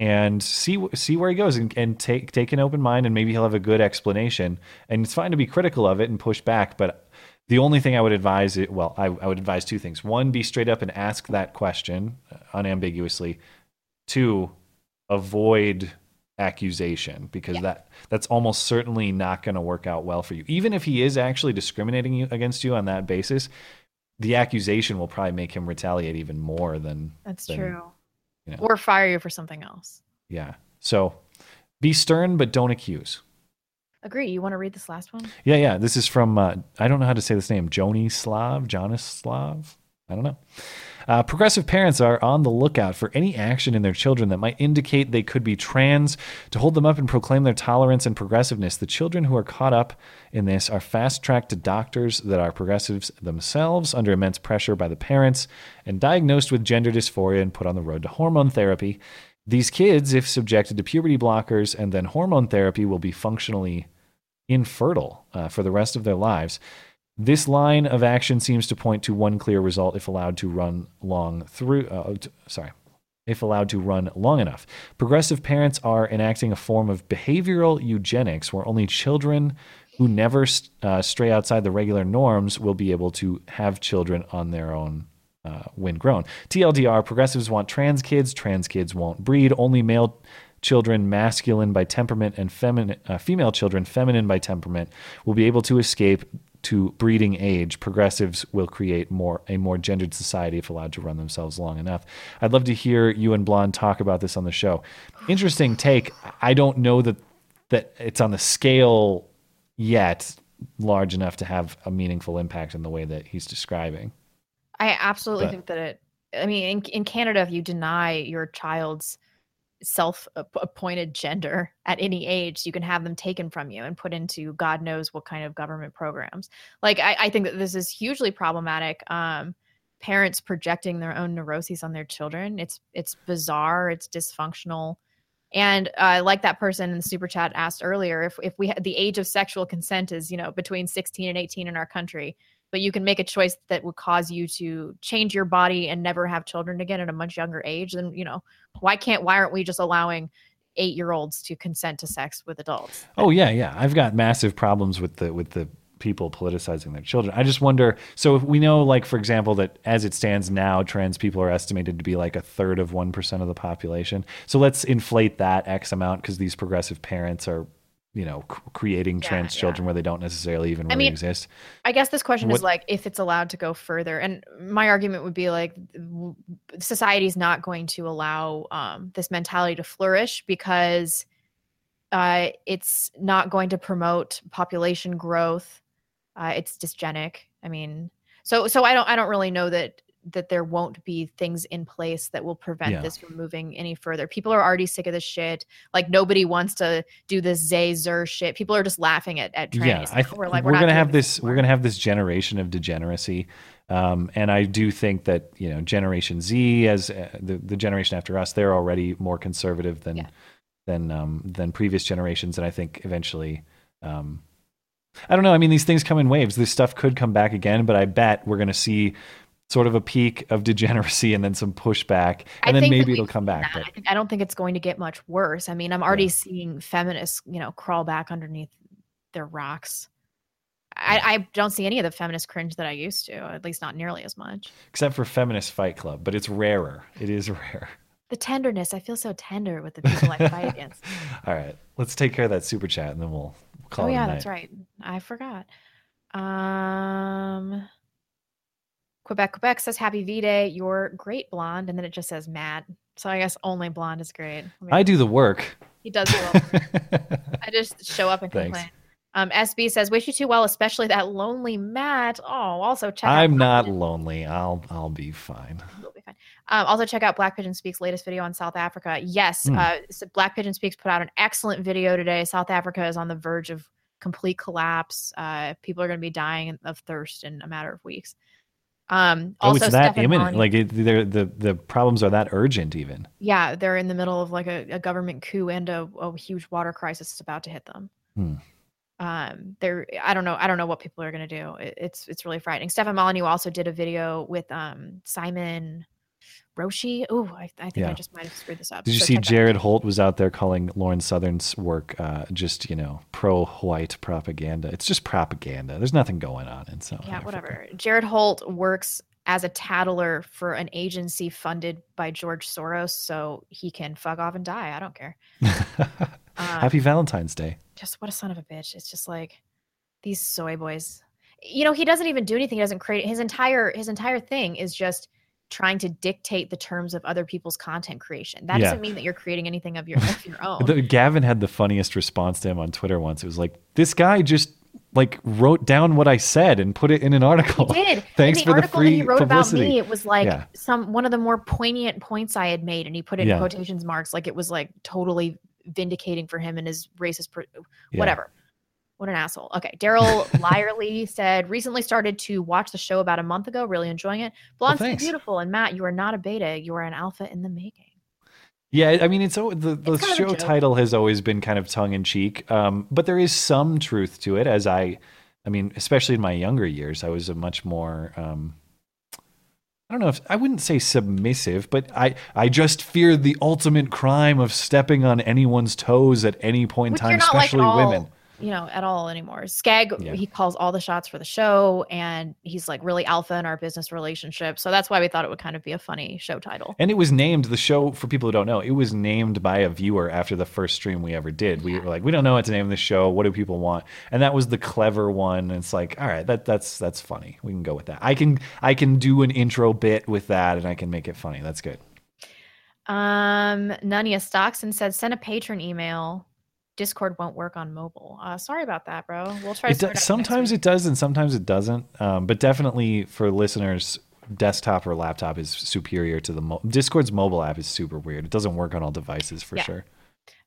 S4: and see wh- see where he goes and, and take take an open mind and maybe he'll have a good explanation. And it's fine to be critical of it and push back, but the only thing I would advise it well, I, I would advise two things. One, be straight up and ask that question uh, unambiguously. Two, avoid accusation because that that's almost certainly not going to work out well for you. Even if he is actually discriminating you, against you on that basis, the accusation will probably make him retaliate even more than
S5: that's
S4: than-
S5: true.
S4: you know.
S5: Or fire you for something else.
S4: Yeah. So be stern but don't accuse.
S5: Agree. You want to read this last one?
S4: Yeah, yeah. This is from uh, I don't know how to say this name. Joni Slav, Jonas Slav. I don't know. Uh, progressive parents are on the lookout for any action in their children that might indicate they could be trans. To hold them up and proclaim their tolerance and progressiveness, the children who are caught up in this are fast tracked to doctors that are progressives themselves under immense pressure by the parents and diagnosed with gender dysphoria and put on the road to hormone therapy. These kids, if subjected to puberty blockers and then hormone therapy, will be functionally infertile uh, for the rest of their lives. This line of action seems to point to one clear result if allowed to run long through. Uh, t- sorry. If allowed to run long enough, progressive parents are enacting a form of behavioral eugenics where only children who never st- uh, stray outside the regular norms will be able to have children on their own uh, when grown. TLDR progressives want trans kids, trans kids won't breed, only male children masculine by temperament and feminine uh, female children feminine by temperament will be able to escape to breeding age progressives will create more a more gendered society if allowed to run themselves long enough i'd love to hear you and blonde talk about this on the show interesting take i don't know that that it's on the scale yet large enough to have a meaningful impact in the way that he's describing
S5: I absolutely
S4: But-
S5: think that it. I mean, in, in Canada, if you deny your child's self-appointed gender at any age, you can have them taken from you and put into God knows what kind of government programs. Like, I, I think that this is hugely problematic. Um, parents projecting their own neuroses on their children. It's it's bizarre. It's dysfunctional. And uh, like that person in the super chat asked earlier, if if we had the age of sexual consent is you know between 16 and 18 in our country, but you can make a choice that would cause you to change your body and never have children again at a much younger age, then you know why can't why aren't we just allowing eight year olds to consent to sex with adults?
S4: Oh yeah, yeah. I've got massive problems with the with the people politicizing their children. I just wonder. So if we know, like for example, that as it stands now, trans people are estimated to be like a third of one percent of the population. So let's inflate that x amount because these progressive parents are you know, c- creating trans children where they don't necessarily even
S5: I
S4: really
S5: mean,
S4: exist.
S5: I guess this question is
S4: What-
S5: like if it's allowed to go further, and my argument would be like w- society's not going to allow um, this mentality to flourish because uh, it's not going to promote population growth. Uh, it's dysgenic. I mean, so so I don't I don't really know that that there won't be things in place that will prevent
S4: Yeah.
S5: this from moving any further. People are already sick of this shit. Like nobody wants to do this zay zer shit. People are just laughing at at trannies.
S4: yeah, I
S5: now.
S4: th-
S5: We're
S4: we're,
S5: like, not
S4: gonna
S5: doing
S4: have this. We're gonna have this generation of degeneracy, um, and I do think that you know, Generation Z, as uh, the the generation after us, they're already more conservative than than um, than previous generations, and I think eventually, um, I don't know. I mean, these things come in waves. This stuff could come back again, but I bet we're gonna see sort of a peak of degeneracy and then some pushback,
S5: I
S4: and then
S5: think that
S4: maybe
S5: we've
S4: it'll come back. But
S5: I don't think it's going to get much worse. I mean, I'm already seeing feminists, you know, crawl back underneath their rocks. I, I don't see any of the feminist cringe that I used to, at least not nearly as much.
S4: except for feminist Fight Club, but it's rarer. It is rare.
S5: The tenderness, I feel so tender with the people I fight against.
S4: All right, let's take care of that super chat, and then we'll we'll call
S5: oh
S4: it
S5: yeah,
S4: a night.
S5: that's right. I forgot. Um Quebec Quebec says happy V Day, you're great blonde, and then it just says Matt. So I guess only blonde is great. mean,
S4: I do the work.
S5: He does well. I just show up and
S4: Thanks.
S5: complain. Um, SB says, "Wish you too well, especially that lonely Matt." Oh, also check. out
S4: I'm not lonely. I'll I'll be fine.
S5: Um, also check out Black Pigeon Speaks' latest video on South Africa. Yes,
S4: Hmm.
S5: uh, so Black Pigeon Speaks put out an excellent video today. South Africa is on the verge of complete collapse. Uh, people are going to be dying of thirst in a matter of weeks. Um,
S4: Oh,
S5: also,
S4: it's that
S5: Stefan
S4: imminent.
S5: Molyneux-
S4: Like it, they're- the the problems are that urgent. Even
S5: yeah, they're in the middle of like a, a government coup and a, a huge water crisis is about to hit them.
S4: Hmm.
S5: um there i don't know i don't know what people are going to do it, it's it's really frightening stefan molyneux also did a video with um simon roshi oh I, I think i
S4: Yeah.
S5: just might have screwed this up
S4: did you
S5: So
S4: see
S5: check that-
S4: Jared Holt was out there calling Lauren Southern's work uh, just you know pro white propaganda? It's just propaganda. There's nothing going on in South
S5: yeah
S4: Africa.
S5: whatever jared holt works as a tattler for an agency funded by george soros so he can fuck off and die i don't care Um,
S4: Happy Valentine's Day.
S5: just what a son of a bitch. It's just like these soy boys. You know, he doesn't even do anything. He doesn't create his entire his entire thing is just trying to dictate the terms of other people's content creation. That
S4: Yeah.
S5: doesn't mean that you're creating anything of your of your own.
S4: The- Gavin had the funniest response to him on Twitter once. It was like, "This guy just like wrote down what I said and put it in an article."
S5: He did.
S4: Thanks
S5: in the
S4: for the
S5: article
S4: free
S5: that he wrote
S4: publicity.
S5: about me, it was like
S4: Yeah.
S5: some one of the more poignant points I had made, and he put it
S4: Yeah.
S5: in quotations marks, like it was like totally vindicating for him and his racist, per-
S4: Yeah.
S5: whatever. What an asshole. Okay, Daryl Lyerly said recently started to watch the show about a month ago, really enjoying it. Blonde's so
S4: thanks.
S5: beautiful, and Matt, you are not a beta, you are an alpha in the making.
S4: Yeah, I mean, it's al- the the
S5: kind of a
S4: show
S5: joke.
S4: title has always been kind of tongue in cheek, um, but there is some truth to it. As I, I mean, especially in my younger years, I was a much more. Um, I don't know if I wouldn't say submissive, but I, I just fear the ultimate crime of stepping on anyone's toes at any point
S5: Which
S4: in time,
S5: you're not like
S4: especially
S5: at all,
S4: women.
S5: You know, at all anymore. Skag,
S4: Yeah.
S5: he calls all the shots for the show, and he's like really alpha in our business relationship. So that's why we thought it would kind of be a funny show title.
S4: And it was named the show for people who don't know. It was named by a viewer after the first stream we ever did. We were like, we don't know what to name the show. What do people want? And that was the clever one. And it's like, all right, that that's that's funny. We can go with that. I can I can do an intro bit with that, and I can make it funny. That's good.
S5: Um, Nunia Stockson said, send a patron email. Discord won't work on mobile. Uh, sorry about that, bro. We'll try
S4: It
S5: to. sort it
S4: does,
S5: out.
S4: sometimes it does, and sometimes it doesn't. Um, but definitely for listeners, desktop or laptop is superior to the mo- Discord's mobile app is super weird. It doesn't work on all devices for
S5: Yeah.
S4: sure.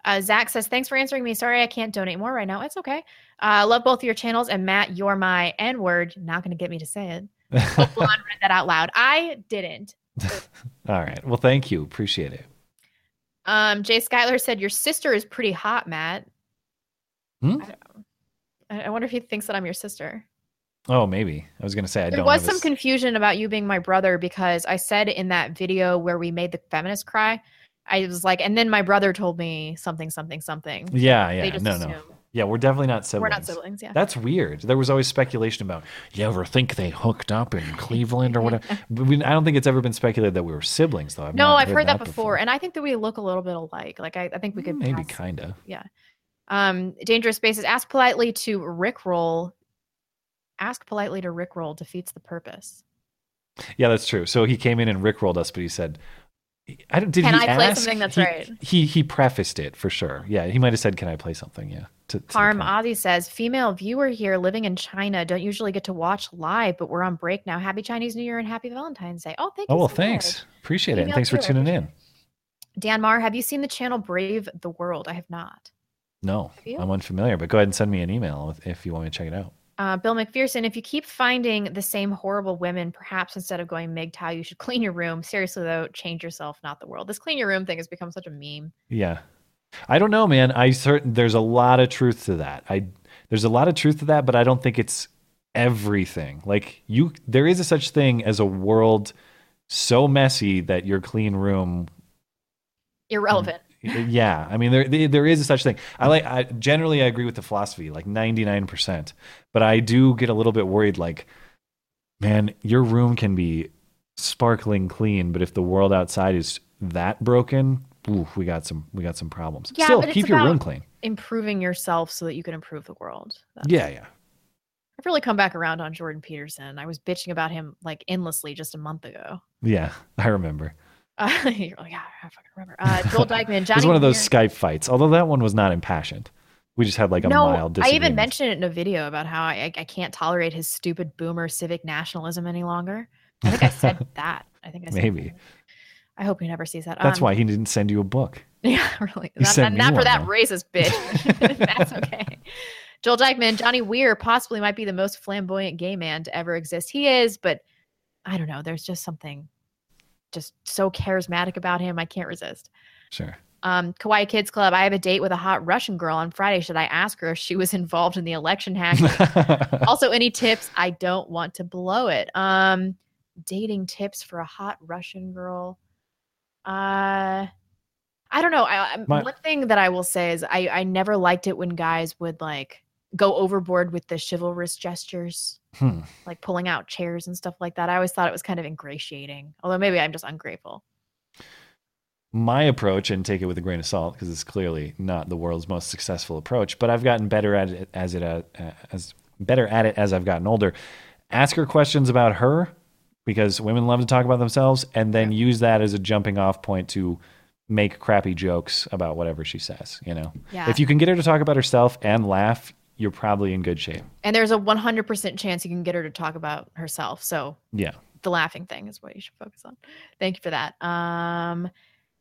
S5: Uh, Zach says, thanks for answering me. Sorry, I can't donate more right now. It's okay. Uh, love both of your channels. And Matt, you're my N word. Not going to get me to say it. Hope Blonde read that out loud. I didn't.
S4: All right. Well, thank you. Appreciate it.
S5: Um, Jay Skyler said, your sister is pretty hot, Matt.
S4: Hmm?
S5: I, I wonder if he thinks that I'm your sister.
S4: Oh, maybe. I was gonna say I
S5: there
S4: don't.
S5: was
S4: have a
S5: some
S4: s-
S5: confusion about you being my brother because I said in that video where we made the feminist cry, I was like, and then my brother told me something, something, something.
S4: Yeah,
S5: They
S4: yeah,
S5: just
S4: no,
S5: assume.
S4: no, yeah. We're definitely not siblings.
S5: We're not siblings, yeah.
S4: That's weird. There was always speculation about you ever think they hooked up in Cleveland or whatever. but we, I don't think it's ever been speculated that we were siblings, though. I've
S5: No,
S4: not
S5: I've heard that before,
S4: before.
S5: and I think that we look a little bit alike. Like I, I think we could
S4: Maybe
S5: pass-
S4: kinda.
S5: Yeah. Um, dangerous spaces. Ask politely to rickroll. Ask politely to rickroll defeats the purpose.
S4: Yeah, that's true. So he came in and rickrolled us, but he said, "I don't." Did
S5: Can
S4: he
S5: I play
S4: ask?
S5: something that's
S4: He-
S5: right?
S4: He he prefaced it for sure. Yeah, he might have said, "Can I play something?" Yeah. To, to-
S5: Parm Ozzy says, female viewer here living in China. Don't usually get to watch live, but we're on break now. Happy Chinese New Year and happy Valentine's Day. Oh, thank you.
S4: oh well,
S5: so
S4: thanks.
S5: much.
S4: Appreciate it. And
S5: Email
S4: thanks for
S5: too, I
S4: tuning in.
S5: Dan Marr, have you seen the channel Brave the World? I have not.
S4: No,
S5: Have you?
S4: I'm unfamiliar, but go ahead and send me an email with- if you want me to check it out.
S5: Uh, Bill McPherson, if you keep finding the same horrible women, perhaps instead of going MGTOW, you should clean your room. Seriously, though, change yourself, not the world. This clean your room thing has become such a meme.
S4: Yeah. I don't know, man. I certain there's a lot of truth to that. I there's a lot of truth to that, but I don't think it's everything. Like you there is a such thing as a world so messy that your clean room
S5: Irrelevant.
S4: yeah i mean there there- there is a such thing i like i generally i agree with the philosophy like 99% but i do get a little bit worried like man your room can be sparkling clean but if the world outside is that broken ooh, we got some we got some problems
S5: Yeah,
S4: still
S5: but it's
S4: keep your room
S5: about
S4: clean
S5: Improving yourself so that you can improve the world.
S4: yeah yeah
S5: I've really come back around on Jordan Peterson. I was bitching about him like endlessly just a month ago.
S4: yeah i remember
S5: Uh, you're like, yeah, I fucking remember. Uh, Joel Dykeman,
S4: it
S5: Johnny.
S4: was one of those
S5: Muir-
S4: skype fights although that one was not impassioned we just had like a
S5: no,
S4: mild
S5: I even
S4: disagreement.
S5: mentioned it in a video about how I, I can't tolerate his stupid boomer civic nationalism any longer. I think I said that. I think I said
S4: maybe
S5: I hope he never sees that.
S4: that's
S5: Um,
S4: why he didn't send you a book
S5: Yeah, really.
S4: He
S5: Not,
S4: sent me
S5: not, not for
S4: one,
S5: that
S4: though.
S5: racist bitch. That's okay. Joel Dykeman, Johnny Weir possibly might be the most flamboyant gay man to ever exist. He is, but I don't know. There's just something just so charismatic about him. I can't resist.
S4: sure
S5: Um, Kawaii Kids Club, I have a date with a hot Russian girl on Friday. Should I ask her if she was involved in the election hack? also, any tips? I don't want to blow it. Um, dating tips for a hot Russian girl. Uh, I don't know. I, I-
S4: My-
S5: one thing that I will say is I, I never liked it when guys would like go overboard with the chivalrous gestures,
S4: Hmm.
S5: like pulling out chairs and stuff like that. I always thought it was kind of ingratiating, although maybe I'm just ungrateful.
S4: my approach and take it with a grain of salt because it's clearly not the world's most successful approach but i've gotten better at it as it uh, as better at it as i've gotten older ask her questions about her because women love to talk about themselves and then use that as a jumping off point to make crappy jokes about whatever she says you know
S5: Yeah.
S4: if you can get her to talk about herself and laugh you're probably in good shape
S5: And there's a 100% chance you can get her to talk about herself. So
S4: yeah
S5: the laughing thing is what you should focus on. Thank you for that. Um,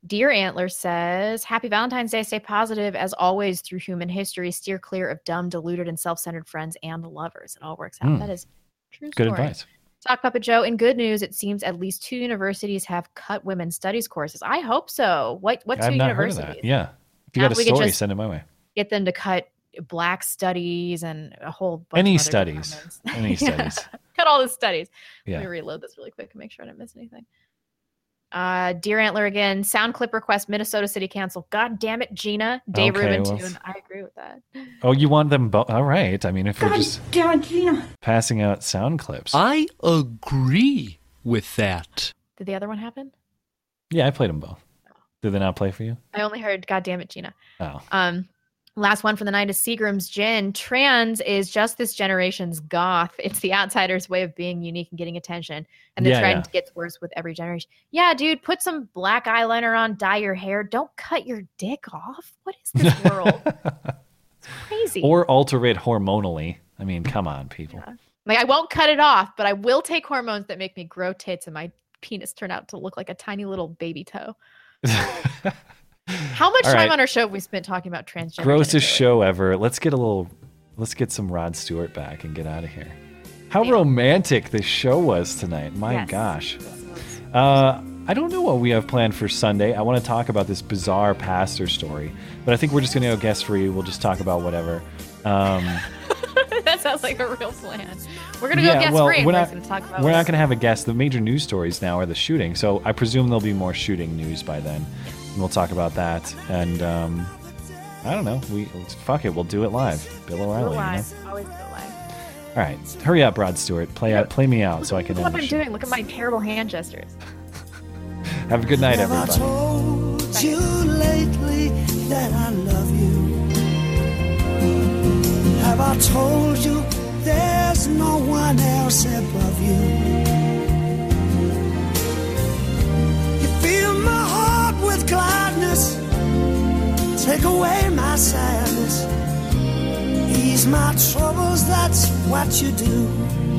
S5: Dear Antler says, Happy Valentine's Day. Stay positive as always through human history. Steer clear of dumb, deluded, and self centered friends and lovers. It all works out.
S4: Hmm.
S5: That is true
S4: good
S5: story.
S4: advice
S5: Sock Puppet Joe, in good news, it seems at least two universities have cut women's studies courses. I hope so. What, what
S4: i've
S5: two
S4: not
S5: universities?
S4: heard of that yeah if you
S5: Uh,
S4: got a
S5: we could
S4: story
S5: just-
S4: send it my way
S5: Get them to cut black studies and a whole bunch
S4: any
S5: of other
S4: studies
S5: departments.
S4: any
S5: Yeah.
S4: studies
S5: Cut all the studies. Let
S4: Yeah.
S5: me reload this really quick and make sure I didn't miss anything. Uh, Dear Antler again, sound clip request Minnesota City Council. God damn it, Gina. Dave
S4: Okay,
S5: Rubin
S4: well-
S5: too. And I agree with that.
S4: Oh, you want them both? All right. I mean, if we're just
S5: Damn it, Gina.
S4: passing out sound clips.
S3: I agree with that.
S5: Did the other one happen?
S4: Yeah, I played them both. Did they not play for you?
S5: I only heard God damn it, Gina.
S4: Oh.
S5: Um, last one for the night is Seagram's Gin. Trans is just this generation's goth. It's the outsider's way of being unique and getting attention. And the
S6: Yeah,
S5: trend
S6: yeah.
S5: gets worse with every generation. Yeah, dude, put some black eyeliner on, dye your hair. Don't cut your dick off. What is this world? it's crazy.
S4: Or alter it hormonally. I mean, come on, people.
S5: like, I won't cut it off, but I will take hormones that make me grow tits and my penis turn out to look like a tiny little baby toe. How much
S4: All
S5: time
S4: right.
S5: on our show have we spent talking about transgender?
S4: Grossest show ever. Let's get a little, let's get some Rod Stewart back and get out of here. How romantic this show was tonight. My
S5: Yes.
S4: gosh. Uh, I don't know what we have planned for Sunday. I want to talk about this bizarre pastor story, but I think we're just going to go guest free. We'll just talk about whatever. Um,
S5: that sounds like a real plan. We're gonna go guess free. and
S4: We're
S5: we're
S4: not,
S5: just gonna talk about
S4: we're
S5: what-
S4: not going to have a guest. The major news stories now are the shooting, so I presume there'll be more shooting news by then. And we'll talk about that. And um, I don't know. We fuck it. We'll do it live. Bill
S5: We're
S4: O'Reilly. you know?
S5: live. Always go live.
S4: All right, hurry up, Rod Stewart. Play out, play me out, so I can
S5: Look
S4: end
S5: what
S4: the
S5: I'm
S4: show.
S5: doing. Look at my terrible hand gestures.
S4: Have a good night, everybody.
S2: Have I told you lately that I love you? I told you there's no one else above you. You fill my heart with gladness, take away my sadness, ease my troubles, that's what you do.